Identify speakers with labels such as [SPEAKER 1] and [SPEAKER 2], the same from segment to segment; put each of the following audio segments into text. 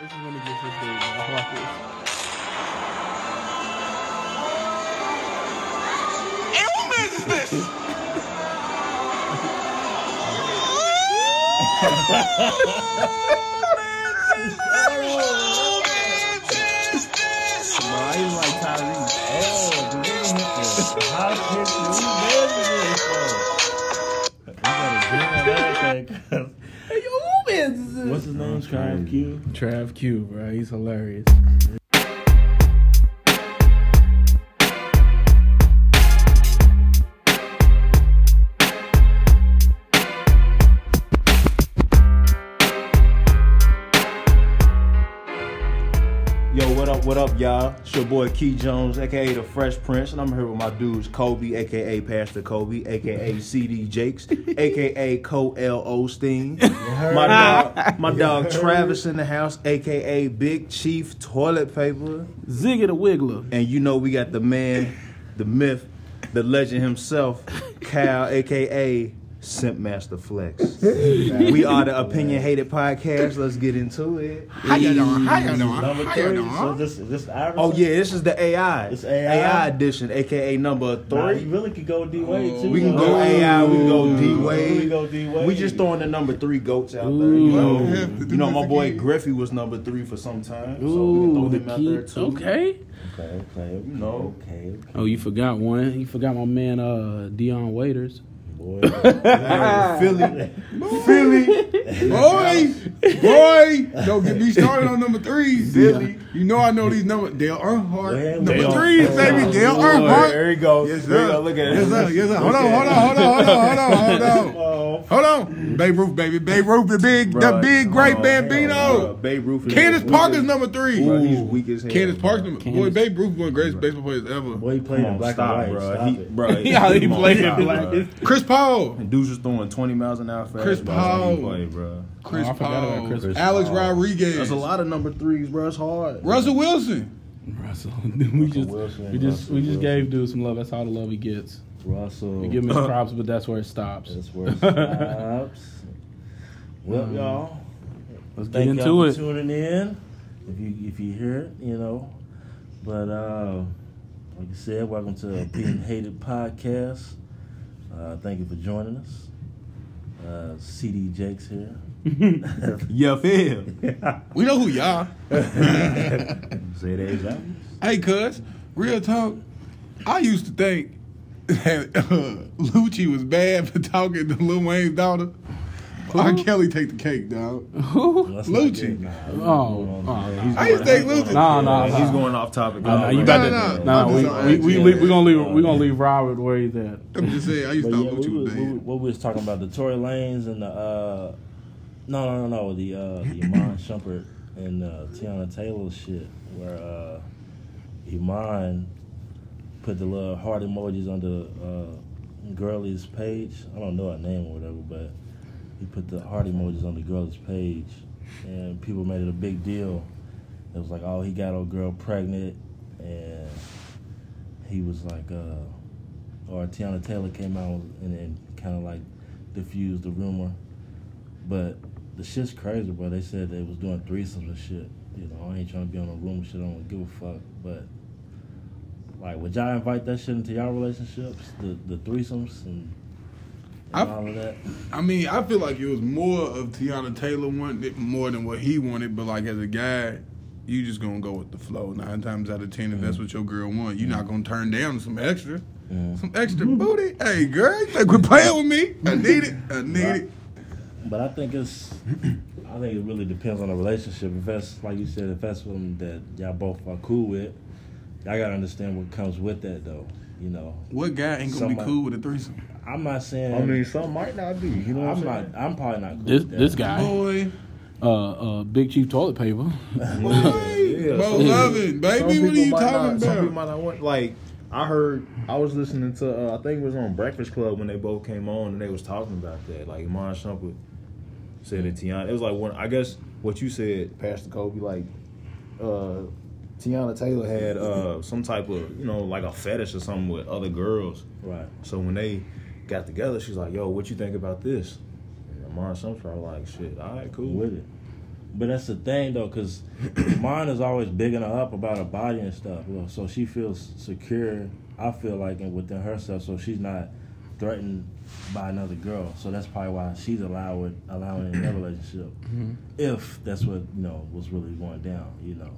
[SPEAKER 1] This is when he gets his big. man. Watch this.
[SPEAKER 2] Hey, what man's is this?
[SPEAKER 3] Bro, I even like Tyrese. Oh, the nigga hit the high pitch. You ready this, bro? You better get on that thing, 'cause-
[SPEAKER 1] Hey, yo, who is this?
[SPEAKER 3] What's his name?
[SPEAKER 4] That's
[SPEAKER 3] Triumph
[SPEAKER 4] crazy.
[SPEAKER 3] Q.
[SPEAKER 1] Trav Q, bro? He's hilarious.
[SPEAKER 3] Yo, what up, what up, y'all? It's your boy Key Jones, aka the Fresh Prince, and I'm here with my dudes Kobe, aka Pastor Kobe, aka CD Jakes, aka Cole L. Osteen. My dog, my dog Travis in the house, aka Big Chief Toilet Paper.
[SPEAKER 1] Ziggy the Wiggler.
[SPEAKER 3] And you know we got the man, the myth, the legend himself, Kyle, aka Simp Master Flex. we are the Opinion Hated Podcast. Let's get into it.
[SPEAKER 2] How you doing? How you doing?
[SPEAKER 4] Number
[SPEAKER 2] How you
[SPEAKER 4] three. So
[SPEAKER 2] doing?
[SPEAKER 4] this this Iverson.
[SPEAKER 3] Oh yeah, this is the AI.
[SPEAKER 4] It's AI?
[SPEAKER 3] edition, aka number
[SPEAKER 4] Nah, you
[SPEAKER 3] three.
[SPEAKER 4] really could go D Wade too.
[SPEAKER 3] Oh, we can go
[SPEAKER 4] though.
[SPEAKER 3] AI, we can go D
[SPEAKER 4] We
[SPEAKER 3] Wade.
[SPEAKER 4] go D Wade.
[SPEAKER 3] We just throwing the number three goats out there. You
[SPEAKER 2] Ooh. We
[SPEAKER 3] know,
[SPEAKER 2] have to do
[SPEAKER 3] you know my
[SPEAKER 2] this
[SPEAKER 3] boy
[SPEAKER 2] again.
[SPEAKER 3] Griffey was number three for some time. So we can
[SPEAKER 1] Ooh,
[SPEAKER 3] throw
[SPEAKER 1] the
[SPEAKER 3] him out there
[SPEAKER 1] key.
[SPEAKER 3] too.
[SPEAKER 1] Okay.
[SPEAKER 4] Okay, okay, okay,
[SPEAKER 3] know.
[SPEAKER 4] okay, okay.
[SPEAKER 1] Oh, you forgot one. You forgot my man, uh, Dion Waiters.
[SPEAKER 4] Boy,
[SPEAKER 3] Yeah, Philly. Philly.
[SPEAKER 2] Boy, boy, don't get me started on number threes.
[SPEAKER 3] Billy.
[SPEAKER 2] You know I know these numbers. Dale Earnhardt,
[SPEAKER 4] Well,
[SPEAKER 2] number
[SPEAKER 4] Dale-
[SPEAKER 2] threes,
[SPEAKER 4] Oh,
[SPEAKER 2] baby. Dale
[SPEAKER 3] There,
[SPEAKER 2] Earnhardt.
[SPEAKER 3] there you go.
[SPEAKER 2] Yes,
[SPEAKER 3] There you
[SPEAKER 2] sir.
[SPEAKER 3] go. Look at it.
[SPEAKER 2] Yes, sir. Yes, sir. Hold on, hold on, hold on, hold on, hold on, hold on.
[SPEAKER 4] oh,
[SPEAKER 2] Hold on. Babe Ruth, baby. Babe Ruth, the big, the
[SPEAKER 3] Bruh,
[SPEAKER 2] big, great
[SPEAKER 3] bruh, bruh,
[SPEAKER 2] Bambino.
[SPEAKER 3] Babe Ruth. is-
[SPEAKER 2] Candace Parker's number three.
[SPEAKER 3] Bruh, he's weak as hell.
[SPEAKER 2] Candace
[SPEAKER 3] bruh.
[SPEAKER 2] Parker's number. Boy,
[SPEAKER 1] Candace.
[SPEAKER 2] Babe Ruth one of the greatest baseball players ever.
[SPEAKER 4] boy, he played
[SPEAKER 3] Come
[SPEAKER 4] in
[SPEAKER 3] on,
[SPEAKER 4] black
[SPEAKER 3] stop,
[SPEAKER 4] and white.
[SPEAKER 3] bruh.
[SPEAKER 4] Stop
[SPEAKER 3] He,
[SPEAKER 4] it.
[SPEAKER 3] bruh,
[SPEAKER 1] Yeah, he
[SPEAKER 3] come on,
[SPEAKER 1] played in
[SPEAKER 3] stop,
[SPEAKER 1] black.
[SPEAKER 3] bruh.
[SPEAKER 2] Chris Paul.
[SPEAKER 3] Dudes was throwing 20 miles an hour fast.
[SPEAKER 2] Chris Paul.
[SPEAKER 3] Play, bro.
[SPEAKER 2] Chris
[SPEAKER 1] Oh, I forgot about
[SPEAKER 2] Paul,
[SPEAKER 1] Chris
[SPEAKER 2] Alex
[SPEAKER 4] Paul.
[SPEAKER 2] Rodriguez,
[SPEAKER 3] There's a lot of number threes, bro. It's hard.
[SPEAKER 2] Russell Wilson.
[SPEAKER 1] Russell. we just,
[SPEAKER 4] Wilson and
[SPEAKER 1] we just, we
[SPEAKER 4] Russell
[SPEAKER 1] just
[SPEAKER 4] Wilson.
[SPEAKER 1] gave dude some love. That's all the love he gets.
[SPEAKER 4] Russell.
[SPEAKER 1] We give him his props, but that's where it stops.
[SPEAKER 4] That's where it stops. well,
[SPEAKER 1] Um,
[SPEAKER 4] y'all,
[SPEAKER 1] Let's get
[SPEAKER 4] thank
[SPEAKER 1] into
[SPEAKER 4] y'all
[SPEAKER 1] it.
[SPEAKER 4] for tuning in. If you if you hear it, you know. But uh, like I said, welcome to Being Hated Podcast. Uh, thank you for joining us. Uh, CD Jakes here.
[SPEAKER 3] Yeah, feel.
[SPEAKER 2] We know who y'all.
[SPEAKER 3] Say that exactly.
[SPEAKER 2] Hey, cuz, real talk. I used to think that uh, Lucci was bad for talking to Lil Wayne's daughter. R. Kelly take the cake, dog.
[SPEAKER 4] Oh,
[SPEAKER 1] Who?
[SPEAKER 4] Let's not
[SPEAKER 2] Lucci.
[SPEAKER 4] get- nah,
[SPEAKER 1] Oh, oh,
[SPEAKER 4] he's
[SPEAKER 2] I used to think Lucci.
[SPEAKER 1] Nah, nah,
[SPEAKER 3] He's going off topic.
[SPEAKER 1] Nah, nah, you
[SPEAKER 3] already.
[SPEAKER 1] got
[SPEAKER 2] No,
[SPEAKER 1] to. Nah,
[SPEAKER 2] no, no.
[SPEAKER 1] nah,
[SPEAKER 2] I'm
[SPEAKER 1] we
[SPEAKER 2] just
[SPEAKER 1] we
[SPEAKER 2] saying,
[SPEAKER 1] we
[SPEAKER 2] yeah.
[SPEAKER 1] leave- we gonna leave we gonna leave Robert where he's at.
[SPEAKER 2] I'm just saying, I used
[SPEAKER 4] But
[SPEAKER 2] to
[SPEAKER 4] yeah,
[SPEAKER 2] thought
[SPEAKER 4] we,
[SPEAKER 2] Lucci was
[SPEAKER 4] was, we,
[SPEAKER 2] bad.
[SPEAKER 4] what we was talking about the Tory Lanes and the uh, no no no no the uh the Iman Shumpert and uh, Tiana Taylor shit where uh, Iman put the little heart emojis on the uh, girlie's page. I don't know her name or whatever, but he put the heart emojis on the girl's page, and people made it a big deal. It was like, oh, he got old girl pregnant, and he was like, uh, or Tiana Taylor came out and, and kind of like diffused the rumor. But the shit's crazy, bro. They said they was doing threesomes and shit. You know, I ain't trying to be on a rumor shit. I don't give a fuck. But like, would y'all invite that shit into y'all relationships? The the threesomes and,
[SPEAKER 2] I-
[SPEAKER 4] and all of that.
[SPEAKER 2] I mean, I feel like it was more of Tiana Taylor wanted it more than what he wanted, but like as a guy, you just gonna go with the flow. Nine times out of ten, if that's what your girl want, you're not gonna turn down some extra,
[SPEAKER 4] Mm. Yeah. Mm-hmm.
[SPEAKER 2] some extra booty. Hey, girl, you think quit playing with me? I need it. I need it.
[SPEAKER 4] But I think it's, I think it really depends on the relationship. If that's like you said, if that's something that y'all both are cool with, y'all gotta understand what comes with that though. You know,
[SPEAKER 2] What guy ain't gonna
[SPEAKER 4] Somebody-
[SPEAKER 2] be cool with a threesome?
[SPEAKER 4] I'm not saying.
[SPEAKER 3] I mean, some might not be. You know what
[SPEAKER 4] I'm
[SPEAKER 3] I'm,
[SPEAKER 4] not. I'm probably not. Cool
[SPEAKER 1] This
[SPEAKER 4] with that.
[SPEAKER 1] this guy,
[SPEAKER 2] Boy,
[SPEAKER 1] uh, uh, Big Chief Toilet Paper.
[SPEAKER 2] boy,
[SPEAKER 3] yeah.
[SPEAKER 2] Bo
[SPEAKER 3] Some-
[SPEAKER 2] Lovin,
[SPEAKER 3] saying?
[SPEAKER 2] baby, what are
[SPEAKER 3] people
[SPEAKER 2] you
[SPEAKER 3] might
[SPEAKER 2] talking
[SPEAKER 3] not- Some people
[SPEAKER 2] about?
[SPEAKER 3] might not want. Like, I heard, I was listening to, uh, I think it was on Breakfast Club when they both came on and they was talking about that. Like, Iman Shumpert said that Tiana, it was like, when, I guess what you said, Pastor Kobe, like, uh, Tiana Taylor had uh, some type of, you know, like a fetish or something with other girls.
[SPEAKER 4] Right.
[SPEAKER 3] So when they got together, she's like, "Yo, what you think about this?" And Amon Shumpert was like, "Shit, all right, cool."
[SPEAKER 4] With it. But that's the thing though, because mine is always bigging her up about her body and stuff. Well, so she feels secure. I feel like and within herself, so she's not threatened by another girl. So that's probably why she's allowed allowing it in their relationship,
[SPEAKER 1] Mm-hmm.
[SPEAKER 4] if that's what you know was really going down. You know,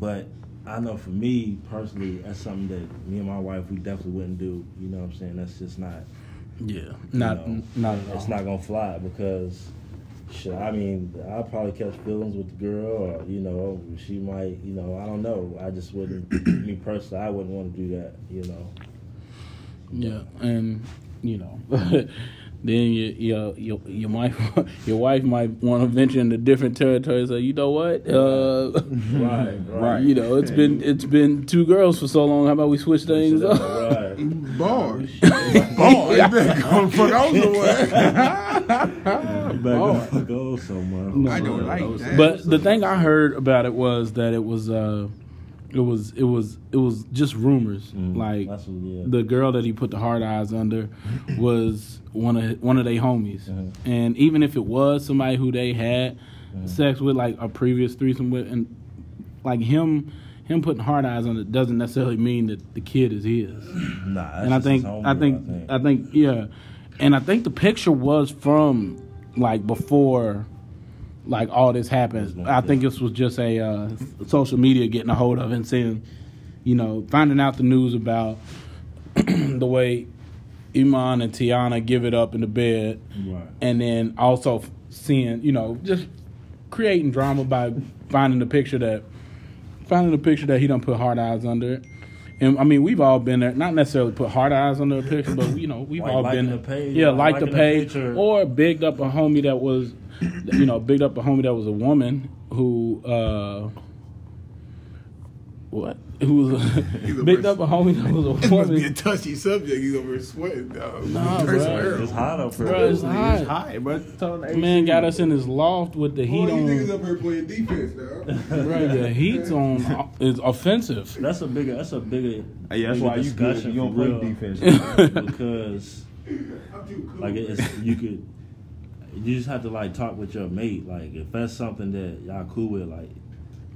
[SPEAKER 4] but I know for me personally, that's something that me and my wife we definitely wouldn't do. You know what I'm saying? That's just not
[SPEAKER 1] Yeah, not
[SPEAKER 4] No.
[SPEAKER 1] not at all.
[SPEAKER 4] it's not gonna fly because shit, I mean, I probably catch feelings with the girl, or you know, she might, you know, I don't know. I just wouldn't, me personally, I wouldn't want to do that, you know.
[SPEAKER 1] Yeah, and you know, then your your your your wife your wife might want to venture into different territories. Like, you know what? Uh,
[SPEAKER 4] Right,
[SPEAKER 3] right.
[SPEAKER 1] You know, it's been it's been two girls for so long. How about we switch things up?
[SPEAKER 4] right.
[SPEAKER 2] Bars. Bars. You better go the fuck out the way.
[SPEAKER 4] Back the fuck off somewhere.
[SPEAKER 2] I don't like that.
[SPEAKER 1] But the thing I heard about it was that it was uh, it was it was it was just rumors. Like
[SPEAKER 4] Mm, That's what, yeah.
[SPEAKER 1] the girl that he put the hard eyes under was one of one of their homies,
[SPEAKER 4] Mhm.
[SPEAKER 1] and even if it was somebody who they had sex with, like a previous threesome with, and like him. Him putting hard eyes on it doesn't necessarily mean that the kid is his,
[SPEAKER 4] nah, that's
[SPEAKER 1] and I
[SPEAKER 4] just
[SPEAKER 1] think,
[SPEAKER 4] his homie,
[SPEAKER 1] I think, I think, yeah, and I think the picture was from like before, like all this happens. I think this was just a uh, social media getting a hold of it and seeing, you know, finding out the news about the way Iman and Tiana give it up in the bed,
[SPEAKER 4] Right.
[SPEAKER 1] and then also f- seeing, you know, just creating drama by finding the picture that finding the picture that he don't put hard eyes under it. And I mean, we've all been there. Not necessarily put hard eyes under a picture, but you know, we've
[SPEAKER 4] Like
[SPEAKER 1] all
[SPEAKER 4] liking
[SPEAKER 1] been
[SPEAKER 4] the page,
[SPEAKER 1] Yeah,
[SPEAKER 4] like
[SPEAKER 1] like the
[SPEAKER 4] liking the
[SPEAKER 1] page,
[SPEAKER 4] picture.
[SPEAKER 1] or bigged up a homie that was, you know, bigged up a homie that was a woman who. uh what? Who was bigged up a homie that was
[SPEAKER 2] This
[SPEAKER 1] a
[SPEAKER 2] must be a
[SPEAKER 1] woman?
[SPEAKER 2] touchy subject. He's over here sweating, dog.
[SPEAKER 1] Nah,
[SPEAKER 2] Curse
[SPEAKER 1] bruh.
[SPEAKER 2] Earl.
[SPEAKER 4] It's hot up for
[SPEAKER 1] Bro, it's
[SPEAKER 4] real.
[SPEAKER 1] hot.
[SPEAKER 3] high, bro.
[SPEAKER 1] Man got us in his loft with the heat
[SPEAKER 2] Boy, you niggas
[SPEAKER 1] on.
[SPEAKER 2] up here playing defense, dog.
[SPEAKER 1] Bro, the heat's on is offensive.
[SPEAKER 4] That's a bigger. That's a bigger.
[SPEAKER 3] Yeah, that's
[SPEAKER 4] bigger
[SPEAKER 3] why you good.
[SPEAKER 4] discussion
[SPEAKER 3] You don't
[SPEAKER 4] for
[SPEAKER 3] play
[SPEAKER 4] real.
[SPEAKER 3] defense.
[SPEAKER 4] because.
[SPEAKER 2] I'm too cool.
[SPEAKER 4] Like it's you could you just have to like talk with your mate. Like if that's something that y'all cool with, like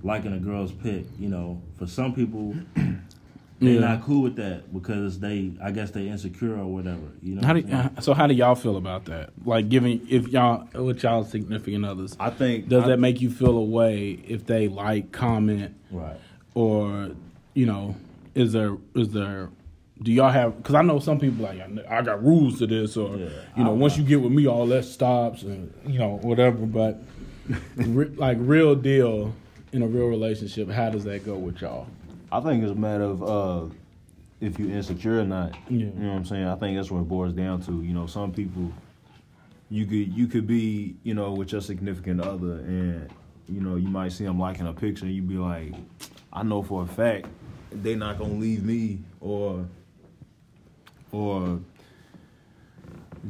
[SPEAKER 4] liking a girl's pick, you know, for some people they're
[SPEAKER 1] Yeah.
[SPEAKER 4] not cool with that because they I guess they insecure or whatever. You know
[SPEAKER 1] How
[SPEAKER 4] what
[SPEAKER 1] do
[SPEAKER 4] I'm saying?
[SPEAKER 1] uh, so? How do y'all feel about that? Like giving if y'all with y'all significant others,
[SPEAKER 3] I think
[SPEAKER 1] does
[SPEAKER 3] I-
[SPEAKER 1] that make you feel away if they like, comment,
[SPEAKER 4] Right.
[SPEAKER 1] or you know, is there is there do y'all have? Because I know some people like I got rules to this, or
[SPEAKER 4] Yeah,
[SPEAKER 1] you know,
[SPEAKER 4] I'm
[SPEAKER 1] once you get with me, all that stops, and you know, whatever. But re- like real deal in a real relationship, how does that go with y'all?
[SPEAKER 3] I think it's a matter of uh, if you're insecure or not. You
[SPEAKER 1] Yeah.
[SPEAKER 3] know what I'm saying? I think that's what it boils down to. You know, some people you could you could be, you know, with your significant other and you know, you might see them liking a picture and you be like, I know for a fact they not gonna leave me or or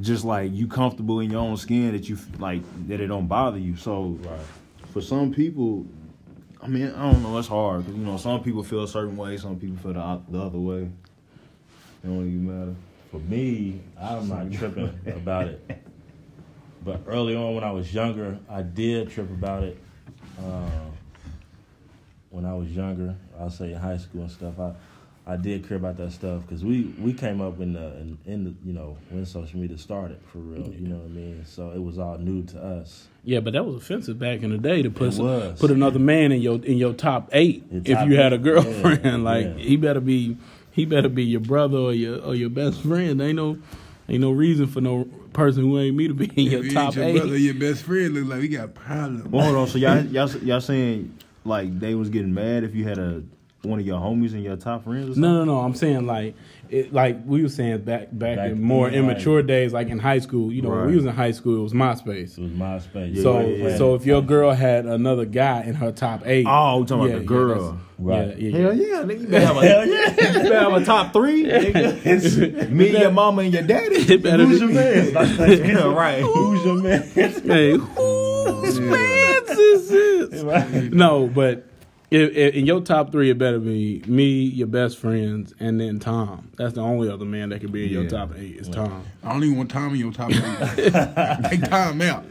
[SPEAKER 3] just like you comfortable in your own skin that you f- like that it don't bother you. So
[SPEAKER 4] Right.
[SPEAKER 3] for some people, I mean, I don't know. It's hard. 'cause, you know, some people feel a certain way. Some people feel the, o- the other way. It don't even matter.
[SPEAKER 4] For me, I'm not tripping about it. But early on, when I was younger, I did trip about it. Um, when I was younger, I'll say in high school and stuff, I, I did care about that stuff because we, we came up in the in, in the you know when social media started for real. You know what I mean? So it was all new to us.
[SPEAKER 1] Yeah, but that was offensive back in the day to put
[SPEAKER 4] It was.
[SPEAKER 1] put another man in your in your top eight
[SPEAKER 4] Your
[SPEAKER 1] if
[SPEAKER 4] top
[SPEAKER 1] you had a
[SPEAKER 4] eight,
[SPEAKER 1] girlfriend.
[SPEAKER 4] yeah,
[SPEAKER 1] like
[SPEAKER 4] yeah.
[SPEAKER 1] he better be he better be your brother or your or your best friend. Ain't no ain't no reason for no person who ain't me to be in your
[SPEAKER 2] If you
[SPEAKER 1] top
[SPEAKER 2] ain't your
[SPEAKER 1] eight.
[SPEAKER 2] brother, your best friend look like we got problems.
[SPEAKER 3] Well, hold on. So y'all, y'all, y'all saying like they was getting mad if you had a one of your homies and your top friends? Or something?
[SPEAKER 1] No, no, no. I'm saying like, it, like we were saying back back,
[SPEAKER 4] Back
[SPEAKER 1] in more
[SPEAKER 4] then, like-
[SPEAKER 1] immature days, like in high school. You know, when
[SPEAKER 3] Right.
[SPEAKER 1] we was in high school, it was MySpace.
[SPEAKER 4] It was MySpace.
[SPEAKER 1] so,
[SPEAKER 3] yeah, yeah.
[SPEAKER 1] so if your girl had another guy in her top eight,
[SPEAKER 3] Oh, we talking about the girl.
[SPEAKER 1] that's-
[SPEAKER 4] Right.
[SPEAKER 1] Yeah, yeah,
[SPEAKER 3] Hell yeah, nigga. You better have a, Hell yeah. You better have a top three. Nigga. Me, your mama, and your daddy.
[SPEAKER 1] It better
[SPEAKER 3] Who's
[SPEAKER 1] be-
[SPEAKER 3] your man? yeah, right.
[SPEAKER 4] who's your man?
[SPEAKER 1] Hey, whose pants is this? No, but If, if, in your top three, it better be me, your best friends, and then Tom. That's the only other man that could be in your
[SPEAKER 5] Yeah.
[SPEAKER 1] top eight is Tom.
[SPEAKER 2] I don't even want Tom in your top eight. Take Tom out.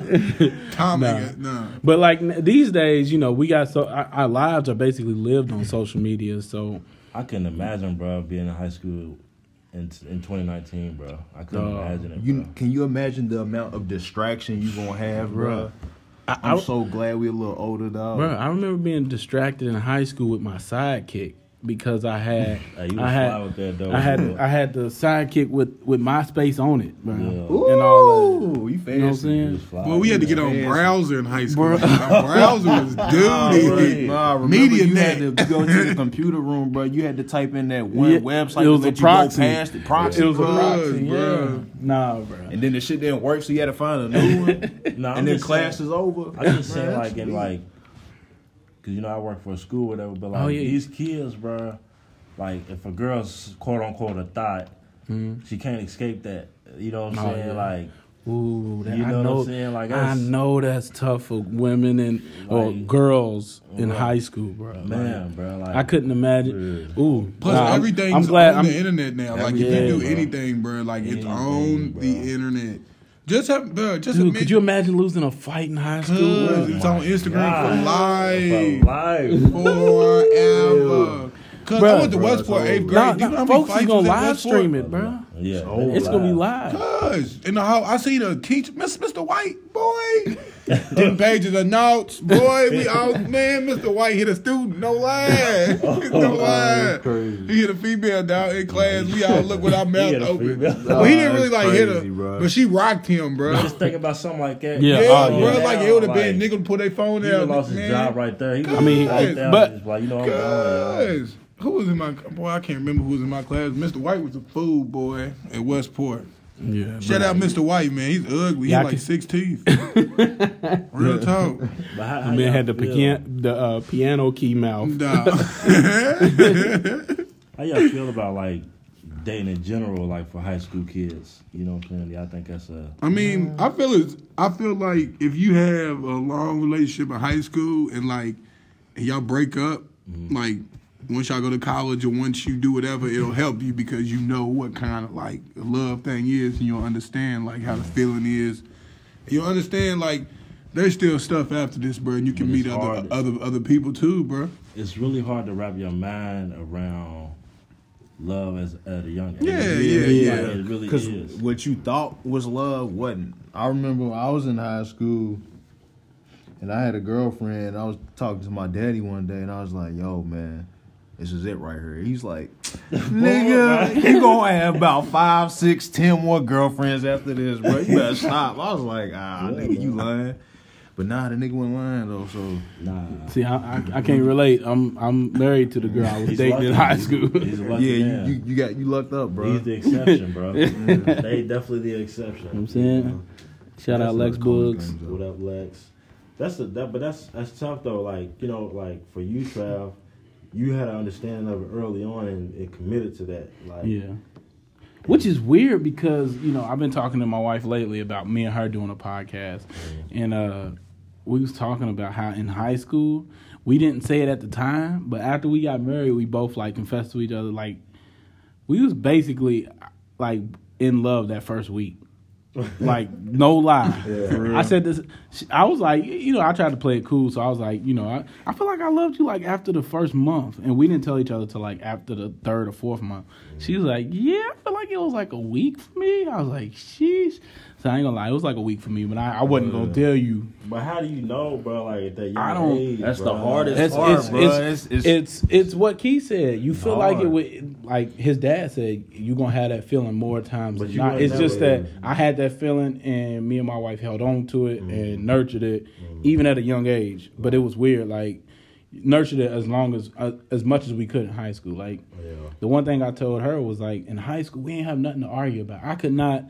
[SPEAKER 2] Tom,
[SPEAKER 1] Nah.
[SPEAKER 2] nigga, nah.
[SPEAKER 1] But like n- these days, you know, we got so our, our lives are basically lived on social media. So
[SPEAKER 4] I couldn't imagine, bro, being in high school in in 2019, bro. I couldn't
[SPEAKER 1] Dog.
[SPEAKER 4] imagine it,
[SPEAKER 5] You
[SPEAKER 4] bro.
[SPEAKER 5] can you imagine the amount of distraction you gonna have, bruh?
[SPEAKER 1] I,
[SPEAKER 5] I'm
[SPEAKER 1] I-
[SPEAKER 5] so glad we a little older, dog.
[SPEAKER 1] Bro, I remember being distracted in high school with my sidekick because I had
[SPEAKER 4] Hey, you
[SPEAKER 1] I
[SPEAKER 4] was
[SPEAKER 1] had
[SPEAKER 4] fly with that though.
[SPEAKER 1] I had
[SPEAKER 4] bro.
[SPEAKER 1] I had the sidekick with with MySpace on it, bro.
[SPEAKER 4] Yeah.
[SPEAKER 5] Ooh,
[SPEAKER 1] And all that.
[SPEAKER 5] you fancy.
[SPEAKER 1] You know what I'm
[SPEAKER 4] You
[SPEAKER 1] saying?
[SPEAKER 4] was fly.
[SPEAKER 2] Well, we had to get on
[SPEAKER 5] Fancy.
[SPEAKER 2] browser in high school.
[SPEAKER 1] Bruh.
[SPEAKER 2] Our browser was
[SPEAKER 5] Nah, bruh,
[SPEAKER 2] duty.
[SPEAKER 5] nah, remember
[SPEAKER 2] Media
[SPEAKER 5] you
[SPEAKER 2] net.
[SPEAKER 5] had to go to the computer room, bro. You had to type in that one
[SPEAKER 1] Yeah,
[SPEAKER 5] website
[SPEAKER 1] it was
[SPEAKER 5] to
[SPEAKER 1] a
[SPEAKER 5] let you
[SPEAKER 1] proxy.
[SPEAKER 5] go past it. Proxy,
[SPEAKER 1] It was a
[SPEAKER 5] bruh.
[SPEAKER 1] proxy,
[SPEAKER 2] Bruh, bruh.
[SPEAKER 1] yeah. Nah, bro.
[SPEAKER 5] And then the shit didn't work, so you had to find a new one.
[SPEAKER 4] Nah, I'm
[SPEAKER 5] and then
[SPEAKER 4] just
[SPEAKER 5] class
[SPEAKER 4] saying-
[SPEAKER 5] is over.
[SPEAKER 4] I just
[SPEAKER 5] Bruh,
[SPEAKER 4] saying
[SPEAKER 5] that's
[SPEAKER 4] like in
[SPEAKER 5] weird.
[SPEAKER 4] like, cause you know I work for a school, or whatever. But like
[SPEAKER 1] Oh, yeah.
[SPEAKER 4] these kids, bro, like if a girl's quote unquote a thought, she can't escape that. You know
[SPEAKER 1] Mm-hmm.
[SPEAKER 4] what I'm
[SPEAKER 1] Oh,
[SPEAKER 4] saying?
[SPEAKER 1] yeah.
[SPEAKER 4] Like
[SPEAKER 1] Ooh, that,
[SPEAKER 4] You
[SPEAKER 1] I
[SPEAKER 4] know
[SPEAKER 1] know,
[SPEAKER 4] what I'm saying? Like,
[SPEAKER 1] I
[SPEAKER 4] that's-
[SPEAKER 1] know that's tough for women and or
[SPEAKER 4] Like-
[SPEAKER 1] girls in
[SPEAKER 4] Right.
[SPEAKER 1] high school, bro.
[SPEAKER 4] man,
[SPEAKER 1] Like,
[SPEAKER 4] bro, like
[SPEAKER 1] I couldn't imagine. Ooh,
[SPEAKER 2] Plus,
[SPEAKER 1] nah, I'm-
[SPEAKER 2] everything's
[SPEAKER 1] I'm glad. I'm,
[SPEAKER 2] on the internet now. Like, if
[SPEAKER 1] Yeah,
[SPEAKER 2] you do
[SPEAKER 1] bro.
[SPEAKER 2] anything, bro, like, it's
[SPEAKER 4] Anything,
[SPEAKER 2] on
[SPEAKER 4] bro.
[SPEAKER 2] the internet. Just have, bro, just
[SPEAKER 1] dude,
[SPEAKER 2] admit-
[SPEAKER 1] could you imagine losing a fight in high school?
[SPEAKER 2] Cause
[SPEAKER 1] bro?
[SPEAKER 2] it's on Instagram for
[SPEAKER 4] God.
[SPEAKER 2] life.
[SPEAKER 4] for life.
[SPEAKER 2] Forever. Cause I
[SPEAKER 1] Bruh.
[SPEAKER 2] went to
[SPEAKER 1] Bruh,
[SPEAKER 2] West
[SPEAKER 5] it's
[SPEAKER 2] for
[SPEAKER 5] over.
[SPEAKER 2] eighth grade.
[SPEAKER 1] Nah,
[SPEAKER 2] Do you
[SPEAKER 1] nah,
[SPEAKER 2] know how many
[SPEAKER 1] folks
[SPEAKER 2] fights
[SPEAKER 1] is gonna
[SPEAKER 2] was at
[SPEAKER 1] live
[SPEAKER 2] Westport?
[SPEAKER 1] stream it, bro.
[SPEAKER 4] Yeah,
[SPEAKER 5] over.
[SPEAKER 1] It's gonna be live.
[SPEAKER 2] Cause in the hall, I see the teacher, Miss Mr. White, boy. Them pages of notes, boy. We all man, Mr. White hit a student, no lie,
[SPEAKER 4] Oh,
[SPEAKER 2] no lie.
[SPEAKER 5] crazy.
[SPEAKER 2] He hit a female down in class. We all look with our mouth
[SPEAKER 4] hit a
[SPEAKER 2] open.
[SPEAKER 4] female.
[SPEAKER 2] Well, he didn't
[SPEAKER 5] Nah,
[SPEAKER 2] really
[SPEAKER 5] that's
[SPEAKER 2] like hit
[SPEAKER 5] crazy,
[SPEAKER 2] her,
[SPEAKER 5] bruh.
[SPEAKER 2] but she rocked him, bro.
[SPEAKER 4] Just think about something like that.
[SPEAKER 1] Yeah,
[SPEAKER 2] Yeah,
[SPEAKER 1] oh, yeah.
[SPEAKER 2] bro. Like it would have been
[SPEAKER 4] Like,
[SPEAKER 2] nigga pull their phone
[SPEAKER 4] He
[SPEAKER 2] out.
[SPEAKER 4] would've lost his
[SPEAKER 2] man.
[SPEAKER 4] job right there. He
[SPEAKER 2] I mean,
[SPEAKER 4] right there,
[SPEAKER 1] but-
[SPEAKER 4] just like you know, I'm going.
[SPEAKER 2] Cause who was in my boy? I can't remember who was in my class. Mr. White was a fool, boy, at Westport.
[SPEAKER 1] Yeah,
[SPEAKER 2] Shout out, Mr. White, man. He's ugly. He
[SPEAKER 1] Yeah, I
[SPEAKER 2] had like
[SPEAKER 1] can-
[SPEAKER 2] six teeth. Real talk.
[SPEAKER 4] But how, how
[SPEAKER 1] I mean,
[SPEAKER 4] y'all
[SPEAKER 1] had the
[SPEAKER 4] feel?
[SPEAKER 1] piano, the uh, piano key mouth.
[SPEAKER 2] Nah.
[SPEAKER 4] How y'all feel about like dating in general, like for high school kids? You know what I'm saying? Y'all think that's a
[SPEAKER 2] I mean, I feel it's, I feel like if you have a long relationship in high school and like and y'all break up, like once y'all go to college or once you do whatever, it'll help you because you know what kind of like love thing is and you'll understand like how the feeling is. You'll understand like there's still stuff after this, bro, and you can
[SPEAKER 4] It's
[SPEAKER 2] meet other
[SPEAKER 4] hard.
[SPEAKER 2] other other people too, bro.
[SPEAKER 4] it's really hard to wrap your mind around love as at a young age.
[SPEAKER 2] Yeah,
[SPEAKER 4] It
[SPEAKER 2] yeah,
[SPEAKER 4] really-
[SPEAKER 2] yeah.
[SPEAKER 4] like, It really
[SPEAKER 5] Because
[SPEAKER 4] is.
[SPEAKER 5] what you thought was love wasn't.
[SPEAKER 6] I remember when I was in high school and I had a girlfriend. I was talking to my daddy one day and I was like, yo, man, this is it right here. He's like, nigga, you gonna have about five, six, ten more girlfriends after this, bro. You better stop. I was like, ah, nigga, you lying. But nah, the nigga wasn't lying though, so
[SPEAKER 4] Nah.
[SPEAKER 1] See, I, I, I can't relate. I'm I'm married to the girl I was
[SPEAKER 4] He's
[SPEAKER 1] dating
[SPEAKER 4] lucky.
[SPEAKER 1] in high school.
[SPEAKER 4] He's a lucky
[SPEAKER 6] yeah,
[SPEAKER 4] man.
[SPEAKER 6] you, you, you got you lucked up, bro.
[SPEAKER 4] He's the exception, bro. they definitely the exception.
[SPEAKER 1] I'm saying? Shout
[SPEAKER 6] That's
[SPEAKER 1] out
[SPEAKER 6] what
[SPEAKER 1] Lex
[SPEAKER 6] I call
[SPEAKER 1] Bugs.
[SPEAKER 6] things, though.
[SPEAKER 4] What up, Lex? That's the that, but that's that's tough though. Like you know, like for you, Trav, you had an understanding of it early on and, and committed to that. Like,
[SPEAKER 1] Yeah. Which is weird because, you know, I've been talking to my wife lately about me and her doing a podcast. And uh we was talking about how in high school, we didn't say it at the time, but after we got married, we both like confessed to each other like we was basically like in love that first week. Like no lie, I said this. she- I was like, you know, I tried to play it cool, so I was like, you know, I, I feel like I loved you like after the first month, and we didn't tell each other till like after the third or fourth month. She was like, yeah, I feel like it was like a week for me. I was like, sheesh. So I ain't gonna lie, it was like a week for me, but I, I wasn't
[SPEAKER 4] Uh,
[SPEAKER 1] gonna tell you.
[SPEAKER 4] but how do you know, bro? Like at that young
[SPEAKER 1] I don't-
[SPEAKER 4] age,
[SPEAKER 5] That's the
[SPEAKER 4] bro?
[SPEAKER 5] hardest
[SPEAKER 1] It's
[SPEAKER 5] hard,
[SPEAKER 1] it's,
[SPEAKER 5] bro.
[SPEAKER 1] it's,
[SPEAKER 5] It's-
[SPEAKER 1] it's,
[SPEAKER 5] it's-
[SPEAKER 1] it's what Key said. You feel like it
[SPEAKER 5] Hard.
[SPEAKER 1] would like his dad said. You gonna have that feeling more times.
[SPEAKER 4] But
[SPEAKER 1] than
[SPEAKER 4] you
[SPEAKER 1] not.
[SPEAKER 4] ain't
[SPEAKER 1] It's just
[SPEAKER 4] never-
[SPEAKER 1] that I had that feeling, and me and my wife held on to it and nurtured it, even at a young age. But it was weird. Like nurtured it as long as uh, as much as we could in high school. Like
[SPEAKER 4] Yeah.
[SPEAKER 1] the one thing I told her was like in high school we didn't have nothing to argue about. I could not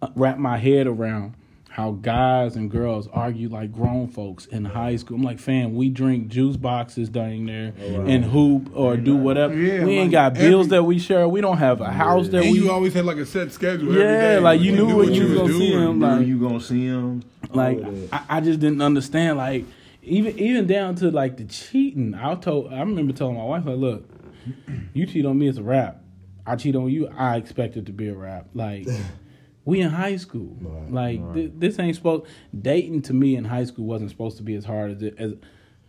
[SPEAKER 1] uh, wrap my head around how guys and girls argue like grown folks in high school. I'm like, fam, we drink juice boxes down there and hoop or do whatever.
[SPEAKER 2] Yeah,
[SPEAKER 1] we ain't
[SPEAKER 2] like
[SPEAKER 1] got bills
[SPEAKER 2] every-
[SPEAKER 1] that we share. We don't have a house that
[SPEAKER 2] And
[SPEAKER 1] we.
[SPEAKER 2] you always had like a set schedule. every
[SPEAKER 1] yeah,
[SPEAKER 2] day.
[SPEAKER 1] like you knew
[SPEAKER 2] knew
[SPEAKER 1] what you was
[SPEAKER 2] was
[SPEAKER 1] gonna see
[SPEAKER 2] doing.
[SPEAKER 1] him.
[SPEAKER 6] Remember
[SPEAKER 1] Like
[SPEAKER 6] you gonna see him.
[SPEAKER 1] like I, I just didn't understand like even even down to like the cheating. I told I remember telling my wife like, look, you cheat on me, it's a wrap. I cheat on you, I expect it to be a wrap. Like we in high school,
[SPEAKER 7] Right,
[SPEAKER 1] like thi- this ain't supposed. Dating to me in high school wasn't supposed to be as hard as it, as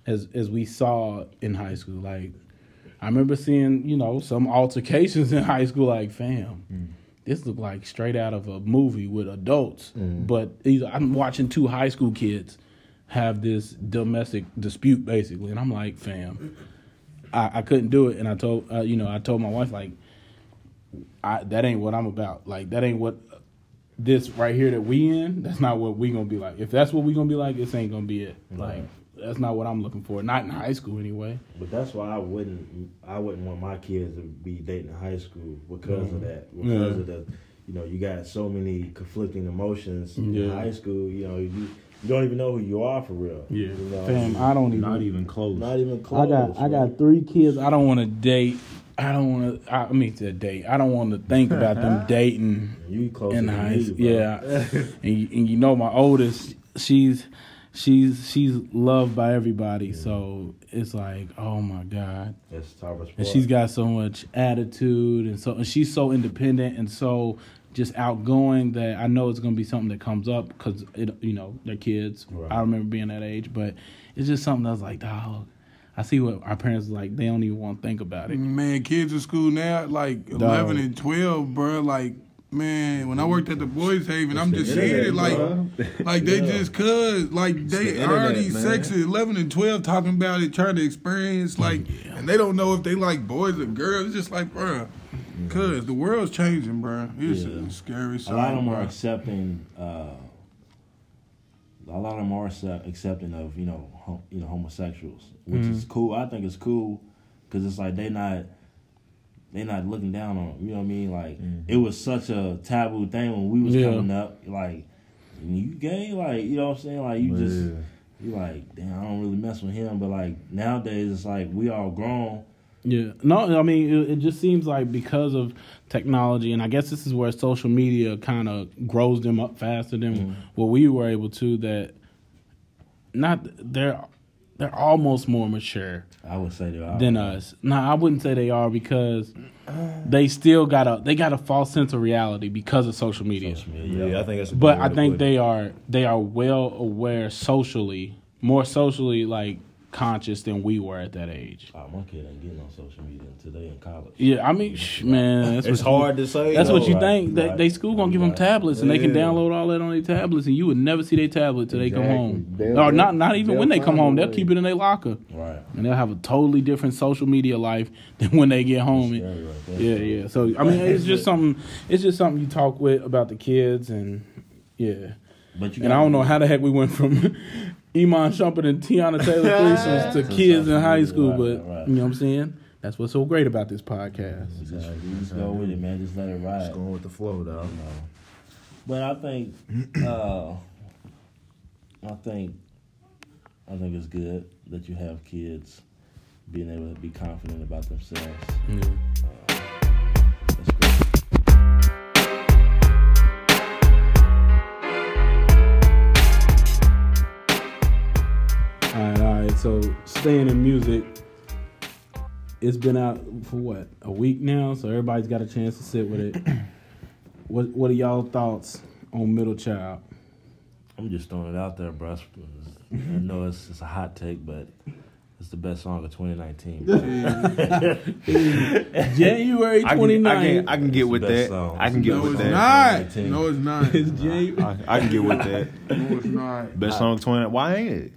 [SPEAKER 1] as as we saw in high school. Like I remember seeing you know some altercations in high school. Like fam.
[SPEAKER 7] Mm.
[SPEAKER 1] This looked like straight out of a movie with adults,
[SPEAKER 7] Mm.
[SPEAKER 1] but these, I'm watching two high school kids have this domestic dispute basically, and I'm like, fam, I, I couldn't do it, and I told uh, you know I told my wife like, I that ain't what I'm about. Like that ain't what this right here that we in. That's not what we gonna be like. If that's what we gonna be like, this ain't gonna be it. Like that's not what I'm looking for. Not in high school anyway.
[SPEAKER 7] But that's why I wouldn't I wouldn't want my kids to be dating in high school because
[SPEAKER 1] Mm-hmm.
[SPEAKER 7] of that. Because of the you know, you got so many conflicting emotions in
[SPEAKER 1] Yeah.
[SPEAKER 7] high school, you know, you, you don't even know who you are for real. You know,
[SPEAKER 1] fam, I don't even.
[SPEAKER 5] Not even close.
[SPEAKER 7] Oh, not even
[SPEAKER 1] I
[SPEAKER 7] close.
[SPEAKER 1] got I got three kids. I don't want to date. I don't want to. I I mean to date. I don't want to think about them dating.
[SPEAKER 7] you close
[SPEAKER 1] in
[SPEAKER 7] to
[SPEAKER 1] high
[SPEAKER 7] me,
[SPEAKER 1] school.
[SPEAKER 7] bro.
[SPEAKER 1] Yeah, and you, and you know my oldest, she's she's she's loved by everybody. So it's like, oh my god,
[SPEAKER 7] That's top of
[SPEAKER 1] and
[SPEAKER 7] sport.
[SPEAKER 1] she's got so much attitude, and so and she's so independent and so just outgoing that I know it's gonna be something that comes up because it you know they're kids.
[SPEAKER 7] Right.
[SPEAKER 1] I remember being that age, but it's just something that's like, dog. I see what our parents like. They don't even want to think about it.
[SPEAKER 2] Man, kids in school now, like eleven and twelve, bro. Like, man, when I worked at the Boys Haven, I'm just seeing it, like, like they just cuz, like they
[SPEAKER 5] the
[SPEAKER 2] already
[SPEAKER 5] internet, man.
[SPEAKER 2] sexy, eleven and twelve, talking about it, trying to experience, like, and they don't know if they like boys or girls. It's just like, bro, cuz the world's changing, bro. It's
[SPEAKER 4] Yeah.
[SPEAKER 2] a scary.
[SPEAKER 4] a lot of
[SPEAKER 2] Side,
[SPEAKER 4] them are
[SPEAKER 2] bro.
[SPEAKER 4] accepting. Uh, a lot of them are accept- accepting of you know hom- you know homosexuals, which is cool. I think it's cool because it's like they not they not looking down on 'em, you know what I mean. Like it was such a taboo thing when we was
[SPEAKER 1] Yeah.
[SPEAKER 4] coming up. Like you gay, like you know what I'm saying. Like you just you like damn, I don't really mess with him. But like nowadays, it's like we all grown.
[SPEAKER 1] Yeah. No, I mean, it, it just seems like because of technology, and I guess this is where social media kind of grows them up faster than what we were able to. That not they're they're almost more mature
[SPEAKER 4] I would say that.
[SPEAKER 1] than us. No, I wouldn't say they are because they still got a they got a false sense of reality because of social media.
[SPEAKER 5] Yeah, I think that's. A
[SPEAKER 1] But
[SPEAKER 5] good
[SPEAKER 1] I
[SPEAKER 5] way to
[SPEAKER 1] think
[SPEAKER 5] put it.
[SPEAKER 1] they are they are well aware socially, more socially like conscious than we were at that age.
[SPEAKER 4] Oh, my kid ain't getting on social media until they in college.
[SPEAKER 1] Yeah, I mean, sh- man, that's
[SPEAKER 5] It's
[SPEAKER 1] what you-
[SPEAKER 5] hard to say.
[SPEAKER 1] That's what
[SPEAKER 5] though,
[SPEAKER 1] you
[SPEAKER 5] like-
[SPEAKER 1] think. They,
[SPEAKER 4] right.
[SPEAKER 1] they school gonna give them
[SPEAKER 4] Right.
[SPEAKER 1] tablets, and they can
[SPEAKER 5] Yeah.
[SPEAKER 1] download all that on their tablets, and you would never see their tablet till they come
[SPEAKER 6] Exactly.
[SPEAKER 1] home.
[SPEAKER 6] They'll-
[SPEAKER 1] or not, not even
[SPEAKER 6] they'll
[SPEAKER 1] when they come
[SPEAKER 6] find a
[SPEAKER 1] home. They'll
[SPEAKER 6] way.
[SPEAKER 1] keep it in their locker,
[SPEAKER 4] Right.
[SPEAKER 1] and they'll have a totally different social media life than when they get home.
[SPEAKER 4] That's scary right there.
[SPEAKER 1] yeah, yeah. So I mean, it's just something. It's just something you talk with about the kids, and yeah.
[SPEAKER 4] But you
[SPEAKER 1] And I
[SPEAKER 4] gotta-
[SPEAKER 1] don't know how the heck we went from Iman Shumpert and Tiana Taylor threesomes to kids in high school,
[SPEAKER 4] Right,
[SPEAKER 1] but
[SPEAKER 4] right.
[SPEAKER 1] you know what I'm saying. That's what's so great about this podcast.
[SPEAKER 4] Just, just go with it, man. Just let it ride.
[SPEAKER 6] Just going with the flow, though.
[SPEAKER 4] But I think, uh, I think, I think it's good that you have kids being able to be confident about themselves.
[SPEAKER 1] Yeah.
[SPEAKER 4] That's great.
[SPEAKER 1] All right, all right. So staying in music, it's been out for what a week now, so everybody's got a chance to sit with it. what What are y'all thoughts on Middle Child?
[SPEAKER 4] I'm just throwing it out there, bro. It's- I know it's, it's a hot take, but it's the best song of 2019. bro.
[SPEAKER 1] January
[SPEAKER 3] I can, I
[SPEAKER 1] 29th.
[SPEAKER 3] can, I can get with
[SPEAKER 4] best
[SPEAKER 3] that.
[SPEAKER 4] song.
[SPEAKER 3] I can get
[SPEAKER 2] No,
[SPEAKER 3] with
[SPEAKER 2] it's
[SPEAKER 3] that.
[SPEAKER 2] not.
[SPEAKER 4] 19.
[SPEAKER 2] No, it's not.
[SPEAKER 1] It's January.
[SPEAKER 3] I, I can get with that.
[SPEAKER 2] No, it's not.
[SPEAKER 3] Best song of 20. Why ain't it?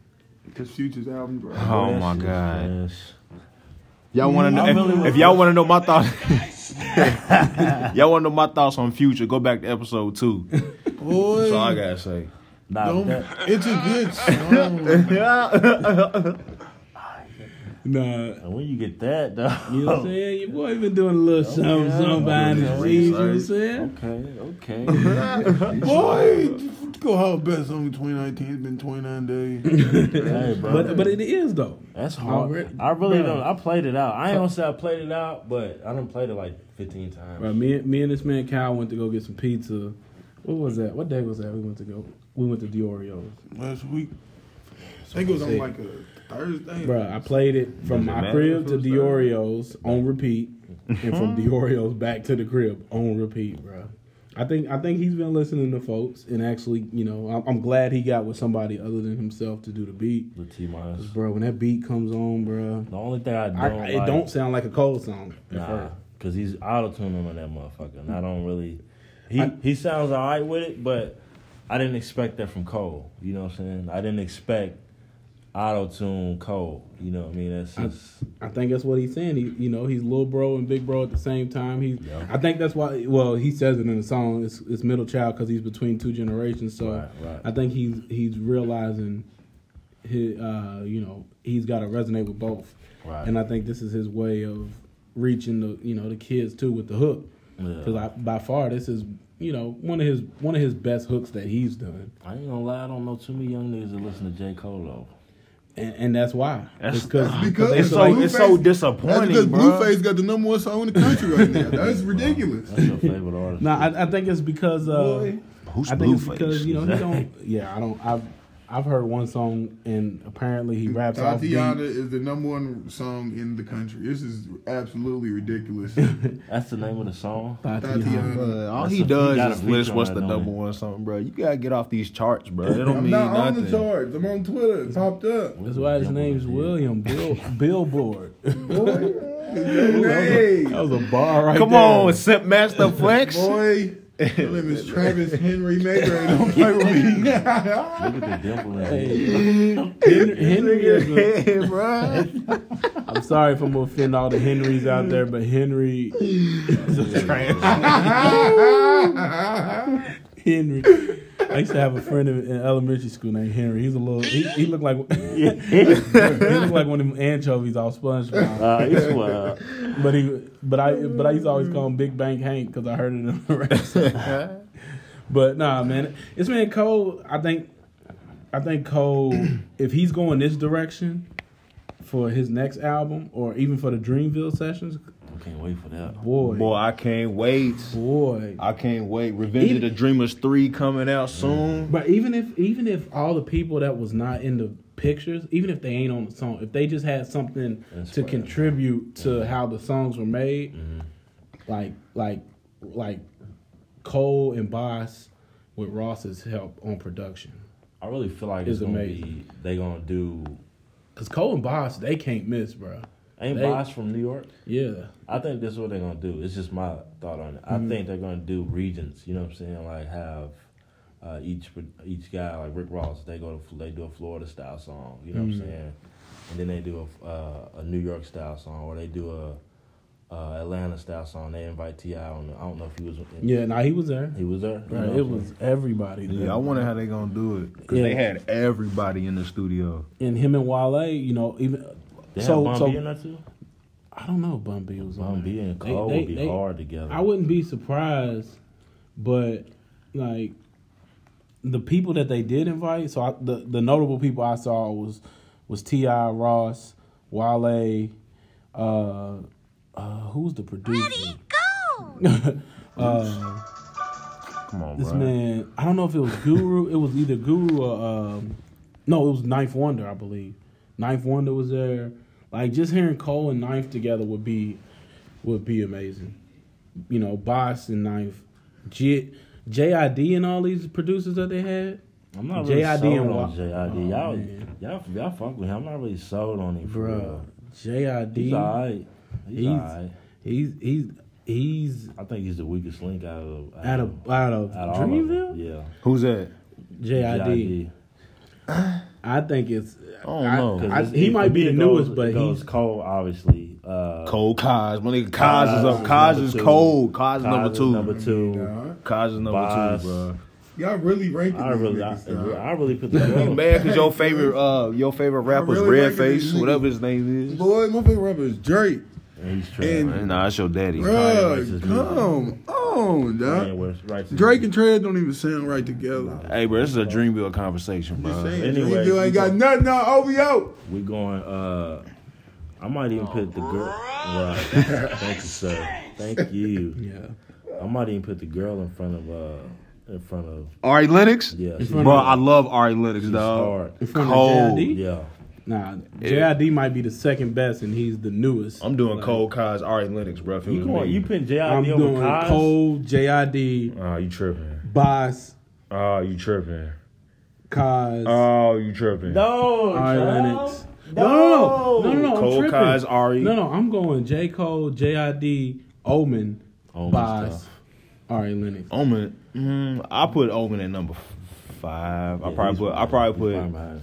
[SPEAKER 2] Because Future's album, bro.
[SPEAKER 3] Oh my
[SPEAKER 4] Yes,
[SPEAKER 3] god.
[SPEAKER 4] yes.
[SPEAKER 3] Y'all want to know?
[SPEAKER 4] I really
[SPEAKER 3] If, if y'all want to know my thoughts, y'all want to know my thoughts on Future. Go back to episode two. That's all I
[SPEAKER 2] Boy,
[SPEAKER 3] gotta say.
[SPEAKER 4] Nah,
[SPEAKER 2] don't-
[SPEAKER 4] that-
[SPEAKER 2] it's a good song.
[SPEAKER 1] Nah.
[SPEAKER 4] And when you get that, though.
[SPEAKER 1] You know what I'm saying? Your boy been doing a little something, something behind the scenes. You know what I'm saying?
[SPEAKER 4] Okay, okay.
[SPEAKER 2] Boy, go how best on 2019. It's been 29 days.
[SPEAKER 4] hey, bro.
[SPEAKER 1] But but it is though.
[SPEAKER 4] That's hard.
[SPEAKER 1] re-
[SPEAKER 4] I really
[SPEAKER 1] bro.
[SPEAKER 4] don't. I played it out. I ain't gonna say I played it out, but I done played it like 15 times.
[SPEAKER 1] Right, me, and- me and this man Kyle went to go get some pizza. What was that? What day was that? We went to go. We went to Diorio's.
[SPEAKER 2] Last week.
[SPEAKER 1] This
[SPEAKER 2] think it was on like a Thursday.
[SPEAKER 1] Bruh, I played it from my
[SPEAKER 3] matter
[SPEAKER 1] crib
[SPEAKER 3] if
[SPEAKER 1] to
[SPEAKER 3] it's
[SPEAKER 1] Diorio's on repeat, and from Diorio's back to the crib on repeat, bruh. I think I think he's been listening to folks, and actually, you know, I'm, I'm glad he got with somebody other than himself to do the beat,
[SPEAKER 4] The T minus.
[SPEAKER 1] bro. When that beat comes on, bruh,
[SPEAKER 4] The only thing I don't
[SPEAKER 1] I,
[SPEAKER 4] like,
[SPEAKER 1] it don't sound like a cold song. at
[SPEAKER 4] nah,
[SPEAKER 1] first.
[SPEAKER 4] because he's auto tuning him on that motherfucker,
[SPEAKER 1] Hmm.
[SPEAKER 4] and I don't really. He he sounds all right with it, but I didn't expect that from Cole. You know what I'm saying? I didn't expect auto tune Cole. You know what I mean? That's just
[SPEAKER 1] I think that's what he's saying. He, you know, he's little bro and big bro at the same time. He,
[SPEAKER 4] Yeah.
[SPEAKER 1] I think that's why. Well, he says it in the song. It's, it's middle child because he's between two generations. So
[SPEAKER 4] Right, right.
[SPEAKER 1] I think he's he's realizing, his, uh, you know, he's got to resonate with both.
[SPEAKER 4] Right.
[SPEAKER 1] And I think this is his way of reaching the you know the kids too with the hook.
[SPEAKER 4] Yeah.
[SPEAKER 1] Because by far this is you know one of his one of his best hooks that he's done,
[SPEAKER 4] I ain't gonna lie. I don't know too many young niggas that listen to J Cole though.
[SPEAKER 1] and, and that's why.
[SPEAKER 3] That's-
[SPEAKER 1] It's 'cause-
[SPEAKER 2] because
[SPEAKER 3] It's so
[SPEAKER 2] Blueface-
[SPEAKER 3] it's so
[SPEAKER 2] That's
[SPEAKER 3] disappointing,
[SPEAKER 2] because
[SPEAKER 3] bro.
[SPEAKER 2] Blueface got the number one song in the country right now. That's ridiculous.
[SPEAKER 4] That's your favorite artist.
[SPEAKER 1] No, I, I think it's because uh,
[SPEAKER 2] Boy.
[SPEAKER 3] Who's
[SPEAKER 1] I think it's
[SPEAKER 3] Blueface?
[SPEAKER 1] because you know he don't. Yeah, I don't. I've I've heard one song and apparently he raps off beat.
[SPEAKER 2] Tatiana is the number one song in the country. This is absolutely ridiculous.
[SPEAKER 4] That's the name of the song.
[SPEAKER 1] Tatiana.
[SPEAKER 2] Tatiana.
[SPEAKER 6] Bruh, all
[SPEAKER 4] That's
[SPEAKER 6] he
[SPEAKER 4] a- you gotta
[SPEAKER 6] does is
[SPEAKER 4] reach
[SPEAKER 6] list
[SPEAKER 4] on
[SPEAKER 6] what's
[SPEAKER 4] that,
[SPEAKER 6] the
[SPEAKER 4] don't
[SPEAKER 6] number
[SPEAKER 4] you?
[SPEAKER 6] one something, bro. You gotta get off these charts, bro. They don't
[SPEAKER 2] I'm
[SPEAKER 6] mean
[SPEAKER 2] not
[SPEAKER 6] nothing.
[SPEAKER 2] on the charts. I'm on Twitter. Popped up.
[SPEAKER 1] That's why his name's William Bill Billboard.
[SPEAKER 2] Hey,
[SPEAKER 1] That was a bar right
[SPEAKER 3] Come
[SPEAKER 1] there.
[SPEAKER 3] on, Simp Master Flex.
[SPEAKER 2] boy. My name is Travis Henry Maker. and Don't play with me.
[SPEAKER 4] Look at the dimple in it.
[SPEAKER 1] Hey, Henry, Henry is a,
[SPEAKER 6] Yeah, bro.
[SPEAKER 1] I'm sorry if I'm gonna offend all the Henrys out there, but Henry is a trash. Henry. I used to have a friend in, in elementary school named Henry. He's a little. He, he looked like he looked like one of them anchovies off SpongeBob.
[SPEAKER 4] Uh, it's what, uh,
[SPEAKER 1] But he, but I, but I used to always call him Big Bang Hank because I heard it in the rap. but nah, man, it's man Cole. I think, I think Cole, if he's going this direction for his next album or even for the Dreamville sessions,
[SPEAKER 4] I can't wait for that.
[SPEAKER 1] boy,
[SPEAKER 3] Boy, I can't wait.
[SPEAKER 1] boy.
[SPEAKER 3] I can't wait. Revenge
[SPEAKER 1] Even-
[SPEAKER 3] of the Dreamers three coming out soon.
[SPEAKER 1] But even if even if all the people that was not in the pictures, even if they ain't on the song, if they just had something to
[SPEAKER 4] Inspired.
[SPEAKER 1] contribute
[SPEAKER 4] Mm-hmm.
[SPEAKER 1] to how the songs were made, like like like Cole and Boss with Ross's help on production.
[SPEAKER 4] I really feel like
[SPEAKER 1] It's
[SPEAKER 4] it's, gonna
[SPEAKER 1] amazing.
[SPEAKER 4] be they gonna do.
[SPEAKER 1] Cause Cole and Boss, they can't miss, bro.
[SPEAKER 4] Ain't
[SPEAKER 1] They-
[SPEAKER 4] Boss from New York?
[SPEAKER 1] Yeah,
[SPEAKER 4] I think this is what they're gonna do. It's just my thought on it.
[SPEAKER 1] Mm-hmm.
[SPEAKER 4] I think they're gonna do regions. You know what I'm saying? Like have uh, each each guy like Rick Ross. They go to they do a Florida style song. You know
[SPEAKER 1] Mm-hmm.
[SPEAKER 4] what I'm saying? And then they do a uh, a New York style song, or they do a, uh Atlanta style song. They invite Ti. I don't know. I don't know if he was. In,
[SPEAKER 1] yeah. Now he was there.
[SPEAKER 4] he was there. you
[SPEAKER 1] Right, it
[SPEAKER 4] know what I'm saying?
[SPEAKER 1] was everybody. There.
[SPEAKER 6] Yeah, I wonder how they gonna do it because
[SPEAKER 1] Yeah.
[SPEAKER 6] they had everybody in the studio.
[SPEAKER 1] and him and Wale, you know, even
[SPEAKER 4] They had
[SPEAKER 1] so
[SPEAKER 4] Bun
[SPEAKER 1] so
[SPEAKER 4] B in there too.
[SPEAKER 1] I don't know. if Bun B was on
[SPEAKER 4] Bun
[SPEAKER 1] there.
[SPEAKER 4] B and
[SPEAKER 1] They-
[SPEAKER 4] Cole
[SPEAKER 1] they-
[SPEAKER 4] would be
[SPEAKER 1] they-
[SPEAKER 4] hard together.
[SPEAKER 1] I wouldn't be surprised, but like the people that they did invite, so I, the the notable people I saw was was Ti Ross, Wale, uh, uh, who's the producer? uh,
[SPEAKER 3] Come on,
[SPEAKER 1] this
[SPEAKER 3] bro.
[SPEAKER 1] man, I don't know if it was Guru. It was either Guru or um, no, it was Ninth Wonder, I believe. Ninth Wonder was there. Like just hearing Cole and Ninth together would be would be amazing. You know, Boss and Ninth, J, JID and all these producers that they had.
[SPEAKER 4] I'm not really
[SPEAKER 1] JID
[SPEAKER 4] sold
[SPEAKER 1] and
[SPEAKER 4] on
[SPEAKER 1] Wa-
[SPEAKER 4] JID.
[SPEAKER 1] Oh,
[SPEAKER 4] y'all,
[SPEAKER 1] man.
[SPEAKER 4] y'all, y'all fuck with him. I'm not really sold on him, for
[SPEAKER 1] Bruh,
[SPEAKER 4] real.
[SPEAKER 1] JID,
[SPEAKER 4] He's alright. He's,
[SPEAKER 1] He's-
[SPEAKER 4] alright.
[SPEAKER 1] he's he's he's
[SPEAKER 4] I think he's the weakest link out of
[SPEAKER 1] out of out of
[SPEAKER 4] out of all of them.
[SPEAKER 1] Dreamville.
[SPEAKER 4] Yeah,
[SPEAKER 6] Who's that?
[SPEAKER 1] JID. I think it's. I
[SPEAKER 6] don't know.
[SPEAKER 4] 'Cause
[SPEAKER 1] I,
[SPEAKER 4] it's-
[SPEAKER 1] he
[SPEAKER 4] it-
[SPEAKER 1] might
[SPEAKER 4] for
[SPEAKER 1] be
[SPEAKER 4] me,
[SPEAKER 1] the
[SPEAKER 4] it
[SPEAKER 1] newest,
[SPEAKER 4] goes-
[SPEAKER 1] but
[SPEAKER 4] it goes
[SPEAKER 1] he's
[SPEAKER 4] Cole obviously. Uh,
[SPEAKER 6] Cold Cos. My nigga Cos is up.
[SPEAKER 4] Cos
[SPEAKER 6] Cos
[SPEAKER 4] is
[SPEAKER 6] is
[SPEAKER 4] number
[SPEAKER 6] cold.
[SPEAKER 4] two.
[SPEAKER 6] Cos is number
[SPEAKER 4] Cos
[SPEAKER 6] two.
[SPEAKER 4] Number two.
[SPEAKER 2] Nah.
[SPEAKER 6] Cos is number
[SPEAKER 4] Boss.
[SPEAKER 6] two, bro.
[SPEAKER 2] Y'all really ranking
[SPEAKER 4] I
[SPEAKER 2] these
[SPEAKER 4] really, I,
[SPEAKER 2] niggas, dog.
[SPEAKER 4] I really put the
[SPEAKER 6] You
[SPEAKER 4] girl.
[SPEAKER 6] mad because your favorite uh your favorite rapper's
[SPEAKER 2] really like
[SPEAKER 6] Redface,
[SPEAKER 2] these niggas.
[SPEAKER 6] whatever his name is.
[SPEAKER 2] Boy, my favorite rapper is Drake.
[SPEAKER 4] He's trash.
[SPEAKER 2] And
[SPEAKER 6] Nah, that's your daddy.
[SPEAKER 2] Bruh,
[SPEAKER 4] racist
[SPEAKER 2] come on,
[SPEAKER 4] Man,
[SPEAKER 2] dog.
[SPEAKER 4] where's- right to-
[SPEAKER 2] Drake and Trez don't even sound right together.
[SPEAKER 6] Hey, bro, this is a Dreamville conversation,
[SPEAKER 2] You
[SPEAKER 6] bro.
[SPEAKER 2] saying
[SPEAKER 4] anyway,
[SPEAKER 2] you ain't got nothing on OVO.
[SPEAKER 4] We going. uh I might even put the girl. Right. Thank you, sir. Thank you.
[SPEAKER 1] yeah.
[SPEAKER 4] I might even put the girl in front of uh in front of.
[SPEAKER 3] Ari Lennox?
[SPEAKER 4] Yeah, she-
[SPEAKER 3] Bro, I love Ari Lennox,
[SPEAKER 4] she's
[SPEAKER 3] dog.
[SPEAKER 4] hard.
[SPEAKER 1] front of
[SPEAKER 3] Cold.
[SPEAKER 1] JID?
[SPEAKER 4] Yeah,
[SPEAKER 1] Nah, JID might be the second best, and he's the newest.
[SPEAKER 3] I'm doing Cold Kai's Ari Lennox, bro. if it
[SPEAKER 4] you
[SPEAKER 3] was
[SPEAKER 4] going?
[SPEAKER 3] me.
[SPEAKER 4] You putting JID
[SPEAKER 1] I'm
[SPEAKER 4] over
[SPEAKER 1] doing
[SPEAKER 4] Kaz?
[SPEAKER 1] Cole, JID,
[SPEAKER 3] Oh, you tripping.
[SPEAKER 1] Boss,
[SPEAKER 3] Oh, you tripping.
[SPEAKER 1] Cos,
[SPEAKER 3] Oh, you tripping.
[SPEAKER 4] No,
[SPEAKER 1] Ari
[SPEAKER 4] child.
[SPEAKER 1] Lennox. No, no, no, no, no, I'm
[SPEAKER 3] Cold
[SPEAKER 1] tripping.
[SPEAKER 3] Kai's Ari.
[SPEAKER 1] No, no, I'm going J. Cole, JID, Omen,
[SPEAKER 4] Omen's
[SPEAKER 1] Boss, E
[SPEAKER 4] tough.
[SPEAKER 1] Ari Lennox.
[SPEAKER 3] Omen. Mm, I put Omen at number f- five. I
[SPEAKER 4] Yeah,
[SPEAKER 3] probably
[SPEAKER 4] he's
[SPEAKER 3] put. I
[SPEAKER 4] behind-
[SPEAKER 3] probably
[SPEAKER 4] he's
[SPEAKER 3] put.
[SPEAKER 4] behind behind.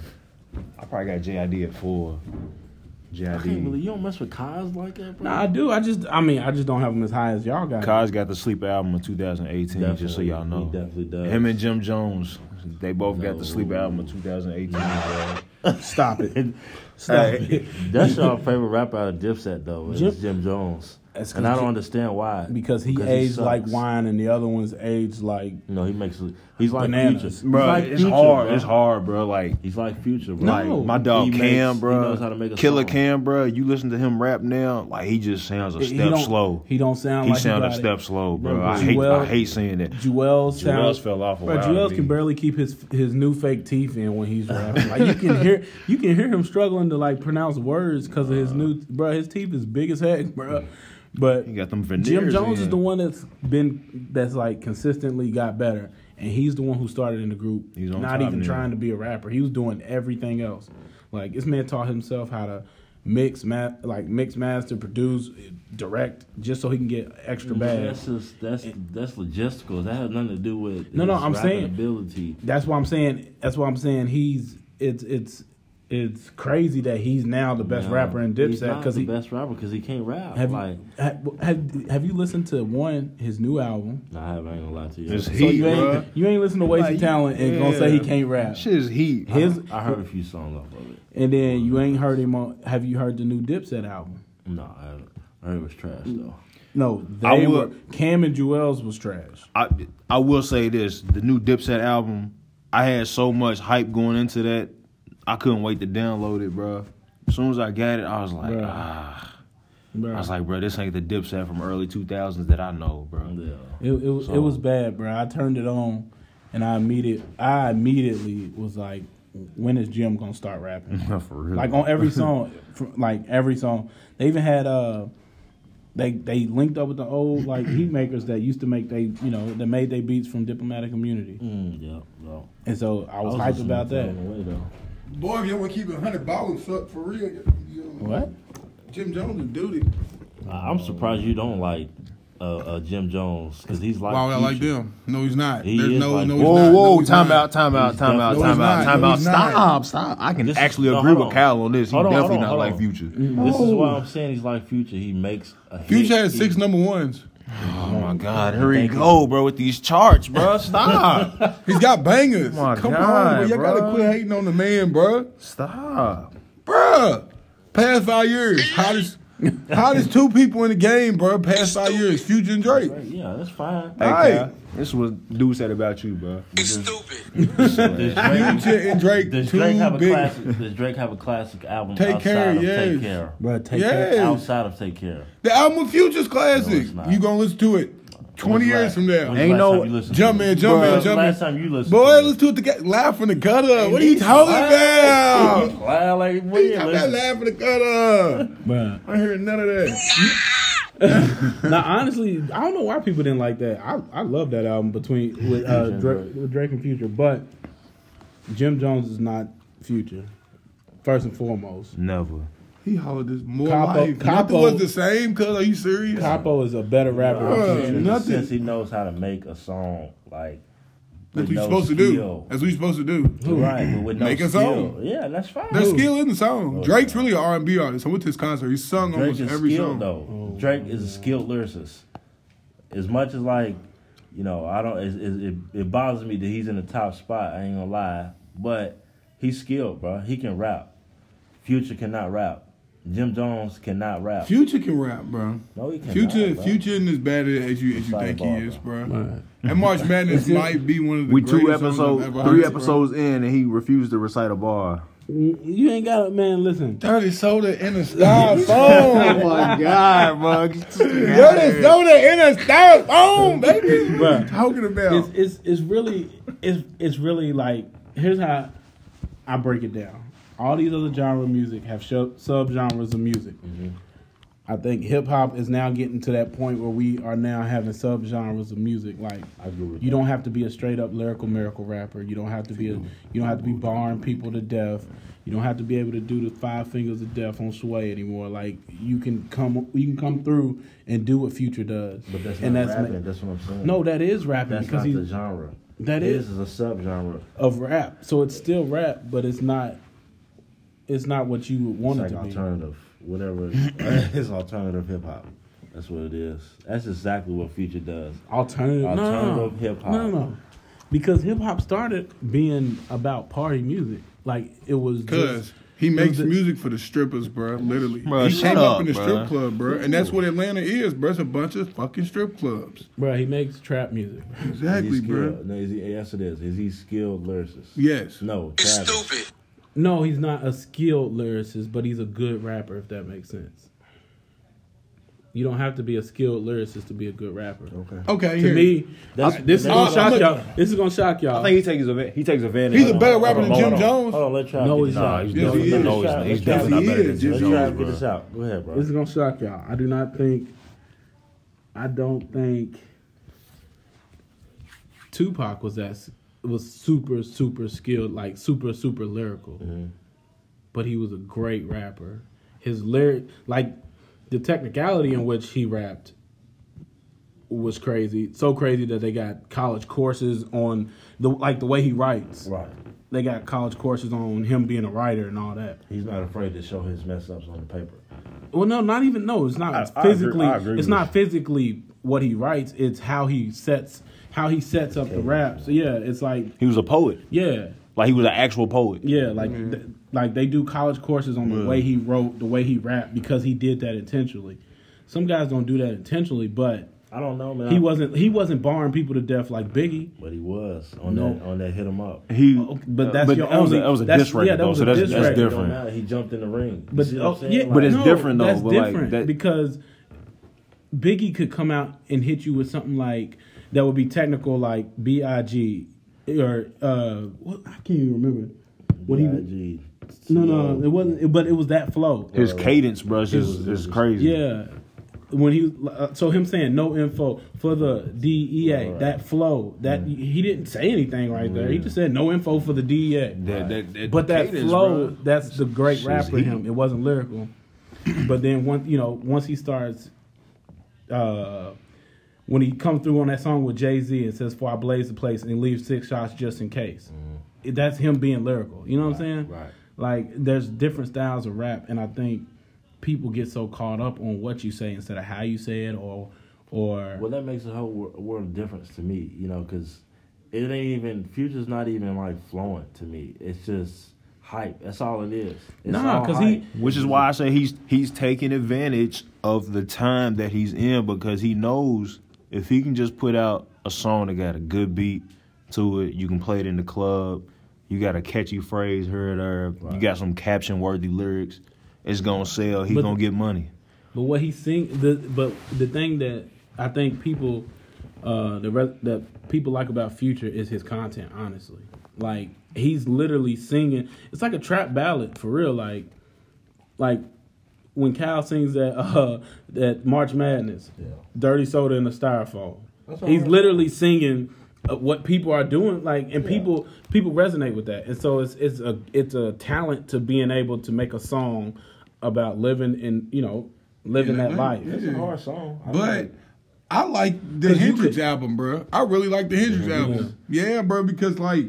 [SPEAKER 3] I probably got JID at four.
[SPEAKER 4] I
[SPEAKER 3] JID.
[SPEAKER 4] can't believe you don't mess with Kaz like that, bro.
[SPEAKER 1] Nah, I do. I just, I mean, I just don't have him as high as y'all got.
[SPEAKER 3] Kai's got the Sleep album of 2018. Just so
[SPEAKER 4] Definitely.
[SPEAKER 3] y'all know.
[SPEAKER 4] he definitely does.
[SPEAKER 3] Him and Jim Jones, they both got the Sleep
[SPEAKER 4] No.
[SPEAKER 3] album of 2018. bro.
[SPEAKER 1] Stop it. Stop it.
[SPEAKER 4] That's your favorite rapper out of Dipset though. Is
[SPEAKER 1] Jim-
[SPEAKER 4] Jim, Jones,
[SPEAKER 1] That's 'cause
[SPEAKER 4] and I don't
[SPEAKER 1] Jim-
[SPEAKER 4] understand why.
[SPEAKER 1] Because he
[SPEAKER 4] he
[SPEAKER 1] aged like
[SPEAKER 4] sucks.
[SPEAKER 1] wine, and the other ones aged like.
[SPEAKER 4] No, he makes. He's like
[SPEAKER 1] Bananas.
[SPEAKER 4] Future. He's
[SPEAKER 3] Bro,
[SPEAKER 4] like
[SPEAKER 3] it's
[SPEAKER 4] Future,
[SPEAKER 3] hard.
[SPEAKER 4] bro.
[SPEAKER 3] It's hard, bro. Like,
[SPEAKER 4] He's like Future, bro.
[SPEAKER 1] No.
[SPEAKER 3] like my dog
[SPEAKER 4] He makes-
[SPEAKER 3] Cam,
[SPEAKER 4] he
[SPEAKER 3] bro.
[SPEAKER 4] knows how to make a
[SPEAKER 3] Killer
[SPEAKER 4] song.
[SPEAKER 3] Cam, bro. You listen to him rap now, like he just sounds a
[SPEAKER 1] he
[SPEAKER 3] step
[SPEAKER 1] don't-
[SPEAKER 3] slow.
[SPEAKER 1] He don't sound
[SPEAKER 3] He
[SPEAKER 1] like
[SPEAKER 3] sound a
[SPEAKER 1] got it.
[SPEAKER 3] step slow, bro. I hate,
[SPEAKER 1] Juwel-
[SPEAKER 3] I hate saying that.
[SPEAKER 1] Juelz sounds
[SPEAKER 3] fell off a
[SPEAKER 1] Bro,
[SPEAKER 3] while to
[SPEAKER 1] Juelz
[SPEAKER 3] me.
[SPEAKER 1] can barely keep his his new fake teeth in when he's rapping. Like you can hear you can hear him struggling to like pronounce words because of his new bro. His teeth is big as heck, bro. But
[SPEAKER 3] Uh. He got them veneers.
[SPEAKER 1] Jim Jones
[SPEAKER 3] in.
[SPEAKER 1] is the one that's been that's like consistently got better, and he's the one who started in the group.
[SPEAKER 3] He's on
[SPEAKER 1] not
[SPEAKER 3] top
[SPEAKER 1] even
[SPEAKER 3] now.
[SPEAKER 1] trying to be a rapper. He was doing everything else. Like this man taught himself how to mix, ma- like mix, master, produce, direct, just so he can get extra bags.
[SPEAKER 4] That's just that's that's logistical. That has nothing to do with
[SPEAKER 1] No, no,
[SPEAKER 4] his
[SPEAKER 1] I'm
[SPEAKER 4] rapping
[SPEAKER 1] saying-
[SPEAKER 4] ability.
[SPEAKER 1] That's why I'm saying. That's why I'm saying he's it's it's it's crazy that he's now the best
[SPEAKER 4] No,
[SPEAKER 1] rapper in
[SPEAKER 4] he's
[SPEAKER 1] Dipset
[SPEAKER 4] not
[SPEAKER 1] because
[SPEAKER 4] the
[SPEAKER 1] he
[SPEAKER 4] best rapper because he can't rap.
[SPEAKER 1] have,
[SPEAKER 4] like
[SPEAKER 1] you, have have have you listened to one his new album?
[SPEAKER 4] nah, I ain't gonna lie to you.
[SPEAKER 3] It's
[SPEAKER 1] So
[SPEAKER 3] heat,
[SPEAKER 1] you
[SPEAKER 3] bro.
[SPEAKER 1] ain't you ain't listen to Wasted
[SPEAKER 3] Like,
[SPEAKER 1] Talent and gonna say he
[SPEAKER 3] yeah.
[SPEAKER 1] can't rap.
[SPEAKER 3] Shit is heat.
[SPEAKER 1] His
[SPEAKER 4] I heard a few songs off of it.
[SPEAKER 1] and then you ain't heard him on. Have you heard the new Dipset album?
[SPEAKER 4] No, I, haven't. I heard it was trash though.
[SPEAKER 1] No, they
[SPEAKER 3] I
[SPEAKER 1] were
[SPEAKER 3] would-
[SPEAKER 1] Cam and Jewels was trash.
[SPEAKER 3] I I will say this: the new Dipset album, I had so much hype going into that, I couldn't wait to download it, bro. As soon as I got it, I was like,
[SPEAKER 1] Bruh.
[SPEAKER 3] ah.
[SPEAKER 1] Bro.
[SPEAKER 3] I was like, bro, this ain't the Dipset from early 2000s that I know, bro.
[SPEAKER 4] Yeah.
[SPEAKER 1] it, it, was- it
[SPEAKER 3] So-
[SPEAKER 1] was bad, bro. I turned it on, and I immediate I immediately was like, when is Jim gonna start rapping?
[SPEAKER 3] For real.
[SPEAKER 1] like on every song, from, like every song. They even had uh, they they linked up with the old like beat makers that used to make they you know that made they beats from Diplomatic Community,
[SPEAKER 4] Mm, yeah. No.
[SPEAKER 1] and so I
[SPEAKER 4] I
[SPEAKER 1] was,
[SPEAKER 4] was
[SPEAKER 1] hyped
[SPEAKER 4] listening
[SPEAKER 1] about
[SPEAKER 4] to it
[SPEAKER 1] that.
[SPEAKER 4] on the way, though.
[SPEAKER 2] Boy, if you want to keep it 100 ballers up for real, you you know,
[SPEAKER 1] What?
[SPEAKER 2] Jim Jones would do it.
[SPEAKER 4] I- I'm surprised you don't like uh, uh, Jim Jones because he's like.
[SPEAKER 2] Why would I like
[SPEAKER 4] Future.
[SPEAKER 2] them? No, he's not.
[SPEAKER 4] He
[SPEAKER 2] There's
[SPEAKER 4] is
[SPEAKER 2] no,
[SPEAKER 4] like-
[SPEAKER 2] no, he's
[SPEAKER 3] Whoa,
[SPEAKER 2] not.
[SPEAKER 3] whoa,
[SPEAKER 2] no, he's
[SPEAKER 3] time
[SPEAKER 2] not.
[SPEAKER 3] out, time out, time out,
[SPEAKER 4] No,
[SPEAKER 3] time out,
[SPEAKER 2] he's not.
[SPEAKER 3] time
[SPEAKER 2] No,
[SPEAKER 3] out.
[SPEAKER 2] he's not.
[SPEAKER 3] Stop, stop. I can
[SPEAKER 4] This-
[SPEAKER 3] actually
[SPEAKER 4] no,
[SPEAKER 3] agree
[SPEAKER 4] hold
[SPEAKER 3] with
[SPEAKER 4] on.
[SPEAKER 3] Kyle on this. He
[SPEAKER 4] Hold on, hold
[SPEAKER 3] definitely
[SPEAKER 4] on,
[SPEAKER 3] not
[SPEAKER 4] hold
[SPEAKER 3] like
[SPEAKER 4] on. Mm-hmm.
[SPEAKER 3] Future.
[SPEAKER 4] This is why I'm saying he's like Future. He makes a hit.
[SPEAKER 2] Future had six
[SPEAKER 4] He-
[SPEAKER 2] number ones.
[SPEAKER 3] Oh my God,
[SPEAKER 4] Mm-hmm.
[SPEAKER 3] here we go, bro, with these charts, bro. Stop.
[SPEAKER 2] He's got bangers.
[SPEAKER 3] Oh My
[SPEAKER 2] Come
[SPEAKER 3] God,
[SPEAKER 2] on, bro. Y'all
[SPEAKER 3] bruh.
[SPEAKER 2] gotta quit hating on the man, bruh.
[SPEAKER 3] stop.
[SPEAKER 2] Bruh. Past five years, hottest, hottest two people in the game, bruh. Past five years, Future and Drake.
[SPEAKER 4] Right, Yeah, that's fine.
[SPEAKER 3] Hey,
[SPEAKER 2] Right.
[SPEAKER 3] Kyle, this is what dude said about you, bro.
[SPEAKER 4] Does Drake,
[SPEAKER 2] Future and Drake,
[SPEAKER 4] does
[SPEAKER 2] two
[SPEAKER 4] Drake have a
[SPEAKER 2] big.
[SPEAKER 4] classic? Does Drake have a classic album
[SPEAKER 2] Take
[SPEAKER 4] outside
[SPEAKER 2] Care,
[SPEAKER 4] of
[SPEAKER 2] yes.
[SPEAKER 4] Take Care?
[SPEAKER 1] Bro, take
[SPEAKER 2] Yeah.
[SPEAKER 1] that.
[SPEAKER 4] Outside of Take Care.
[SPEAKER 2] The album of Future's classic.
[SPEAKER 4] not.
[SPEAKER 2] you gonna listen to it 20
[SPEAKER 4] When's the
[SPEAKER 2] years
[SPEAKER 4] last-
[SPEAKER 2] from
[SPEAKER 4] when's
[SPEAKER 2] now.
[SPEAKER 4] the
[SPEAKER 3] Ain't
[SPEAKER 4] last
[SPEAKER 3] no-
[SPEAKER 4] time you listened to
[SPEAKER 2] Jump
[SPEAKER 4] it?
[SPEAKER 2] in, jump in,
[SPEAKER 4] When's the
[SPEAKER 2] jump in.
[SPEAKER 4] Last time you listened.
[SPEAKER 2] Boy,
[SPEAKER 4] to
[SPEAKER 2] let's do it together. Laugh from the gutter. What are you
[SPEAKER 4] He's
[SPEAKER 2] talking
[SPEAKER 4] it?
[SPEAKER 2] about?
[SPEAKER 4] Wow, like what?
[SPEAKER 2] He's talking about laugh from the gutter.
[SPEAKER 1] Bruh.
[SPEAKER 2] I hear none of that.
[SPEAKER 1] now, honestly, I don't know why people didn't like that. I, I love that album between with uh, Drake, with Drake and Future, but Jim Jones is not Future. First and foremost,
[SPEAKER 3] Never.
[SPEAKER 2] He hollered this more
[SPEAKER 1] Capo-
[SPEAKER 2] life. Nothing
[SPEAKER 1] Capo-
[SPEAKER 2] was the same, cuz are you serious?
[SPEAKER 1] Capo is a better rapper.
[SPEAKER 2] Bruh.
[SPEAKER 1] than
[SPEAKER 2] Bruh.
[SPEAKER 1] Future.
[SPEAKER 2] nothing.
[SPEAKER 4] Since he knows how to make a song like.
[SPEAKER 2] That's what
[SPEAKER 4] with
[SPEAKER 2] you
[SPEAKER 4] no
[SPEAKER 2] supposed to do.
[SPEAKER 4] skill.
[SPEAKER 2] That's what you supposed to do.
[SPEAKER 4] Right, but with no
[SPEAKER 2] Make a
[SPEAKER 4] skill.
[SPEAKER 2] song.
[SPEAKER 4] Yeah, that's fine.
[SPEAKER 2] There's skill in the song. Drake's really an R&B artist. I went to his concert. He sung
[SPEAKER 4] Oh, Drake
[SPEAKER 2] almost
[SPEAKER 4] is
[SPEAKER 2] every
[SPEAKER 4] skilled
[SPEAKER 2] song.
[SPEAKER 1] Oh.
[SPEAKER 4] though. Drake is a skilled lyricist. As much as like, you know, I don't. It, it, it, it bothers me that he's in the top spot. I ain't gonna lie, but he's skilled, bro. He can rap. Future cannot rap. Jim Jones cannot rap.
[SPEAKER 2] Future can rap, bro.
[SPEAKER 4] no, he cannot.
[SPEAKER 2] Future,
[SPEAKER 4] bro.
[SPEAKER 2] Future isn't as bad as you as you
[SPEAKER 4] Sorry,
[SPEAKER 2] think he
[SPEAKER 4] Barbara.
[SPEAKER 2] is, bro. And March Madness might be one of the
[SPEAKER 3] We
[SPEAKER 2] greatest
[SPEAKER 3] two
[SPEAKER 2] songs
[SPEAKER 3] episodes,
[SPEAKER 2] I've ever
[SPEAKER 3] three
[SPEAKER 2] heard, bro.
[SPEAKER 3] episodes in, and he refused to recite a bar.
[SPEAKER 1] You ain't got it, man. Listen,
[SPEAKER 8] Dirty soda in a styrofoam.
[SPEAKER 6] Oh my god, bro!
[SPEAKER 8] Dirty soda in a styrofoam, baby.
[SPEAKER 1] bruh.
[SPEAKER 8] Talking
[SPEAKER 1] it's,
[SPEAKER 8] about.
[SPEAKER 1] it's it's really it's it's really like here's how I break it down. All these other genre of music have sub subgenres of music.
[SPEAKER 7] Mm-hmm.
[SPEAKER 1] I think hip hop is now getting to that point where we are now having subgenres of music. Like you don't have to be a straight up lyrical miracle rapper. You don't have to be a you don't have to be barring people to death. You don't have to be able to do the five fingers of death on Sway anymore. Like you can come you can come through and do what Future does.
[SPEAKER 7] But that's
[SPEAKER 1] and
[SPEAKER 7] not
[SPEAKER 1] that's ma-
[SPEAKER 7] rapping. that's what I'm saying.
[SPEAKER 1] no, that is rapping
[SPEAKER 7] that's
[SPEAKER 1] because
[SPEAKER 7] not the
[SPEAKER 1] he's
[SPEAKER 7] genre.
[SPEAKER 1] that
[SPEAKER 7] this
[SPEAKER 1] is
[SPEAKER 7] is a subgenre.
[SPEAKER 1] of rap. So it's still rap, but it's not it's not what you would
[SPEAKER 7] It's
[SPEAKER 1] want it
[SPEAKER 7] like
[SPEAKER 1] to be.
[SPEAKER 7] alternative, whatever. it's alternative hip hop. That's what it is. That's exactly what Future does.
[SPEAKER 1] Alternative, no, no, no.
[SPEAKER 7] Alternative hip-hop.
[SPEAKER 1] No, no, no. Because hip hop started being about party music. Like it was
[SPEAKER 2] Cuz
[SPEAKER 1] just
[SPEAKER 2] he makes
[SPEAKER 1] it-
[SPEAKER 2] music for the strippers, bro. Literally,
[SPEAKER 3] Bruh,
[SPEAKER 2] he
[SPEAKER 3] shut
[SPEAKER 2] came up,
[SPEAKER 3] up,
[SPEAKER 2] in the strip
[SPEAKER 3] bruh.
[SPEAKER 2] club, bro, and that's what Atlanta is, bro. It's a bunch of fucking strip clubs.
[SPEAKER 1] bro, he makes trap music.
[SPEAKER 2] Exactly,
[SPEAKER 7] Is he
[SPEAKER 2] bro.
[SPEAKER 7] skilled? No, is he, yes, it is. Is he skilled lyricist?
[SPEAKER 2] Yes,
[SPEAKER 7] No, Travis.
[SPEAKER 1] No, he's not a skilled lyricist, but he's a good rapper if that makes sense. You don't have to be a skilled lyricist to be a good rapper.
[SPEAKER 7] Okay.
[SPEAKER 2] Okay,
[SPEAKER 1] To
[SPEAKER 2] here.
[SPEAKER 1] me,
[SPEAKER 7] That's-
[SPEAKER 1] I- this is gonna
[SPEAKER 2] that's-
[SPEAKER 1] shock
[SPEAKER 2] I'm look-
[SPEAKER 1] y'all. This is gonna shock y'all.
[SPEAKER 8] I think he takes advantage. He takes advantage.
[SPEAKER 2] he's a
[SPEAKER 8] of-
[SPEAKER 2] better
[SPEAKER 8] of-
[SPEAKER 2] rapper than
[SPEAKER 8] of-
[SPEAKER 2] Jim Jones.
[SPEAKER 7] Hold on, let Travis.
[SPEAKER 1] No,
[SPEAKER 7] get
[SPEAKER 1] he's
[SPEAKER 7] this
[SPEAKER 1] not.
[SPEAKER 7] out.
[SPEAKER 3] he's definitely,
[SPEAKER 2] Yes, he is.
[SPEAKER 3] no, he's, not.
[SPEAKER 7] Yes,
[SPEAKER 3] he's
[SPEAKER 7] he
[SPEAKER 3] definitely
[SPEAKER 2] is.
[SPEAKER 3] not better than Jim
[SPEAKER 2] Yes,
[SPEAKER 7] Let Travis
[SPEAKER 3] Jones,
[SPEAKER 7] get
[SPEAKER 3] bro.
[SPEAKER 7] this out. Go ahead, bro.
[SPEAKER 1] This is gonna shock y'all. I do not think. I don't think. Tupac was that was super super skilled, like super super lyrical, but he was a great rapper. His lyric, like the technicality in which he rapped, was crazy. So crazy that they got college courses on the like the way he writes.
[SPEAKER 7] Right.
[SPEAKER 1] They got college courses on him being a writer and all that.
[SPEAKER 7] He's not afraid to show his mess ups on the paper.
[SPEAKER 1] Well, no, not even no. It's not
[SPEAKER 7] I- I agree-
[SPEAKER 1] physically.
[SPEAKER 7] I agree
[SPEAKER 1] it's
[SPEAKER 7] with
[SPEAKER 1] not physically what he writes. It's how he sets how he sets up the raps. yeah, it's like
[SPEAKER 3] He was a poet.
[SPEAKER 1] yeah,
[SPEAKER 3] Like he was an actual poet.
[SPEAKER 1] yeah, like th- like they do college courses on the way he wrote, the way he rapped, because he did that intentionally. Some guys don't do that intentionally, but
[SPEAKER 7] I don't know, man.
[SPEAKER 1] he
[SPEAKER 4] Uh-huh.
[SPEAKER 1] wasn't he wasn't barring people to death like Biggie.
[SPEAKER 7] but he was on
[SPEAKER 1] No.
[SPEAKER 7] that on that hit him up.
[SPEAKER 3] He,
[SPEAKER 1] Oh, But that's
[SPEAKER 3] but
[SPEAKER 1] your
[SPEAKER 3] that was
[SPEAKER 1] only.
[SPEAKER 3] a, that was a
[SPEAKER 1] that's-
[SPEAKER 3] diss record,
[SPEAKER 1] yeah, that
[SPEAKER 3] though,
[SPEAKER 1] was
[SPEAKER 3] so
[SPEAKER 1] a
[SPEAKER 3] that's,
[SPEAKER 1] diss
[SPEAKER 3] that's
[SPEAKER 1] record.
[SPEAKER 7] It don't
[SPEAKER 3] different.
[SPEAKER 7] matter. He jumped in the ring. You
[SPEAKER 1] But
[SPEAKER 7] see what I'm
[SPEAKER 1] oh,
[SPEAKER 7] saying?
[SPEAKER 1] yeah,
[SPEAKER 7] Like,
[SPEAKER 3] But it's different, though,
[SPEAKER 1] That's
[SPEAKER 3] but, like,
[SPEAKER 1] different
[SPEAKER 3] that-
[SPEAKER 1] because Biggie could come out and hit you with something like that would be technical, like B I G or uh, what I can't even remember what he.
[SPEAKER 7] B.I.G..
[SPEAKER 1] No, no, it wasn't. But it was that flow.
[SPEAKER 3] His cadence, bro, is just is crazy.
[SPEAKER 1] Yeah. When he uh, so him saying no info for the DEA that flow that
[SPEAKER 7] Mm.
[SPEAKER 1] he didn't say anything right there he just said no info for the E DEA
[SPEAKER 3] That- that- that
[SPEAKER 1] but that
[SPEAKER 3] cadence,
[SPEAKER 1] flow
[SPEAKER 3] bro.
[SPEAKER 1] that's the great rapper
[SPEAKER 3] heat.
[SPEAKER 1] him it wasn't lyrical but then once you know once he starts uh when he come through on that song with Jay Z and says "For I blaze the place" and leaves six shots just in case, It- that's him being lyrical. You know what I'm saying?
[SPEAKER 7] Mm-hmm. right.
[SPEAKER 1] Like there's different styles of rap, and I think people get so caught up on what you say instead of how you say it, or or
[SPEAKER 7] Well, that makes a whole wor- world of difference to me, you know, because it ain't even future's not even like fluent to me. It's just hype. That's all it is. It's
[SPEAKER 1] Nah,
[SPEAKER 7] all
[SPEAKER 1] 'cause he-
[SPEAKER 7] hype.
[SPEAKER 3] Which is why I say he's he's taking advantage of the time that he's in because he knows if he can just put out a song that got a good beat to it, you can play it in the club, you got a catchy phrase here or there, you got some caption worthy lyrics, it's gonna sell, he's
[SPEAKER 1] But-
[SPEAKER 3] gonna get money.
[SPEAKER 1] But what he sing the but the thing that I think people uh the re- that people like about Future is his content, honestly. Like he's literally singing. It's like a trap ballad for real. Like like when Kyle sings that uh that March Madness, Dirty Soda in the Styrofoam. He's literally singing uh, what people are doing like and people people resonate with that. And so it's it's a it's a talent to being able to make a song about living in, you know, living
[SPEAKER 2] Yeah,
[SPEAKER 1] that
[SPEAKER 2] man.
[SPEAKER 1] life.
[SPEAKER 2] Yeah.
[SPEAKER 7] It's a hard song. I
[SPEAKER 2] But I like the
[SPEAKER 1] 'Cause you
[SPEAKER 2] Hendrix
[SPEAKER 1] could-
[SPEAKER 2] album, bro. I really like the Hendrix album. Yeah, bro, because like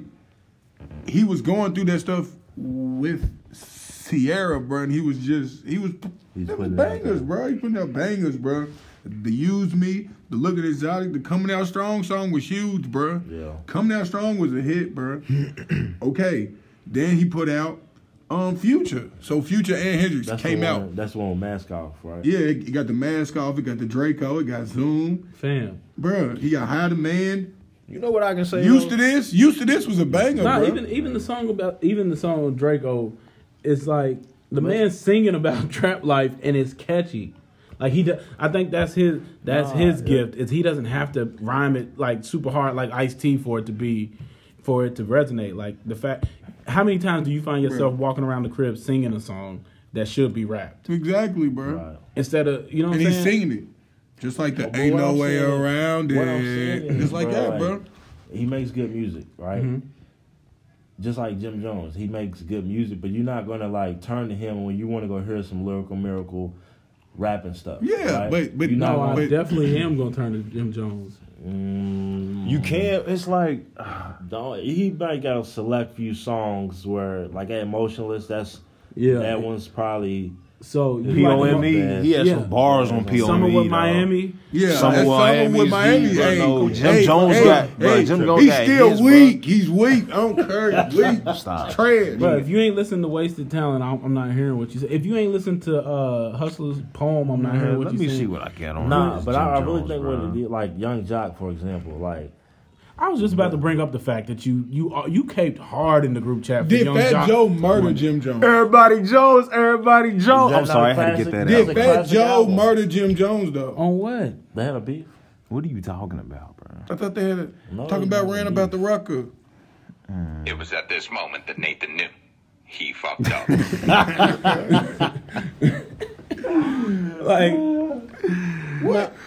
[SPEAKER 2] he was going through that stuff with Sierra, bro, and he was just he was
[SPEAKER 7] He's
[SPEAKER 2] that was
[SPEAKER 7] putting it out
[SPEAKER 2] bangers,
[SPEAKER 7] there.
[SPEAKER 2] bro. He putting out bangers, bro. The use me, the look at exotic, the coming out strong song was huge, bro.
[SPEAKER 7] Yeah.
[SPEAKER 2] coming out strong was a hit, bro. okay, then he put out um Future, so Future and Hendrix
[SPEAKER 7] that's
[SPEAKER 2] came
[SPEAKER 7] the
[SPEAKER 2] out.
[SPEAKER 7] one, That's the one with mask off, right?
[SPEAKER 2] Yeah, it it got the mask off. It got the Draco. It got Zoom.
[SPEAKER 1] Fam.
[SPEAKER 2] Bruh, he got high demand.
[SPEAKER 3] You know what I can say?
[SPEAKER 2] Used to this, used to this was a banger,
[SPEAKER 1] Nah,
[SPEAKER 2] bro.
[SPEAKER 1] even even the song about even the song with Draco it's like the man's singing about trap life and it's catchy. Like he, do, I think that's his that's his gift is he doesn't have to rhyme it like super hard like Ice T for it to be for it to resonate. Like the fact, how many times do you find yourself walking around the crib singing a song that should be rapped
[SPEAKER 2] Exactly, bro.
[SPEAKER 1] instead of you know what
[SPEAKER 2] And
[SPEAKER 1] I'm
[SPEAKER 2] he's
[SPEAKER 1] saying?
[SPEAKER 2] singing it. Just like the
[SPEAKER 4] But
[SPEAKER 2] ain't
[SPEAKER 4] what
[SPEAKER 2] no
[SPEAKER 4] I'm
[SPEAKER 2] way
[SPEAKER 4] saying-
[SPEAKER 2] around
[SPEAKER 4] what I'm saying
[SPEAKER 2] it.
[SPEAKER 4] is,
[SPEAKER 2] Just like
[SPEAKER 4] bro,
[SPEAKER 2] that, bro. Mm-hmm.
[SPEAKER 4] He makes good music, right? Just like Jim Jones, he makes good music, but you're not gonna like turn to him when you want to go hear some lyrical miracle rap and stuff.
[SPEAKER 2] Yeah,
[SPEAKER 4] right?
[SPEAKER 2] but- but
[SPEAKER 4] you're not
[SPEAKER 2] no,
[SPEAKER 4] gonna-
[SPEAKER 1] Oh, I
[SPEAKER 2] But-
[SPEAKER 1] definitely am gonna turn to Jim Jones.
[SPEAKER 4] Mm,
[SPEAKER 3] You can't. It's like
[SPEAKER 4] don't. He might got a select few songs where like at emotionless. That's
[SPEAKER 1] Yeah.
[SPEAKER 4] that one's probably
[SPEAKER 1] So you
[SPEAKER 3] P O
[SPEAKER 1] like
[SPEAKER 3] M
[SPEAKER 1] the-
[SPEAKER 3] E.
[SPEAKER 4] man.
[SPEAKER 3] He had
[SPEAKER 1] Yeah.
[SPEAKER 3] some bars on P O M E.
[SPEAKER 1] Summer with Miami.
[SPEAKER 2] Yeah,
[SPEAKER 3] Some
[SPEAKER 2] that's
[SPEAKER 3] with
[SPEAKER 2] something with Miami.
[SPEAKER 3] Miami's,
[SPEAKER 2] Hey,
[SPEAKER 3] I know. Jim
[SPEAKER 2] hey,
[SPEAKER 3] Jones
[SPEAKER 2] hey,
[SPEAKER 3] got- bro,
[SPEAKER 2] hey,
[SPEAKER 3] Jim Jones
[SPEAKER 2] he's
[SPEAKER 3] got
[SPEAKER 2] still
[SPEAKER 3] his, bro.
[SPEAKER 2] weak. He's weak. I don't care. He's weak.
[SPEAKER 3] Stop.
[SPEAKER 2] Trash.
[SPEAKER 1] Bro, if you ain't listened to Wasted Talent, I'm, I'm not hearing what you say. If you ain't listened to uh, Hustler's poem, I'm not hearing what
[SPEAKER 3] Let
[SPEAKER 1] you
[SPEAKER 3] me
[SPEAKER 1] saying.
[SPEAKER 3] see what I got on.
[SPEAKER 4] nah.
[SPEAKER 3] this
[SPEAKER 4] But
[SPEAKER 3] Jim
[SPEAKER 4] I, I really
[SPEAKER 3] Jones,
[SPEAKER 4] think
[SPEAKER 3] bro.
[SPEAKER 4] what it did, like Young Jock, for example, like
[SPEAKER 1] I was just about to bring up the fact that you you uh, you caped hard in the group chat. For
[SPEAKER 8] Did
[SPEAKER 1] Young
[SPEAKER 8] Fat
[SPEAKER 1] Jock.
[SPEAKER 8] Joe murder Jim Jones?
[SPEAKER 3] Everybody Jones, everybody
[SPEAKER 4] Is
[SPEAKER 3] Jones.
[SPEAKER 4] that
[SPEAKER 3] I'm sorry, I
[SPEAKER 4] not
[SPEAKER 3] had
[SPEAKER 4] a
[SPEAKER 3] to get
[SPEAKER 4] classic?
[SPEAKER 8] Did
[SPEAKER 3] that out.
[SPEAKER 4] That's a
[SPEAKER 8] Fat
[SPEAKER 4] classic
[SPEAKER 8] Joe
[SPEAKER 4] album.
[SPEAKER 8] murder Jim Jones though?
[SPEAKER 1] on what?
[SPEAKER 4] they had a beef.
[SPEAKER 3] What are you talking about, bro?
[SPEAKER 2] I thought they had a,
[SPEAKER 4] No,
[SPEAKER 2] talking about
[SPEAKER 4] no,
[SPEAKER 2] ran
[SPEAKER 4] no.
[SPEAKER 2] about the rucker.
[SPEAKER 9] It was at this moment that Nathan knew he fucked up.
[SPEAKER 1] Like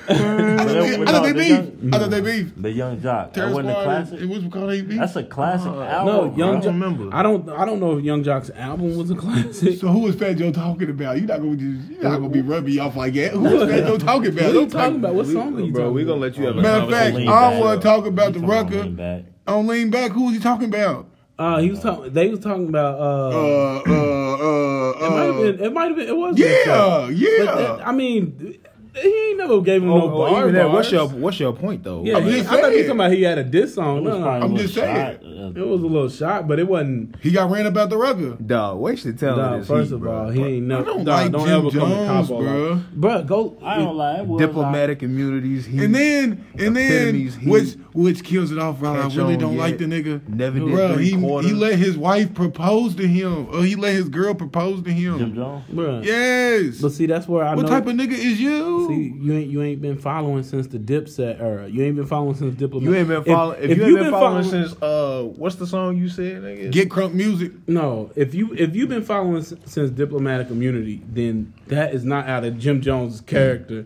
[SPEAKER 2] I thought they,
[SPEAKER 4] no,
[SPEAKER 2] I thought they
[SPEAKER 4] they
[SPEAKER 2] beef. I thought they beef.
[SPEAKER 4] The Young Jock. That
[SPEAKER 2] Terrence
[SPEAKER 4] wasn't a
[SPEAKER 2] Wyatt,
[SPEAKER 4] classic.
[SPEAKER 2] it was called they beef.
[SPEAKER 4] That's a classic
[SPEAKER 1] no,
[SPEAKER 4] album.
[SPEAKER 1] Young
[SPEAKER 4] bro.
[SPEAKER 1] Jock. I don't I don't know if Young Jock's album was a classic.
[SPEAKER 2] So who is Fat Joe talking about? You're not gonna just, you're not gonna be rubbing me off like that. Who is Fat Joe talking about?
[SPEAKER 1] what are you
[SPEAKER 2] Don't
[SPEAKER 1] talking
[SPEAKER 2] talk-
[SPEAKER 1] about? What song are you talking about?
[SPEAKER 3] let you have
[SPEAKER 2] Matter of fact,
[SPEAKER 4] Lean
[SPEAKER 2] I
[SPEAKER 4] back.
[SPEAKER 2] don't want to talk about the
[SPEAKER 4] Come on,
[SPEAKER 2] rucker
[SPEAKER 4] lean back.
[SPEAKER 2] on lean back. Who was he talking about?
[SPEAKER 1] Uh, he was talking. They was talking about.
[SPEAKER 2] Uh,
[SPEAKER 1] Uh,
[SPEAKER 2] uh, uh,
[SPEAKER 1] it might have
[SPEAKER 2] uh.
[SPEAKER 1] been. It might have been. It was. Young Jock.
[SPEAKER 2] Yeah,
[SPEAKER 1] But
[SPEAKER 2] yeah.
[SPEAKER 1] that- I mean, he ain't never gave him no
[SPEAKER 6] Oh,
[SPEAKER 1] bar.
[SPEAKER 6] even that, what's
[SPEAKER 1] bars.
[SPEAKER 6] your what's your point though?
[SPEAKER 1] Yeah,
[SPEAKER 2] I'm
[SPEAKER 1] he- I
[SPEAKER 2] just
[SPEAKER 1] thought you
[SPEAKER 2] saying.
[SPEAKER 1] talking about he had a diss song.
[SPEAKER 4] It was
[SPEAKER 1] No,
[SPEAKER 4] probably
[SPEAKER 2] I'm
[SPEAKER 4] a little
[SPEAKER 2] just saying.
[SPEAKER 4] shot, uh,
[SPEAKER 1] It was a little shot, but it wasn't.
[SPEAKER 2] He got ran about the rucker.
[SPEAKER 6] Dog, wasted talent.
[SPEAKER 1] Nah,
[SPEAKER 6] is
[SPEAKER 1] first
[SPEAKER 6] heat,
[SPEAKER 1] of
[SPEAKER 6] bro.
[SPEAKER 1] all, he ain't never.
[SPEAKER 2] I don't
[SPEAKER 1] nah,
[SPEAKER 2] like
[SPEAKER 1] don't
[SPEAKER 2] Jim
[SPEAKER 1] ever come to
[SPEAKER 2] Jones,
[SPEAKER 1] Cabo,
[SPEAKER 2] bruh.
[SPEAKER 1] Bro, go.
[SPEAKER 4] I don't lie. It was
[SPEAKER 6] diplomatic immunities. He
[SPEAKER 2] And then, and then,
[SPEAKER 6] Epitomes, he-
[SPEAKER 2] which which kills it off, bro. I
[SPEAKER 6] Catch
[SPEAKER 2] really
[SPEAKER 6] on
[SPEAKER 2] don't
[SPEAKER 6] yet.
[SPEAKER 2] like the nigga.
[SPEAKER 6] never did
[SPEAKER 2] Bro,
[SPEAKER 6] three
[SPEAKER 2] he,
[SPEAKER 6] quarters.
[SPEAKER 2] he let his wife propose to him, or he let his girl propose to
[SPEAKER 4] like Jim
[SPEAKER 2] him.
[SPEAKER 4] Jones.
[SPEAKER 1] Bro.
[SPEAKER 2] Yes.
[SPEAKER 1] But see, that's where I
[SPEAKER 2] what
[SPEAKER 1] know.
[SPEAKER 2] type of nigga is you?
[SPEAKER 1] See, you ain't you ain't been following since the Dipset era. You ain't been following since Diplomat.
[SPEAKER 6] You ain't been following. If, you
[SPEAKER 1] you've
[SPEAKER 6] ain't been following, since uh, what's the song you said? Nigga?
[SPEAKER 2] Get crunk music.
[SPEAKER 1] No, if you if you've been following s- since diplomatic immunity, then that is not out of Jim Jones' character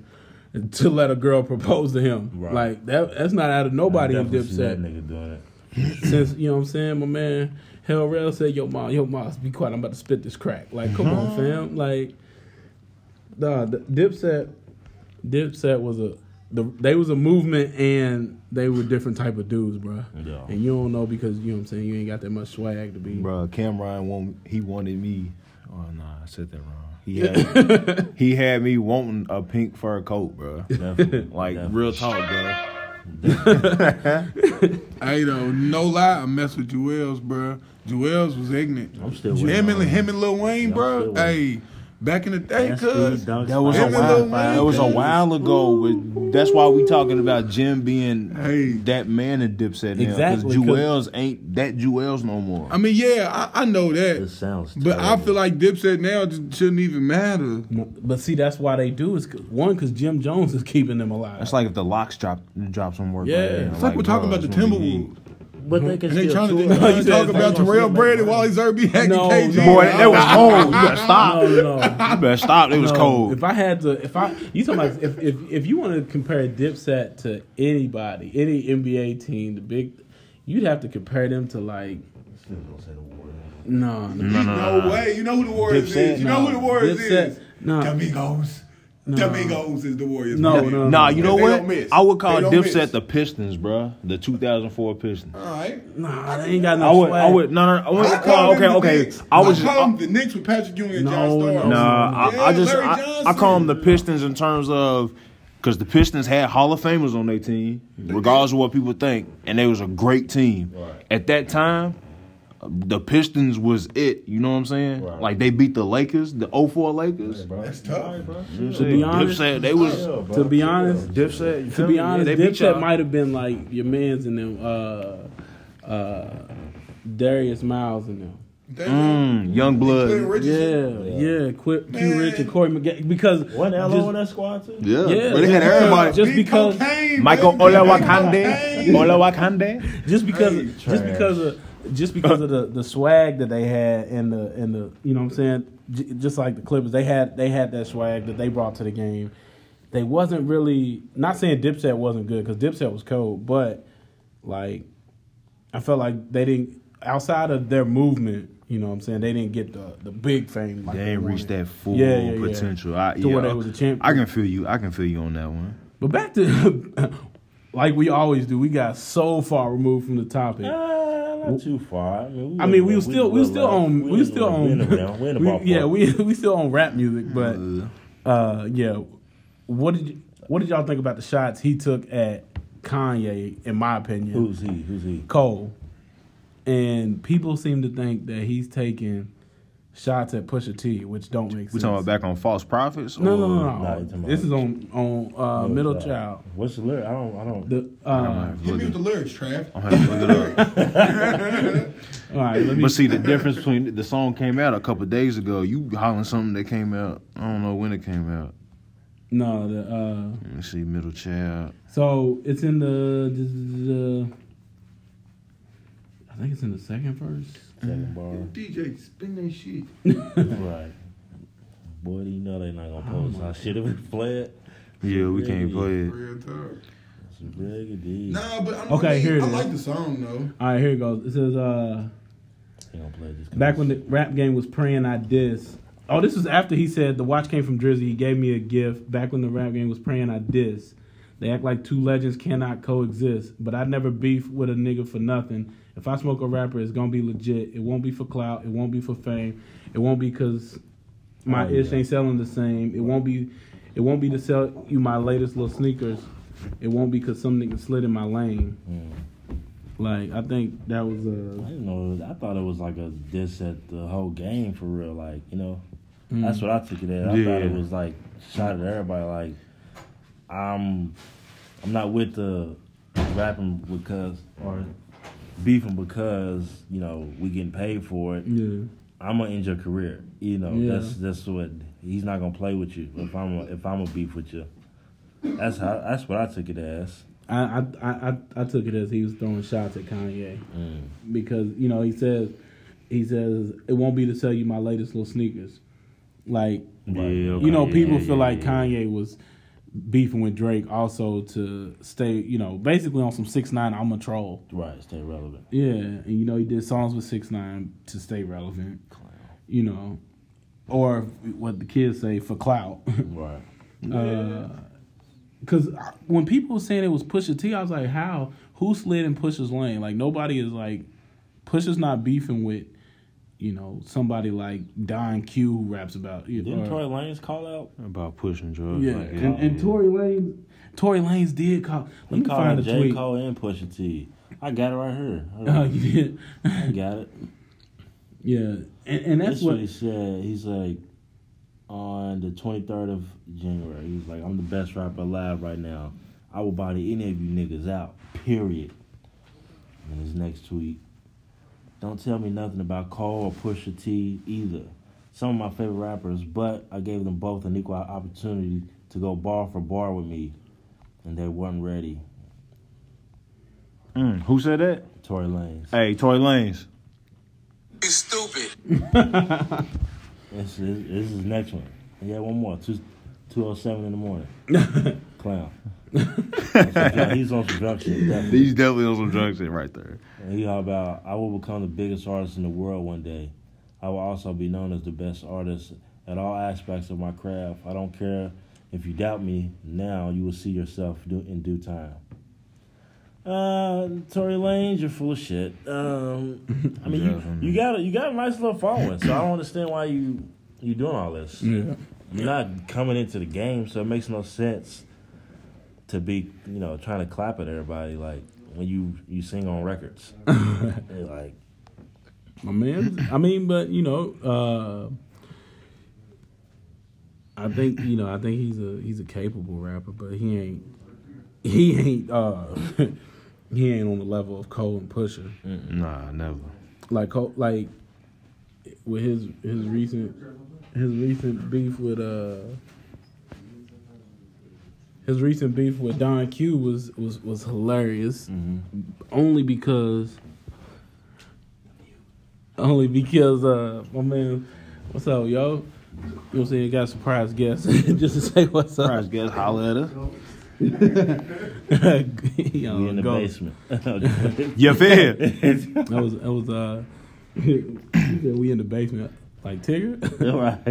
[SPEAKER 1] to let a girl propose to him.
[SPEAKER 4] Right.
[SPEAKER 1] Like that that's not out of nobody in
[SPEAKER 4] Definitely seen that
[SPEAKER 1] Dipset.
[SPEAKER 4] nigga doing it.
[SPEAKER 1] Since you know what I'm saying, my man Hell Rail said, "Yo, mom, yo, mom, be quiet. I'm about to spit this crack." Like, come on, fam. Like, nah, the Dipset, Dipset was a the they was a movement and they were different type of dudes, bro.
[SPEAKER 4] Yeah.
[SPEAKER 1] And you don't know because you know what I'm saying. You ain't got that much swag to be.
[SPEAKER 3] Bro, Cameron want, he wanted me. Oh no, I said that wrong. He had, he had me wanting a pink fur coat, bro.
[SPEAKER 4] Definitely.
[SPEAKER 3] Like
[SPEAKER 4] Definitely.
[SPEAKER 3] real talk, bro.
[SPEAKER 2] Hey though, no lie, I mess with Jewels, bruh. Jewels was ignorant.
[SPEAKER 4] I'm still with
[SPEAKER 2] Him
[SPEAKER 4] him.
[SPEAKER 2] and him and Lil Wayne,
[SPEAKER 4] Yeah, I'm
[SPEAKER 2] bruh.
[SPEAKER 4] still with
[SPEAKER 2] Hey, back in the day,
[SPEAKER 4] That's
[SPEAKER 2] cuz.
[SPEAKER 4] Steve Dunk's
[SPEAKER 3] That was a
[SPEAKER 2] Him and
[SPEAKER 3] while.
[SPEAKER 2] Lil Wayne,
[SPEAKER 3] That was a
[SPEAKER 2] cuz.
[SPEAKER 3] while ago. With, that's why we talking about Jim being
[SPEAKER 2] Hey.
[SPEAKER 3] that man in Dipset now.
[SPEAKER 1] Exactly, 'cause-
[SPEAKER 3] Jewels ain't that Jewels no more.
[SPEAKER 2] I mean, yeah, I, I know
[SPEAKER 4] It
[SPEAKER 2] that.
[SPEAKER 4] sounds.
[SPEAKER 2] But I
[SPEAKER 4] terrible.
[SPEAKER 2] feel like Dipset now just shouldn't even matter.
[SPEAKER 1] But see, that's why they do is 'cause- one because Jim Jones is keeping them alive.
[SPEAKER 3] That's like if the locks drop drop some work.
[SPEAKER 1] Yeah.
[SPEAKER 3] right there.
[SPEAKER 2] It's like, we're talking
[SPEAKER 3] bro,
[SPEAKER 2] about the
[SPEAKER 3] uh, it's gonna be heat.
[SPEAKER 2] Timberwolves.
[SPEAKER 4] but they can
[SPEAKER 2] And they
[SPEAKER 4] still
[SPEAKER 2] trying to,
[SPEAKER 4] tour.
[SPEAKER 2] they trying
[SPEAKER 1] You
[SPEAKER 2] to
[SPEAKER 1] said
[SPEAKER 2] talk
[SPEAKER 1] they
[SPEAKER 2] about
[SPEAKER 1] gonna
[SPEAKER 2] Terrell
[SPEAKER 1] make
[SPEAKER 2] Brady,
[SPEAKER 1] money.
[SPEAKER 2] Wally Zerbe, Hackett,
[SPEAKER 1] No,
[SPEAKER 2] KG.
[SPEAKER 1] no.
[SPEAKER 3] Boy, that was cold. You better stop.
[SPEAKER 1] no, no.
[SPEAKER 3] You better stop. It was
[SPEAKER 1] no.
[SPEAKER 3] cold.
[SPEAKER 1] If I had to, if I you talking about if if, if you want to compare Dipset to anybody, any NBA team, the big, you'd have to compare them to like. No, no.
[SPEAKER 2] No way. You know who the Warriors
[SPEAKER 1] Dipset,
[SPEAKER 2] is. You know
[SPEAKER 1] no.
[SPEAKER 2] who the Warriors
[SPEAKER 1] Dipset,
[SPEAKER 2] is.
[SPEAKER 1] no.
[SPEAKER 2] Domingos. Domingos is the Warriors.
[SPEAKER 1] No,
[SPEAKER 2] man.
[SPEAKER 1] no.
[SPEAKER 3] Nah, you know
[SPEAKER 2] They
[SPEAKER 3] what?
[SPEAKER 2] don't miss.
[SPEAKER 3] I would
[SPEAKER 2] They
[SPEAKER 3] call
[SPEAKER 2] don't
[SPEAKER 3] Dipset
[SPEAKER 2] miss.
[SPEAKER 3] the Pistons, bruh. The 2004 Pistons.
[SPEAKER 2] All right.
[SPEAKER 1] Nah, they ain't got no
[SPEAKER 3] I would,
[SPEAKER 1] swag.
[SPEAKER 3] I would, no, no, I would,
[SPEAKER 2] I
[SPEAKER 3] call,
[SPEAKER 2] call
[SPEAKER 3] okay,
[SPEAKER 2] them the
[SPEAKER 3] okay.
[SPEAKER 2] Knicks.
[SPEAKER 3] I was
[SPEAKER 2] I
[SPEAKER 3] just,
[SPEAKER 2] call
[SPEAKER 3] I,
[SPEAKER 2] them the Knicks with Patrick Ewing and John
[SPEAKER 1] No,
[SPEAKER 2] Starr.
[SPEAKER 1] no.
[SPEAKER 3] nah,
[SPEAKER 2] Yeah,
[SPEAKER 3] I, I just,
[SPEAKER 2] Larry
[SPEAKER 3] I, I
[SPEAKER 2] Johnson.
[SPEAKER 3] call them the Pistons in terms of, because the Pistons had Hall of Famers on their team, regardless of what people think, and they was a great team. At that time, the Pistons was it. You know what I'm saying? Like they beat the Lakers, the 04 Lakers.
[SPEAKER 2] That's tough.
[SPEAKER 1] to be honest,
[SPEAKER 3] Dipset, they was
[SPEAKER 1] to be honest,
[SPEAKER 3] Dipset. you
[SPEAKER 1] to
[SPEAKER 3] feel me?
[SPEAKER 1] be
[SPEAKER 3] Yeah,
[SPEAKER 1] honest,
[SPEAKER 3] they beat
[SPEAKER 1] Dipset
[SPEAKER 3] y'all.
[SPEAKER 1] might have been like your man's and them, uh, uh, Darius Miles and them.
[SPEAKER 2] They
[SPEAKER 3] Mm, young
[SPEAKER 2] Clint
[SPEAKER 3] blood.
[SPEAKER 2] Richardson.
[SPEAKER 1] yeah, yeah. Quit Q Rich and Corey McGann because
[SPEAKER 5] One LO
[SPEAKER 1] just-
[SPEAKER 5] on that squad too.
[SPEAKER 10] Yeah,
[SPEAKER 1] Yeah,
[SPEAKER 10] but they had
[SPEAKER 1] yeah.
[SPEAKER 10] everybody.
[SPEAKER 1] Just
[SPEAKER 2] Big
[SPEAKER 1] because-
[SPEAKER 2] cocaine,
[SPEAKER 3] Michael
[SPEAKER 2] baby, big
[SPEAKER 3] Olawakande.
[SPEAKER 2] cocaine.
[SPEAKER 3] Olawakande.
[SPEAKER 1] just because
[SPEAKER 2] Hey,
[SPEAKER 1] just because of just because of the, the swag that they had and the and the you know what I'm saying J- just like the Clippers they had they had that swag that they brought to the game. They wasn't really not saying Dipset wasn't good because Dipset was cold, but like I felt like they didn't outside of their movement. You know what I'm saying they didn't get the the big fame. Like
[SPEAKER 3] They ain't reached
[SPEAKER 1] wanted.
[SPEAKER 3] that full
[SPEAKER 1] Yeah, yeah, yeah.
[SPEAKER 3] potential. I,
[SPEAKER 1] To where
[SPEAKER 3] yeah,
[SPEAKER 1] they was a champ.
[SPEAKER 3] I can feel you. I can feel you on that one.
[SPEAKER 1] But back to like we always do, we got so far removed from the topic.
[SPEAKER 4] Uh, not too far. I mean,
[SPEAKER 1] I mean, we were still we were still on we were
[SPEAKER 4] were
[SPEAKER 1] still on
[SPEAKER 4] We're in the
[SPEAKER 1] we-
[SPEAKER 4] ballpark.
[SPEAKER 1] yeah we we still on rap music, but uh, yeah, what did you, what did y'all think about the shots he took at Kanye? In my opinion,
[SPEAKER 4] Who's he? Who's he?
[SPEAKER 1] Cole, and people seem to think that he's taking shots at Pusha T, which don't make
[SPEAKER 3] We
[SPEAKER 1] sense.
[SPEAKER 3] talking about back on false prophets?
[SPEAKER 1] no, no,
[SPEAKER 3] or-
[SPEAKER 1] no,
[SPEAKER 4] Nah,
[SPEAKER 1] no.
[SPEAKER 4] you talking
[SPEAKER 1] this
[SPEAKER 4] about-
[SPEAKER 1] is on on uh, Middle
[SPEAKER 4] Uh,
[SPEAKER 1] Child.
[SPEAKER 4] What's the lyric? I don't. I don't.
[SPEAKER 1] The
[SPEAKER 3] I'm gonna
[SPEAKER 1] uh,
[SPEAKER 3] have to
[SPEAKER 2] Give
[SPEAKER 3] look
[SPEAKER 2] me
[SPEAKER 3] it-
[SPEAKER 2] the lyrics, Trav.
[SPEAKER 3] I'm gonna have to look it up.
[SPEAKER 1] all right, let me.
[SPEAKER 3] But see, the difference between the song came out a couple of days ago. You hollering something that came out. I don't know when it came out.
[SPEAKER 1] No, the
[SPEAKER 3] Let me see, middle child.
[SPEAKER 1] uh, so it's in the, the I think it's in the second verse.
[SPEAKER 4] second bar.
[SPEAKER 2] DJ, spin that shit.
[SPEAKER 4] right. Boy, do you know they not gonna
[SPEAKER 1] Oh
[SPEAKER 4] post our shit if we play it.
[SPEAKER 3] Yeah, we can't play it.
[SPEAKER 2] Real talk.
[SPEAKER 4] It's riggedy.
[SPEAKER 2] Nah, but I'm,
[SPEAKER 1] Okay,
[SPEAKER 2] I mean,
[SPEAKER 1] here it
[SPEAKER 2] I
[SPEAKER 1] is.
[SPEAKER 2] like the song though.
[SPEAKER 1] All right, here it goes. It says, uh,
[SPEAKER 4] They gonna play this.
[SPEAKER 1] back when the rap game was praying I diss. Oh, this was after he said the watch came from Drizzy. He gave me a gift. Back when the rap game was praying I diss. They act like two legends cannot coexist, but I never beef with a nigga for nothing. If I smoke a rapper, it's gonna be legit. It won't be for clout. It won't be for fame. It won't be cause my ish ain't selling the same. It won't be. It won't be to sell you my latest little sneakers. It won't be cause some nigga slid in my lane. Like I think that was uh,
[SPEAKER 4] I
[SPEAKER 1] a.
[SPEAKER 4] didn't know. I thought it was like a diss at the whole game for real. Like you know,
[SPEAKER 1] Mm.
[SPEAKER 4] that's what I took it as. I thought it
[SPEAKER 3] Yeah.
[SPEAKER 4] was like shot at everybody. Like I'm, I'm not with the rapping because or beefing because you know we getting paid for it.
[SPEAKER 1] Yeah.
[SPEAKER 4] I'm gonna end your career. You know,
[SPEAKER 1] Yeah.
[SPEAKER 4] that's that's what he's not gonna play with you. If I'm if I'm gonna beef with you, that's how that's what I took it as.
[SPEAKER 1] I, I, I, I- I took it as he was throwing shots at Kanye
[SPEAKER 3] Mm.
[SPEAKER 1] because you know he says he says it won't be to sell you my latest little sneakers, like
[SPEAKER 3] Yeah,
[SPEAKER 1] you know
[SPEAKER 3] okay,
[SPEAKER 1] people
[SPEAKER 3] yeah,
[SPEAKER 1] feel
[SPEAKER 3] yeah,
[SPEAKER 1] like
[SPEAKER 3] yeah.
[SPEAKER 1] Kanye was beefing with Drake also to stay you know basically on some six nine I'm a troll
[SPEAKER 4] Right, stay relevant.
[SPEAKER 1] yeah and you know he did songs with six nine to stay relevant you know or what the kids say for clout
[SPEAKER 4] Right.
[SPEAKER 1] Because Uh, when people were saying it was Pusha T, I was like, how? Who slid in Pusha's lane? Like, nobody is like, Pusha's not beefing with, you know, somebody like Don Q who raps about. You
[SPEAKER 4] Didn't
[SPEAKER 1] or-
[SPEAKER 4] Tory Lanez call out?
[SPEAKER 3] About pushing drugs.
[SPEAKER 1] yeah,
[SPEAKER 3] like,
[SPEAKER 1] and, and Tory Lanez, Tory Lanez did call. Let
[SPEAKER 4] He
[SPEAKER 1] me
[SPEAKER 4] called
[SPEAKER 1] find
[SPEAKER 4] out
[SPEAKER 1] a
[SPEAKER 4] J
[SPEAKER 1] tweet.
[SPEAKER 4] Cole and Pusha T. I got it right here. Hold
[SPEAKER 1] Uh,
[SPEAKER 4] on.
[SPEAKER 1] you did.
[SPEAKER 4] I got it.
[SPEAKER 1] yeah, and, and that's
[SPEAKER 4] That's what
[SPEAKER 1] what.
[SPEAKER 4] he said. He's like, on the 23rd of January, he's like, I'm the best rapper alive right now. I will body any of you niggas out, period. And his next tweet, don't tell me nothing about Cole or Pusha T either. Some of my favorite rappers, but I gave them both an equal opportunity to go bar for bar with me, and they weren't ready.
[SPEAKER 3] Mm, who said that?
[SPEAKER 4] Tory Lanez.
[SPEAKER 3] Hey, Toy Lanes.
[SPEAKER 9] You stupid.
[SPEAKER 4] This is this is next one. Yeah, one more. Two two oh seven in the morning. Clown. He's on some drunk shit. Definitely.
[SPEAKER 3] He's definitely on some drugs in right there.
[SPEAKER 4] And He all about I will become the biggest artist in the world one day. I will also be known as the best artist at all aspects of my craft. I don't care if you doubt me now. You will see yourself do, in due time. Uh, Tory Lanez, you're full of shit. Um, I mean, you, you got a, you got a nice little following, so I don't understand why you you doing all this.
[SPEAKER 1] Yeah.
[SPEAKER 4] You're not coming into the game, so it makes no sense to be, you know, trying to clap at everybody like when you you sing on records. They're like
[SPEAKER 1] My man. I mean, but you know, uh, I think you know, I think he's a he's a capable rapper, but he ain't he ain't uh he ain't on the level of Cole and Pusher.
[SPEAKER 3] Nah, never.
[SPEAKER 1] Like Cole, like with his his recent his recent beef with uh his recent beef with Don Q was was was hilarious,
[SPEAKER 4] Mm-hmm.
[SPEAKER 1] only because only because uh my man, what's up, yo? You know what I'm saying? Got a surprise guest just to say what's
[SPEAKER 3] Surprise guest, holla at us.
[SPEAKER 1] up.
[SPEAKER 4] We in the
[SPEAKER 1] Go.
[SPEAKER 4] basement.
[SPEAKER 3] You feel?
[SPEAKER 1] That was that was uh you said we in the basement. Like Tigger?
[SPEAKER 4] All right.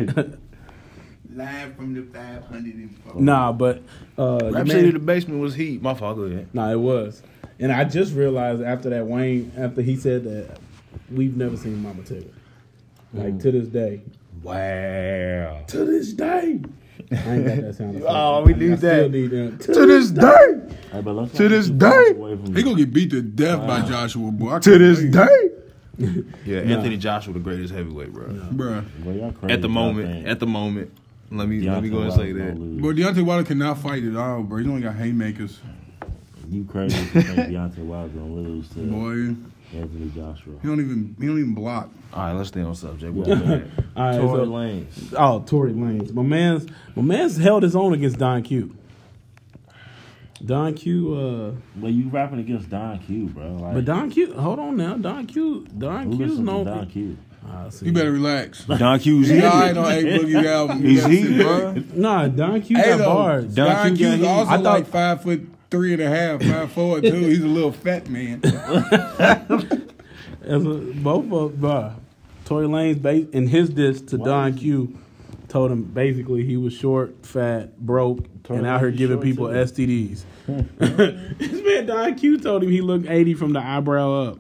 [SPEAKER 8] Live from the 504.
[SPEAKER 1] nah, but uh the
[SPEAKER 3] Rap
[SPEAKER 1] man-
[SPEAKER 3] City the basement was heat. My fault, go ahead.
[SPEAKER 1] nah, it was. And I just realized after that Wayne after he said that we've never seen Mama Tigger. Like to this day.
[SPEAKER 3] Wow.
[SPEAKER 1] To this day. I ain't got that sound. effect.
[SPEAKER 3] Oh, we
[SPEAKER 1] I-
[SPEAKER 3] need
[SPEAKER 1] I still
[SPEAKER 3] that.
[SPEAKER 1] need that.
[SPEAKER 3] To this day.
[SPEAKER 4] Hey, but let's
[SPEAKER 3] To
[SPEAKER 4] not
[SPEAKER 3] this
[SPEAKER 4] keep
[SPEAKER 3] day.
[SPEAKER 4] going away from
[SPEAKER 2] He
[SPEAKER 4] the-
[SPEAKER 2] gonna get beat to death by Joshua, boy. I
[SPEAKER 3] To
[SPEAKER 2] can't
[SPEAKER 3] this
[SPEAKER 2] believe-
[SPEAKER 3] day. yeah, Anthony Joshua, the greatest heavyweight, bro.
[SPEAKER 2] bruh.
[SPEAKER 4] Boy, y'all crazy,
[SPEAKER 3] At the
[SPEAKER 4] y'all
[SPEAKER 3] moment,
[SPEAKER 4] think
[SPEAKER 3] at the moment. Let me let me
[SPEAKER 4] Deontay
[SPEAKER 3] go and
[SPEAKER 4] Wilder's
[SPEAKER 3] say
[SPEAKER 4] gonna
[SPEAKER 3] that.
[SPEAKER 4] lose.
[SPEAKER 2] But Deontay Wilder cannot fight at all, bro. He only got haymakers,
[SPEAKER 4] You crazy if you think Deontay Wilder's gonna lose to
[SPEAKER 2] boy.
[SPEAKER 4] Anthony Joshua.
[SPEAKER 2] He don't even he don't even block.
[SPEAKER 3] All right, let's stay on subject.
[SPEAKER 4] Well, man,
[SPEAKER 1] All right,
[SPEAKER 4] Tory
[SPEAKER 1] so,
[SPEAKER 4] Lanez.
[SPEAKER 1] oh, Tory Lanez. My man's my man's held his own against Don Q. Don Q uh
[SPEAKER 4] But you rapping against Don Q, bro. Like,
[SPEAKER 1] But Don Q, hold on now, Don Q, Don
[SPEAKER 4] who
[SPEAKER 1] Q's
[SPEAKER 4] listens
[SPEAKER 1] no.
[SPEAKER 4] to Don Q?
[SPEAKER 1] Ah, see.
[SPEAKER 2] You better relax.
[SPEAKER 3] Don Q's
[SPEAKER 2] He
[SPEAKER 3] heat.
[SPEAKER 2] all right on A Boogie album.
[SPEAKER 3] He's
[SPEAKER 2] That's
[SPEAKER 3] heat,
[SPEAKER 2] it.
[SPEAKER 3] bro.
[SPEAKER 1] Nah, Don Q
[SPEAKER 2] Hey
[SPEAKER 1] got
[SPEAKER 2] though,
[SPEAKER 1] bars.
[SPEAKER 2] Don
[SPEAKER 3] Don Q got
[SPEAKER 2] Q's
[SPEAKER 3] heat.
[SPEAKER 2] also
[SPEAKER 1] I thought-
[SPEAKER 2] like five foot three and a half, five four too. He's a little fat man.
[SPEAKER 1] As a, both of bruh. Tory Lane's base in his diss to Don Q told him basically he was short, fat, broke, and out here giving people STDs. this man Don Q told him he looked 80 from the eyebrow up.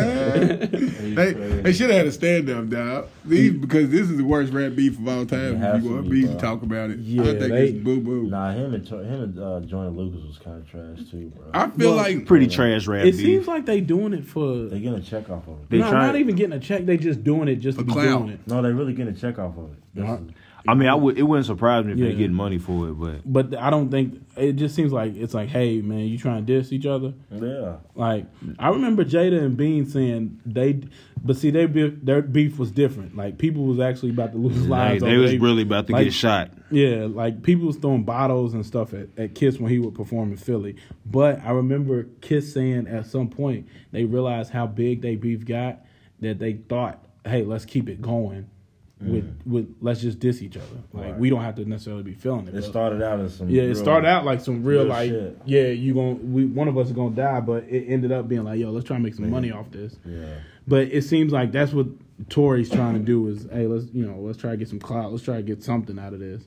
[SPEAKER 2] They, they should have had a stand up, dog. These because this is the worst rap beef of all time.
[SPEAKER 4] has
[SPEAKER 2] If you
[SPEAKER 4] to
[SPEAKER 2] want
[SPEAKER 4] be,
[SPEAKER 2] beef to
[SPEAKER 4] bro.
[SPEAKER 2] talk about it,
[SPEAKER 1] Yeah,
[SPEAKER 2] I think
[SPEAKER 1] they-
[SPEAKER 2] it's boo boo.
[SPEAKER 4] Nah, him and Tor- him and uh, Jordan Lucas was kind of trash too, bro.
[SPEAKER 2] I feel
[SPEAKER 1] Well,
[SPEAKER 2] like
[SPEAKER 3] Pretty trash rap
[SPEAKER 1] It
[SPEAKER 3] beef.
[SPEAKER 1] seems like they doing it for
[SPEAKER 4] they getting a check off of it.
[SPEAKER 3] They
[SPEAKER 1] no,
[SPEAKER 3] try-
[SPEAKER 1] not even getting a check. They just doing it just
[SPEAKER 2] For
[SPEAKER 1] to be
[SPEAKER 2] clout.
[SPEAKER 1] doing it.
[SPEAKER 4] No, they really getting a check off of it. That's the-
[SPEAKER 3] I mean, I would. It wouldn't surprise me if
[SPEAKER 1] Yeah.
[SPEAKER 3] they get money for it, but
[SPEAKER 1] But I don't think it just seems like it's like, hey man, you trying to diss each other?
[SPEAKER 4] yeah.
[SPEAKER 1] Like I remember Jada and Bean saying they, but see their beef, their beef was different. Like people was actually about to lose
[SPEAKER 3] like,
[SPEAKER 1] lives.
[SPEAKER 3] they
[SPEAKER 1] over
[SPEAKER 3] was
[SPEAKER 1] they-
[SPEAKER 3] really about to
[SPEAKER 1] like-
[SPEAKER 3] get shot.
[SPEAKER 1] Yeah, like people was throwing bottles and stuff at, at Kiss when he would perform in Philly. But I remember Kiss saying at some point they realized how big they beef got that they thought, hey, let's keep it going.
[SPEAKER 3] Mm.
[SPEAKER 1] With with let's just diss each other. Like we don't have to necessarily be feeling it.
[SPEAKER 4] It
[SPEAKER 1] but-
[SPEAKER 4] started out as some
[SPEAKER 1] yeah,
[SPEAKER 4] real-
[SPEAKER 1] it started out like some real,
[SPEAKER 4] real
[SPEAKER 1] like
[SPEAKER 4] shit.
[SPEAKER 1] yeah, you going we one of us is gonna die, but it ended up being like yo, let's try to make some money off this.
[SPEAKER 4] Yeah.
[SPEAKER 1] But it seems like that's what Tory's trying to do is hey, let's you know let's try to get some clout, let's try to get something out of this.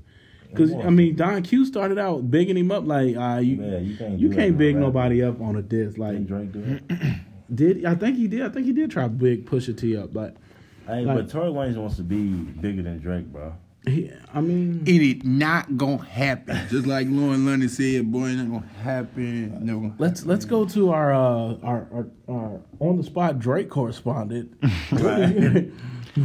[SPEAKER 1] Because I mean, Don Q started out bigging him up like uh, you
[SPEAKER 4] Man, you can't
[SPEAKER 1] you
[SPEAKER 4] do that
[SPEAKER 1] can't
[SPEAKER 4] now,
[SPEAKER 1] big
[SPEAKER 4] right?
[SPEAKER 1] nobody up on a diss like
[SPEAKER 4] Didn't Drake do it.
[SPEAKER 1] did I think he did I think he did try to big Pusha T up, but
[SPEAKER 4] Hey,
[SPEAKER 1] Like-
[SPEAKER 4] but Tory Lanez wants to be bigger than Drake, bro.
[SPEAKER 1] he, I mean
[SPEAKER 2] it is not gonna happen. Just like Lauren Lundy said, boy, it ain't gonna happen. No, gonna
[SPEAKER 1] Let's let's go to our uh, our, our our on the spot Drake correspondent. what, are your,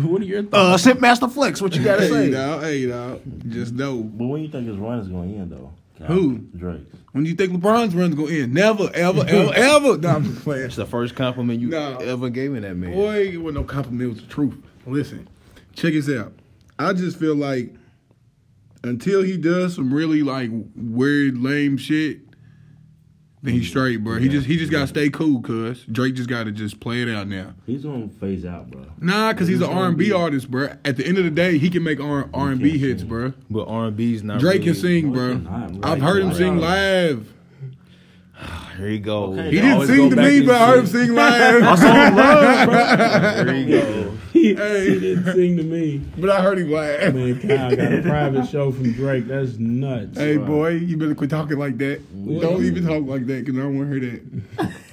[SPEAKER 1] what are your thoughts?
[SPEAKER 3] Uh, Sip Master Flex, what you gotta
[SPEAKER 2] Hey,
[SPEAKER 3] say?
[SPEAKER 2] dog. Hey, dog. Just know.
[SPEAKER 4] But when you think his run is going to end, though? Kyle?
[SPEAKER 2] Who?
[SPEAKER 4] Drake.
[SPEAKER 2] When you think LeBron's run's gonna end, never, ever, ever, ever. No, I'm just playing.
[SPEAKER 3] That's the first compliment you
[SPEAKER 2] No.
[SPEAKER 3] ever gave me that man.
[SPEAKER 2] Boy, it wasn't no compliment. It was the truth. Listen, check this out. I just feel like until he does some really like weird, lame shit, then he's straight, bro. He just he just gotta stay cool, cuz Drake just gotta just play it out now.
[SPEAKER 4] He's going to phase out, bro.
[SPEAKER 2] Nah, cause he's an R and B
[SPEAKER 4] R&B.
[SPEAKER 2] artist, bro. At the end of the day, he can make R and B
[SPEAKER 4] can't
[SPEAKER 2] hits,
[SPEAKER 4] sing.
[SPEAKER 2] bro.
[SPEAKER 3] But R&B's not
[SPEAKER 2] Drake can
[SPEAKER 3] really-
[SPEAKER 2] sing,
[SPEAKER 4] he
[SPEAKER 2] bro.
[SPEAKER 4] cannot.
[SPEAKER 2] I've heard him
[SPEAKER 4] Right.
[SPEAKER 2] sing live.
[SPEAKER 3] Here he go.
[SPEAKER 2] He didn't sing to me, but I heard him sing live.
[SPEAKER 3] Here he go.
[SPEAKER 1] He,
[SPEAKER 2] Hey.
[SPEAKER 1] he Uh, didn't sing to me.
[SPEAKER 2] but I heard him laugh.
[SPEAKER 1] Man, Kyle got a private show from Drake. That's nuts.
[SPEAKER 2] Hey boy, you better quit talking like that. Don't even talk like that, cause I don't want to hear that.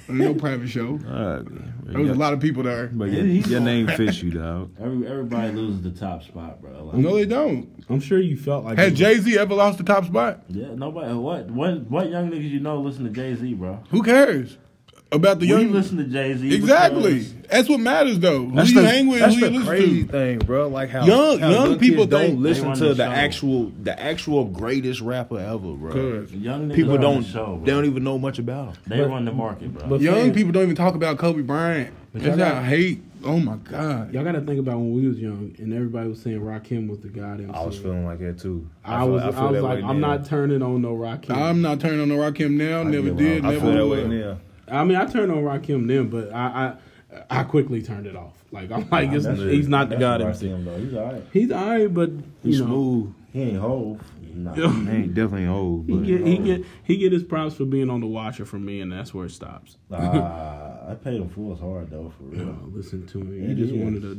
[SPEAKER 2] on no private show.
[SPEAKER 3] Alright,
[SPEAKER 2] There was a lot of people there.
[SPEAKER 3] But your, your name fits you, dog.
[SPEAKER 4] Every, everybody loses the top spot, bro. Like,
[SPEAKER 2] No, they don't.
[SPEAKER 1] I'm sure you felt like
[SPEAKER 2] Has Jay Z ever lost the top spot?
[SPEAKER 4] Yeah, nobody. What, what, what young niggas you know listen to Jay Z, bro?
[SPEAKER 2] Who cares about the
[SPEAKER 4] We
[SPEAKER 2] young?
[SPEAKER 4] listen to Jay Z.
[SPEAKER 2] exactly. That's what matters, though.
[SPEAKER 3] That's
[SPEAKER 2] who
[SPEAKER 3] the,
[SPEAKER 2] you hang with,
[SPEAKER 3] that's
[SPEAKER 2] who you
[SPEAKER 3] the
[SPEAKER 2] listen
[SPEAKER 3] crazy
[SPEAKER 2] to.
[SPEAKER 3] thing, bro. Like how
[SPEAKER 2] Young-
[SPEAKER 3] how
[SPEAKER 2] young
[SPEAKER 3] kids
[SPEAKER 2] people
[SPEAKER 3] don't
[SPEAKER 2] think-
[SPEAKER 4] They
[SPEAKER 3] listen
[SPEAKER 4] want
[SPEAKER 3] to the
[SPEAKER 4] the show.
[SPEAKER 3] actual the actual greatest rapper ever, bro.
[SPEAKER 2] Cause
[SPEAKER 4] Young niggas
[SPEAKER 3] People
[SPEAKER 4] run
[SPEAKER 3] don't
[SPEAKER 4] The show, bro.
[SPEAKER 3] they don't even know much about him.
[SPEAKER 4] They run the market, bro.
[SPEAKER 1] But
[SPEAKER 2] Young
[SPEAKER 1] fans-
[SPEAKER 2] people don't even talk about Kobe Bryant. That's
[SPEAKER 1] y'all
[SPEAKER 2] how I hate. Oh my god.
[SPEAKER 1] Y'all got to think about when we was young and everybody was saying Rakim was the god. MC.
[SPEAKER 3] I was feeling like that too.
[SPEAKER 1] I was, I
[SPEAKER 3] feel- feel
[SPEAKER 1] was
[SPEAKER 3] that
[SPEAKER 1] like,
[SPEAKER 3] way
[SPEAKER 1] I'm
[SPEAKER 3] now.
[SPEAKER 1] not turning on no Rakim. i
[SPEAKER 2] I'm not turning on the Rakim now. never did.
[SPEAKER 3] I
[SPEAKER 2] Never
[SPEAKER 3] feel that way
[SPEAKER 2] will.
[SPEAKER 3] now.
[SPEAKER 1] mean, I turned on Rakim then, but I, I I quickly turned it off. Like I'm like, it's,
[SPEAKER 3] that's-
[SPEAKER 1] he's not the
[SPEAKER 3] that's
[SPEAKER 1] god
[SPEAKER 3] what I
[SPEAKER 1] MC.
[SPEAKER 4] Him, though. He's all right.
[SPEAKER 1] He's alright, but you
[SPEAKER 3] He's
[SPEAKER 1] know,
[SPEAKER 3] smooth.
[SPEAKER 4] He ain't whole. Nah.
[SPEAKER 3] He ain't definitely old,
[SPEAKER 1] he
[SPEAKER 3] but
[SPEAKER 1] get he get he get his props for being on the watcher for me, and that's where it stops.
[SPEAKER 4] Nah, I paid him fools hard though, for real.
[SPEAKER 1] Oh, listen to me.
[SPEAKER 4] Yeah,
[SPEAKER 1] He just
[SPEAKER 4] yeah.
[SPEAKER 1] wanted a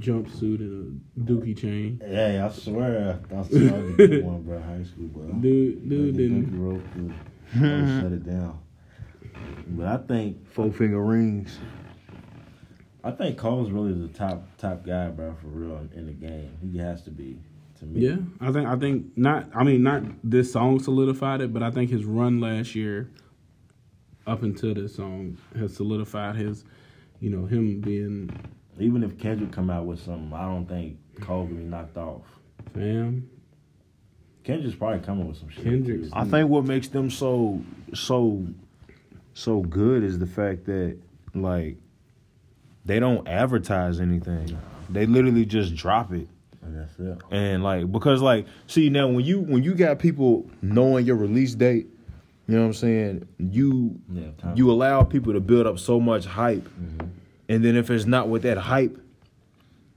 [SPEAKER 1] jumpsuit and a dookie chain.
[SPEAKER 4] Hey, I swear, I thought I was the one, bro, high school, bro.
[SPEAKER 1] Dude, dude didn't.
[SPEAKER 4] Rope, dude. I would've shut it down. But I think
[SPEAKER 11] Four finger rings.
[SPEAKER 4] I think Cole's really the top top guy, bro, for real in, in the game. He has to be to me.
[SPEAKER 1] Yeah, I think I think not. I mean, not this song solidified it, but I think his run last year, up until this song, has solidified his, you know, him being
[SPEAKER 4] Even if Kendrick come out with something, I don't think Cole will be knocked off.
[SPEAKER 1] fam.
[SPEAKER 4] Kendrick's probably coming with some shit.
[SPEAKER 1] Kendrick's-
[SPEAKER 3] I think what makes them so so so good is the fact that like they don't advertise anything. They literally just drop it.
[SPEAKER 4] And that's it.
[SPEAKER 3] And like because like see now when you when you got people knowing your release date, you know what I'm saying, you
[SPEAKER 4] Yeah, time. Mm-hmm.
[SPEAKER 3] you allow people to build up so much hype. And then if it's not with that hype,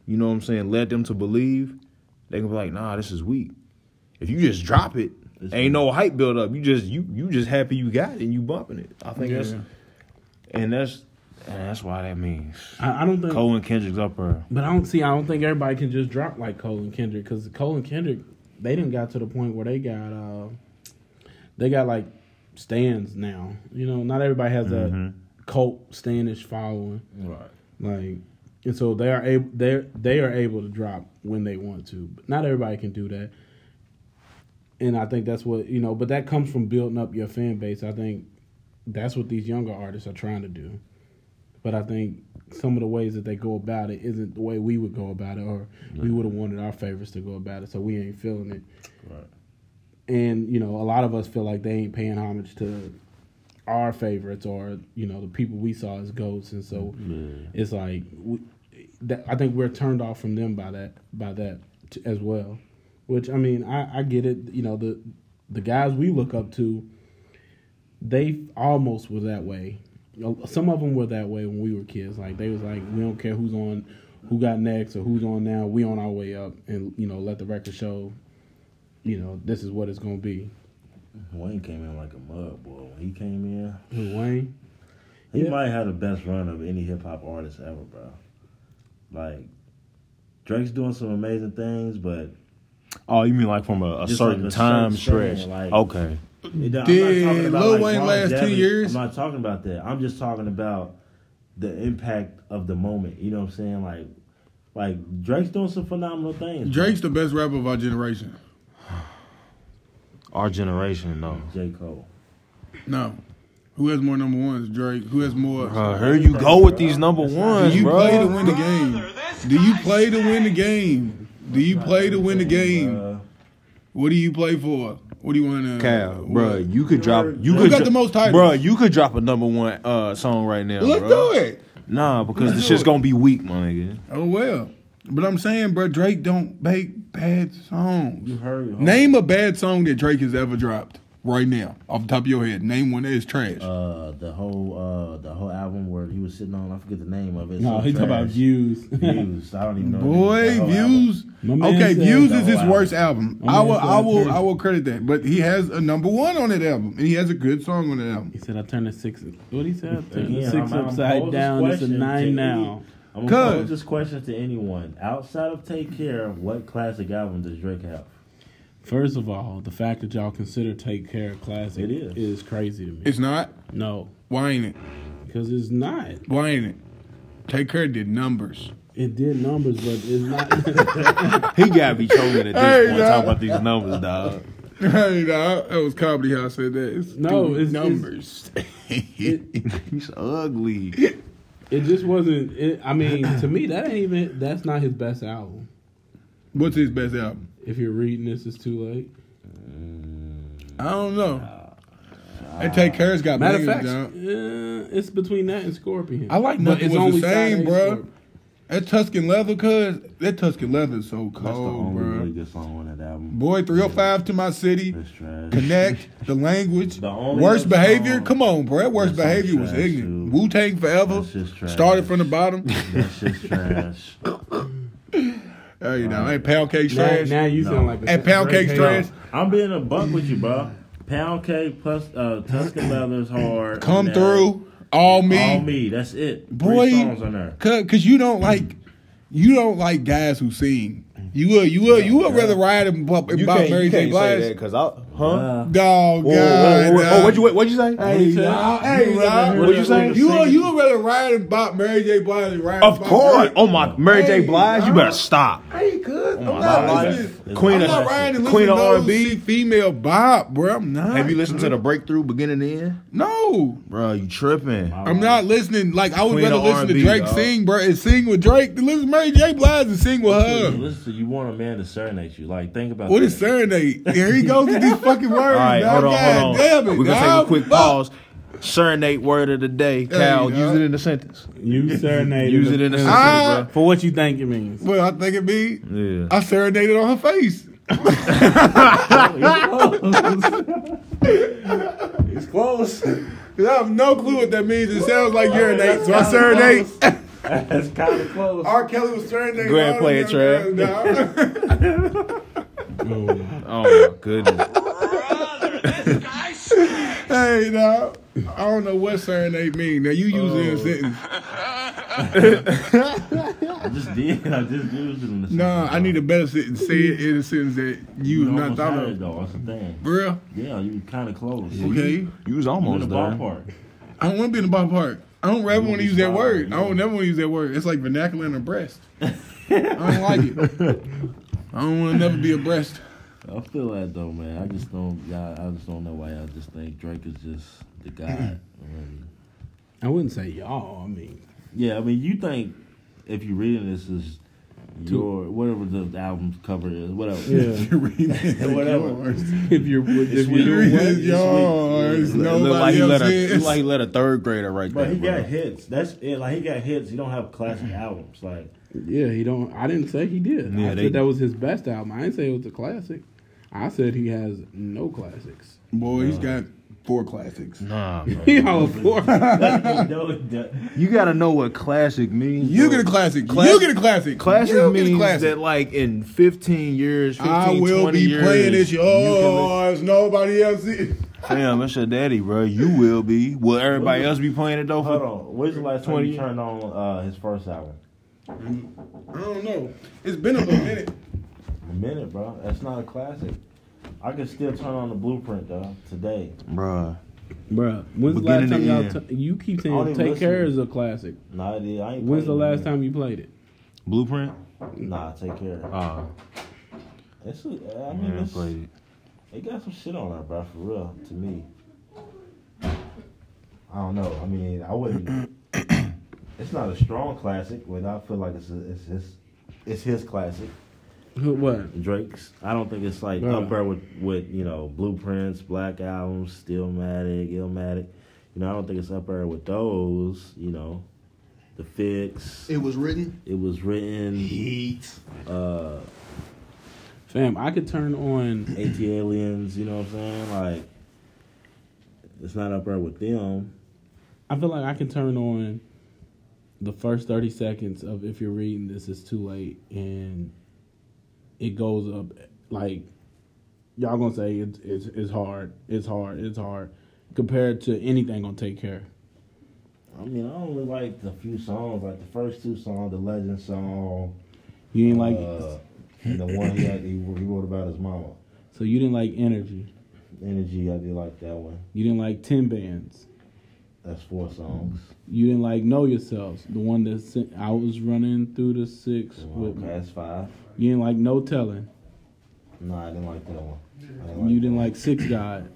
[SPEAKER 3] you know what I'm saying, led them to believe, they can be like, nah, this is weak. If you just drop it, ain't no hype build up. You just you you just happy you got it and you bumping it. I think that's and that's and that's why that means
[SPEAKER 1] I, I don't think,
[SPEAKER 3] Cole and Kendrick's up there.
[SPEAKER 1] but I don't see. I don't think everybody can just drop like Cole and Kendrick because Cole and Kendrick, they didn't got to the point where they got, uh they got like stands now. You know, not everybody has
[SPEAKER 3] Mm-hmm.
[SPEAKER 1] a cult standish following.
[SPEAKER 4] Right.
[SPEAKER 1] like and so they are able they are they are able to drop when they want to but not everybody can do that and i think that's what you know but that comes from building up your fan base i think that's what these younger artists are trying to do but i think some of the ways that they go about it isn't the way we would go about it or we would have wanted our favorites to go about it so we ain't feeling it
[SPEAKER 4] Right.
[SPEAKER 1] and you know a lot of us feel like they ain't paying homage to our favorites or you know the people we saw as goats and so it's like we, that, i think we're turned off from them by that by that t- as well which i mean I, I get it you know the the guys we look up to they almost were that way some of them were that way when we were kids like they was like we don't care who's on who got next or who's on now we on our way up and you know let the record show you know this is what it's gonna be
[SPEAKER 4] Wayne came in like a mud boy. When he came in,
[SPEAKER 1] Lil Wayne.
[SPEAKER 4] He
[SPEAKER 1] Yeah.
[SPEAKER 4] might have the best run of any hip hop artist ever, bro. Like Drake's doing some amazing things, but
[SPEAKER 3] Oh, you mean like from a, a
[SPEAKER 4] Just
[SPEAKER 3] certain
[SPEAKER 4] like a
[SPEAKER 3] time
[SPEAKER 4] certain
[SPEAKER 3] stretch?
[SPEAKER 4] thing, like-
[SPEAKER 3] okay,
[SPEAKER 4] it, I'm
[SPEAKER 2] Did
[SPEAKER 4] not talking about
[SPEAKER 2] Lil
[SPEAKER 4] like
[SPEAKER 2] Wayne last two
[SPEAKER 4] longevity.
[SPEAKER 2] years?
[SPEAKER 4] I'm not talking about that. I'm just talking about the impact of the moment. You know what I'm saying? Like, like Drake's doing some phenomenal things. bro.
[SPEAKER 2] Drake's the best rapper of our generation.
[SPEAKER 3] our generation though.
[SPEAKER 4] J Cole.
[SPEAKER 2] No. Who has more number ones? Drake. Who has more?
[SPEAKER 3] Uh, here you go with these number
[SPEAKER 2] Do
[SPEAKER 3] ones,
[SPEAKER 2] you
[SPEAKER 3] bro.
[SPEAKER 2] play to win the game? Do you play to win the game? Do you play to win the game? What do you play for? What do you want to?
[SPEAKER 3] Cal, bro, you could drop. You
[SPEAKER 2] Who
[SPEAKER 3] could
[SPEAKER 2] got
[SPEAKER 3] dro-
[SPEAKER 2] the most titles?
[SPEAKER 3] Bro, you could drop a number one uh, song right now.
[SPEAKER 2] Let's
[SPEAKER 3] bro.
[SPEAKER 2] do it.
[SPEAKER 3] Nah, because this shit's gonna be weak, my nigga.
[SPEAKER 2] Oh well, but I'm saying, bro, Drake don't make bad
[SPEAKER 4] You
[SPEAKER 2] songs.
[SPEAKER 4] heard? hold
[SPEAKER 2] Name a bad song that Drake has ever dropped right now, off the top of your head. Name one that is trash.
[SPEAKER 4] on. Uh, the whole uh, the whole album where he was sitting on. I forget the name of it. It's
[SPEAKER 1] No,
[SPEAKER 4] so
[SPEAKER 1] he talking
[SPEAKER 4] trash.
[SPEAKER 1] about views.
[SPEAKER 4] Views. I don't even know. the name of
[SPEAKER 2] Boy,
[SPEAKER 4] the whole album.
[SPEAKER 2] views.
[SPEAKER 1] My man
[SPEAKER 2] Okay,
[SPEAKER 1] said-
[SPEAKER 2] views is
[SPEAKER 4] The
[SPEAKER 2] his
[SPEAKER 4] whole
[SPEAKER 2] worst album.
[SPEAKER 1] My
[SPEAKER 2] I
[SPEAKER 1] man
[SPEAKER 2] will,
[SPEAKER 1] said
[SPEAKER 2] I will,
[SPEAKER 1] Curry.
[SPEAKER 2] I will credit that. But he has a number one on that album, and he has a good song on that album.
[SPEAKER 1] He said, I turned a six. What he said? I turned
[SPEAKER 4] Again,
[SPEAKER 1] a 6
[SPEAKER 4] I'm- I'm
[SPEAKER 1] upside
[SPEAKER 4] posing
[SPEAKER 1] down. It's a
[SPEAKER 4] questions to
[SPEAKER 1] nine
[SPEAKER 4] you.
[SPEAKER 1] now.
[SPEAKER 4] I'm gonna pose
[SPEAKER 2] Cuz-
[SPEAKER 4] this question to anyone outside of Take Care. What classic album does Drake have?
[SPEAKER 1] First of all, the fact that y'all consider Take Care a classic
[SPEAKER 4] It is.
[SPEAKER 1] is crazy to me.
[SPEAKER 2] It's not.
[SPEAKER 1] no,
[SPEAKER 2] Why ain't it?
[SPEAKER 1] because it's not.
[SPEAKER 2] Why ain't it? Take care did numbers.
[SPEAKER 1] It did numbers, but it's not.
[SPEAKER 3] He gotta be choking at this
[SPEAKER 2] Hey,
[SPEAKER 3] point.
[SPEAKER 2] nah.
[SPEAKER 3] Talking about these numbers, dog.
[SPEAKER 2] hey, nah, that was comedy how I said that. It's
[SPEAKER 1] No,
[SPEAKER 2] dude,
[SPEAKER 1] it's-
[SPEAKER 2] numbers.
[SPEAKER 1] it,
[SPEAKER 3] He's ugly.
[SPEAKER 1] it just wasn't. It, I mean, to me, that ain't even. That's not his best album.
[SPEAKER 2] What's his best album?
[SPEAKER 1] If you're reading this, it's too late.
[SPEAKER 2] I don't know. and Take Care's got
[SPEAKER 1] Uh, Matter of
[SPEAKER 2] bangers,
[SPEAKER 1] fact,
[SPEAKER 2] dog.
[SPEAKER 1] uh, it's between that and Scorpion.
[SPEAKER 2] I like
[SPEAKER 1] But
[SPEAKER 2] Nothing Was the
[SPEAKER 1] side
[SPEAKER 2] Same,
[SPEAKER 1] A
[SPEAKER 2] bruh.
[SPEAKER 1] Scorp-
[SPEAKER 2] That Tuscan leather, cuz that Tuscan leather is so
[SPEAKER 4] That's
[SPEAKER 12] Oh,
[SPEAKER 4] the
[SPEAKER 2] cold,
[SPEAKER 4] only really
[SPEAKER 2] bro.
[SPEAKER 4] good song on that album.
[SPEAKER 2] Boy, 305 to my city.
[SPEAKER 4] That's trash.
[SPEAKER 2] Connect the language.
[SPEAKER 4] The only
[SPEAKER 2] Worst
[SPEAKER 4] other
[SPEAKER 2] behavior.
[SPEAKER 4] song-
[SPEAKER 2] Come on, bro. That worst
[SPEAKER 4] That song
[SPEAKER 2] behavior was
[SPEAKER 4] trash,
[SPEAKER 2] ignorant.
[SPEAKER 4] dude.
[SPEAKER 2] Wu Tang forever.
[SPEAKER 4] That's just trash.
[SPEAKER 2] Started from the bottom.
[SPEAKER 4] That shit's trash.
[SPEAKER 2] hey, now ain't pound cake
[SPEAKER 13] Now,
[SPEAKER 2] trash.
[SPEAKER 13] now you sound like a
[SPEAKER 2] and pound cake trash.
[SPEAKER 4] I'm being a buck with you, bro. Pound cake plus uh, Tuscan leather's hard.
[SPEAKER 2] Come
[SPEAKER 4] Now,
[SPEAKER 2] through. All me.
[SPEAKER 4] All me. That's it.
[SPEAKER 2] Boy.
[SPEAKER 4] Three songs on there.
[SPEAKER 2] Cause, cause you don't like you don't like guys who sing. You would you would you would rather ride and bump and
[SPEAKER 14] You
[SPEAKER 2] bop
[SPEAKER 14] can't,
[SPEAKER 2] Mary
[SPEAKER 14] you
[SPEAKER 2] J.
[SPEAKER 14] can't say
[SPEAKER 2] Blige.
[SPEAKER 14] that because I, huh?
[SPEAKER 2] Uh, Dog,
[SPEAKER 14] Whoa, whoa,
[SPEAKER 2] God,
[SPEAKER 14] whoa, whoa.
[SPEAKER 2] dog.
[SPEAKER 14] Oh, what'd you, what'd you say?
[SPEAKER 2] Hey, dog. Hey, dog.
[SPEAKER 4] What you say?
[SPEAKER 2] You would you would rather ride and bop Mary J. Blige and ride?
[SPEAKER 3] Of
[SPEAKER 2] and bop
[SPEAKER 3] course.
[SPEAKER 2] Drake?
[SPEAKER 3] Oh my, Mary J.
[SPEAKER 2] Hey,
[SPEAKER 3] Blige, you
[SPEAKER 2] nah.
[SPEAKER 3] better stop.
[SPEAKER 2] Hey, good. I'm
[SPEAKER 3] God.
[SPEAKER 2] not listening.
[SPEAKER 3] Queen
[SPEAKER 2] I'm
[SPEAKER 3] of-
[SPEAKER 2] not riding and
[SPEAKER 3] Queen
[SPEAKER 2] listening
[SPEAKER 3] of
[SPEAKER 2] to
[SPEAKER 3] R&B.
[SPEAKER 2] R&B female bop, bro. I'm not.
[SPEAKER 15] Have you listened to the breakthrough beginning to end?
[SPEAKER 2] No,
[SPEAKER 15] Bro, you tripping.
[SPEAKER 2] I'm not listening. Like I would
[SPEAKER 15] Queen
[SPEAKER 2] rather
[SPEAKER 15] of
[SPEAKER 2] listen to
[SPEAKER 15] R&B,
[SPEAKER 2] Drake
[SPEAKER 15] dog.
[SPEAKER 2] sing, bro, and sing with Drake than listen to Mary J. Blige and sing with
[SPEAKER 12] You
[SPEAKER 2] her.
[SPEAKER 12] listen to you want a man to serenade you. Like think about
[SPEAKER 2] What
[SPEAKER 12] that.
[SPEAKER 2] is serenade? Here he goes with these fucking words.
[SPEAKER 3] All right,
[SPEAKER 2] dog.
[SPEAKER 3] hold on,
[SPEAKER 2] God
[SPEAKER 3] hold on.
[SPEAKER 2] damn it.
[SPEAKER 3] We're gonna take
[SPEAKER 2] dog.
[SPEAKER 3] a quick
[SPEAKER 2] Fuck.
[SPEAKER 3] pause. Serenade word of the day, Cal.
[SPEAKER 2] you
[SPEAKER 3] use it
[SPEAKER 2] know.
[SPEAKER 3] in a sentence.
[SPEAKER 1] You serenaded.
[SPEAKER 3] Use it in a
[SPEAKER 1] the-
[SPEAKER 3] sentence,
[SPEAKER 2] Ah.
[SPEAKER 1] for what you think it means.
[SPEAKER 2] Well, I think it be
[SPEAKER 3] bro. Yeah.
[SPEAKER 2] I serenaded on her face.
[SPEAKER 4] It's close.
[SPEAKER 2] 'Cause I have no clue what that means. It sounds like urinate, so I serenade.
[SPEAKER 4] That's kind of close.
[SPEAKER 2] R. Kelly was serenading.
[SPEAKER 3] Go ahead,
[SPEAKER 2] all
[SPEAKER 3] play
[SPEAKER 2] the
[SPEAKER 3] it,
[SPEAKER 2] young girls, dog.
[SPEAKER 3] Oh my goodness.
[SPEAKER 2] Hey, dog. I don't know what serenade mean. Now you use
[SPEAKER 3] Oh.
[SPEAKER 2] it in a sentence.
[SPEAKER 12] I just did. I just used it in the
[SPEAKER 2] Nah, I need a better sentence. Say it in a sentence that you have
[SPEAKER 12] almost
[SPEAKER 2] not thought
[SPEAKER 12] had it
[SPEAKER 2] of.
[SPEAKER 12] though. That's the thing.
[SPEAKER 2] Bruh.
[SPEAKER 12] Yeah, you kind of close.
[SPEAKER 2] Okay.
[SPEAKER 3] You was
[SPEAKER 12] You in the
[SPEAKER 3] almost there.
[SPEAKER 12] ballpark.
[SPEAKER 2] I don't want to be in the ballpark. I don't ever want to
[SPEAKER 12] be
[SPEAKER 2] use that
[SPEAKER 12] fine.
[SPEAKER 2] word. I don't never want to use that word. It's like vernacular and abreast. I don't like it. I don't want to never be abreast.
[SPEAKER 12] I feel that though, man. I just don't. Y'all, I just don't know why y'all just think Drake is just the guy. already.
[SPEAKER 1] I wouldn't say y'all. I mean,
[SPEAKER 12] yeah, I mean, you think if you're reading this is your whatever the album's cover is, whatever.
[SPEAKER 1] yeah.
[SPEAKER 2] Whatever.
[SPEAKER 1] if you're if
[SPEAKER 12] weird.
[SPEAKER 1] you're
[SPEAKER 12] It's
[SPEAKER 2] It's yours. Nobody
[SPEAKER 3] Look like he
[SPEAKER 2] else
[SPEAKER 3] let a
[SPEAKER 2] is.
[SPEAKER 3] look like he let a third grader right
[SPEAKER 4] But
[SPEAKER 3] there.
[SPEAKER 4] he got
[SPEAKER 3] Bro.
[SPEAKER 4] hits. That's it. Like he got hits. He don't have
[SPEAKER 12] Mm-hmm.
[SPEAKER 4] classic albums. Like
[SPEAKER 1] Yeah, he don't. I didn't say he did.
[SPEAKER 3] Yeah,
[SPEAKER 1] I
[SPEAKER 3] they-
[SPEAKER 1] said that was his best album. I didn't say it was a classic. I said he has no classics.
[SPEAKER 2] Boy, he's got four classics.
[SPEAKER 3] Nah, bro.
[SPEAKER 1] He all four.
[SPEAKER 4] no, that-
[SPEAKER 3] You gotta know what classic means.
[SPEAKER 2] You
[SPEAKER 3] bro.
[SPEAKER 2] get a classic.
[SPEAKER 3] Classic-
[SPEAKER 2] you get a classic.
[SPEAKER 3] Classic
[SPEAKER 2] you get a
[SPEAKER 3] means
[SPEAKER 2] classic.
[SPEAKER 3] that like in 15 years, 15,
[SPEAKER 2] I will
[SPEAKER 3] 20
[SPEAKER 2] be
[SPEAKER 3] years,
[SPEAKER 2] playing this.
[SPEAKER 3] you
[SPEAKER 2] Oh, it's nobody else. is.
[SPEAKER 3] can li- Damn, that's your daddy, bro. You will be. Will everybody else be playing it though?
[SPEAKER 4] hold
[SPEAKER 3] For,
[SPEAKER 4] on. When's the last time
[SPEAKER 3] 20
[SPEAKER 4] you turned on uh, his first album?
[SPEAKER 2] I don't know. It's been a minute.
[SPEAKER 4] A minute, bro. That's not a classic. I can still turn on the Blueprint though today.
[SPEAKER 3] bro.
[SPEAKER 1] Bruh, when's the last time
[SPEAKER 3] Beginning to
[SPEAKER 1] y'all? T- you keep
[SPEAKER 4] I don't
[SPEAKER 1] saying
[SPEAKER 4] even
[SPEAKER 1] "Take Care" is
[SPEAKER 4] listen.
[SPEAKER 1] a classic.
[SPEAKER 4] Nah, I did. I ain't.
[SPEAKER 1] When's the
[SPEAKER 4] played it
[SPEAKER 1] last
[SPEAKER 4] in a
[SPEAKER 1] time you played it?
[SPEAKER 3] Blueprint.
[SPEAKER 4] minute. Nah, take care.
[SPEAKER 3] Ah,
[SPEAKER 4] It's. A, I mean,
[SPEAKER 3] man, I
[SPEAKER 4] it's,
[SPEAKER 3] played it.
[SPEAKER 4] it got some shit on there, bro. For real, to me. I don't know. I mean, I wouldn't. it's not a strong classic, but I feel like it's a, it's his it's his classic.
[SPEAKER 1] Who- What?
[SPEAKER 4] Drake's. I don't think it's like
[SPEAKER 1] Yeah.
[SPEAKER 4] up there with with you know blueprints, black albums, Stillmatic, Illmatic. You know, I don't think it's up there with those. You know, the fix. It,
[SPEAKER 15] was written.
[SPEAKER 4] was written.
[SPEAKER 15] Heat.
[SPEAKER 4] Uh,
[SPEAKER 1] Fam, I could turn on.
[SPEAKER 4] AT Aliens. You know what I'm saying? Like, it's not up there with them.
[SPEAKER 1] I feel like I can turn on the first thirty seconds of "If You're Reading This, It's Too Late," and it goes up like y'all gonna say it's it's, it's hard, it's hard, it's hard compared to anything on "Take Care."
[SPEAKER 4] I mean, I only like the few songs, like the first two songs, the Legend song,
[SPEAKER 1] You ain't like
[SPEAKER 4] uh, and the one he, had, he he wrote about his mama.
[SPEAKER 1] so you didn't like Energy.
[SPEAKER 4] Energy, I did like that one.
[SPEAKER 1] You didn't like Ten Bands.
[SPEAKER 4] That's four songs.
[SPEAKER 1] You didn't like Know Yourselves, the one that sent, I was running through the six with.
[SPEAKER 4] Oh, Okay, that's five.
[SPEAKER 1] You didn't like No Telling.
[SPEAKER 4] No, I didn't like that one. I
[SPEAKER 1] You
[SPEAKER 4] that
[SPEAKER 1] didn't
[SPEAKER 4] one.
[SPEAKER 1] like Six God.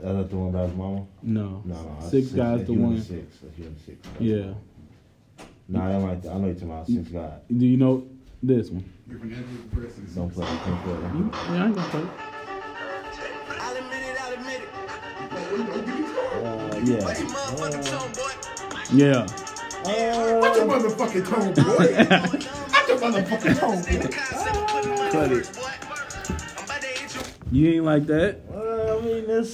[SPEAKER 4] That's not the one about his mama.
[SPEAKER 1] No.
[SPEAKER 4] No, no. that's
[SPEAKER 1] Six God's
[SPEAKER 4] that's
[SPEAKER 1] the
[SPEAKER 4] you and
[SPEAKER 1] one.
[SPEAKER 4] Six. That's you and six.
[SPEAKER 1] Yeah.
[SPEAKER 4] No, I didn't like that. I know you're talking about six God.
[SPEAKER 1] Do you know this one?
[SPEAKER 4] Don't play. Don't play.
[SPEAKER 1] Yeah, I ain't gonna play. it.
[SPEAKER 16] I'll admit it, I'll admit it.
[SPEAKER 4] Uh, yeah.
[SPEAKER 16] Motherfucking tone, boy.
[SPEAKER 1] Yeah.
[SPEAKER 9] What's your motherfucking tone, boy? What's your motherfucking tone, boy?
[SPEAKER 1] Cut it. You ain't like that.
[SPEAKER 4] Well, Uh, I mean, that's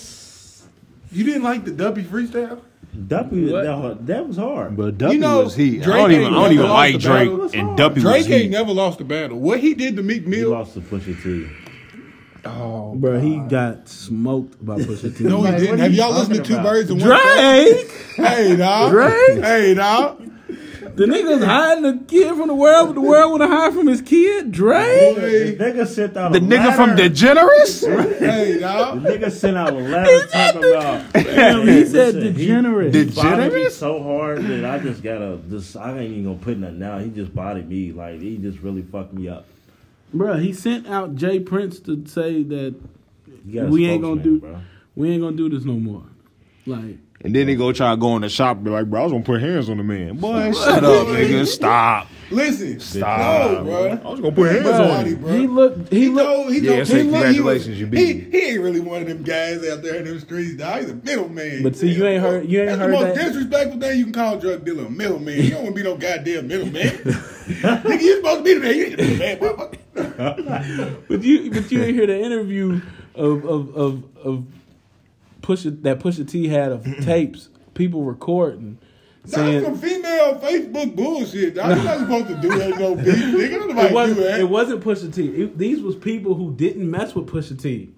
[SPEAKER 2] You didn't like the Duppy freestyle?
[SPEAKER 4] Duppy.
[SPEAKER 1] What?
[SPEAKER 4] That, that was hard.
[SPEAKER 3] But Duppy
[SPEAKER 2] You know,
[SPEAKER 3] was heat. I
[SPEAKER 2] Drake
[SPEAKER 3] don't even,
[SPEAKER 2] ain't
[SPEAKER 3] I don't
[SPEAKER 2] never
[SPEAKER 3] even
[SPEAKER 2] lost
[SPEAKER 3] like
[SPEAKER 2] the
[SPEAKER 3] Drake,
[SPEAKER 2] battle.
[SPEAKER 3] and Duppy was
[SPEAKER 2] Drake
[SPEAKER 3] heat.
[SPEAKER 2] ain't never lost a battle. What he did to Meek
[SPEAKER 4] He
[SPEAKER 2] Mill?
[SPEAKER 4] lost to Pusha T.
[SPEAKER 2] Oh,
[SPEAKER 4] Bro, he got smoked by Pusha T.
[SPEAKER 2] no, he didn't. Have y'all listened to Two Birds and One Stone?
[SPEAKER 1] Drake,
[SPEAKER 2] Hey, dog.
[SPEAKER 1] Drake?
[SPEAKER 2] Hey, dog.
[SPEAKER 1] the nigga's hiding the kid from the world, but the world want to hide from his kid. Drake,
[SPEAKER 4] The
[SPEAKER 2] Hey,
[SPEAKER 4] nigga sent out
[SPEAKER 3] The
[SPEAKER 4] a
[SPEAKER 3] nigga
[SPEAKER 4] letter.
[SPEAKER 3] from DeGeneres?
[SPEAKER 2] hey,
[SPEAKER 4] The
[SPEAKER 2] dog.
[SPEAKER 4] nigga sent out a letter talking about.
[SPEAKER 1] he said
[SPEAKER 4] Listen, he-
[SPEAKER 1] degenerate.
[SPEAKER 3] Did-
[SPEAKER 4] Bodied me
[SPEAKER 3] Degenerate?
[SPEAKER 4] so hard that I just gotta just I ain't even gonna put nothing out. He just bodied me like he just really fucked me up.
[SPEAKER 1] Bruh, he sent out Jay Prince to say that
[SPEAKER 4] You got a
[SPEAKER 1] We ain't gonna
[SPEAKER 4] spokesman,
[SPEAKER 1] do- we ain't gonna do this no more. Like,
[SPEAKER 3] And then they go try to go in the shop and be like, bro, I was gonna put hands on the man. Boy, shut up, nigga. Stop.
[SPEAKER 2] Listen.
[SPEAKER 3] Stop.
[SPEAKER 2] No, bro.
[SPEAKER 3] I was gonna put hands on
[SPEAKER 2] Body,
[SPEAKER 3] you.
[SPEAKER 2] bro.
[SPEAKER 1] he looked, he
[SPEAKER 2] He
[SPEAKER 1] looked.
[SPEAKER 2] told, he
[SPEAKER 3] Yeah,
[SPEAKER 2] told,
[SPEAKER 3] say
[SPEAKER 2] he looked- he was-
[SPEAKER 3] congratulations, you beat
[SPEAKER 2] he,
[SPEAKER 3] me.
[SPEAKER 2] he ain't really one of them guys out there in them streets. Dog. He's a middleman.
[SPEAKER 1] But see, you ain't heard- you ain't
[SPEAKER 2] That's
[SPEAKER 1] heard
[SPEAKER 2] the most
[SPEAKER 1] that-
[SPEAKER 2] disrespectful thing you can call a drug dealer a middleman. You don't want to be no goddamn middleman. Nigga, you supposed to be the man. You ain't the middleman, motherfucker.
[SPEAKER 1] But you, but you ain't hear the interview of of of of Pusha that Pusha T had of tapes, people recording,
[SPEAKER 2] That's
[SPEAKER 1] saying
[SPEAKER 2] some female Facebook bullshit. Dog. You're not supposed to do that no beef, nigga.
[SPEAKER 1] it
[SPEAKER 2] Nobody
[SPEAKER 1] wasn't
[SPEAKER 2] do that.
[SPEAKER 1] it wasn't Pusha T. It- these was people who didn't mess with Pusha T.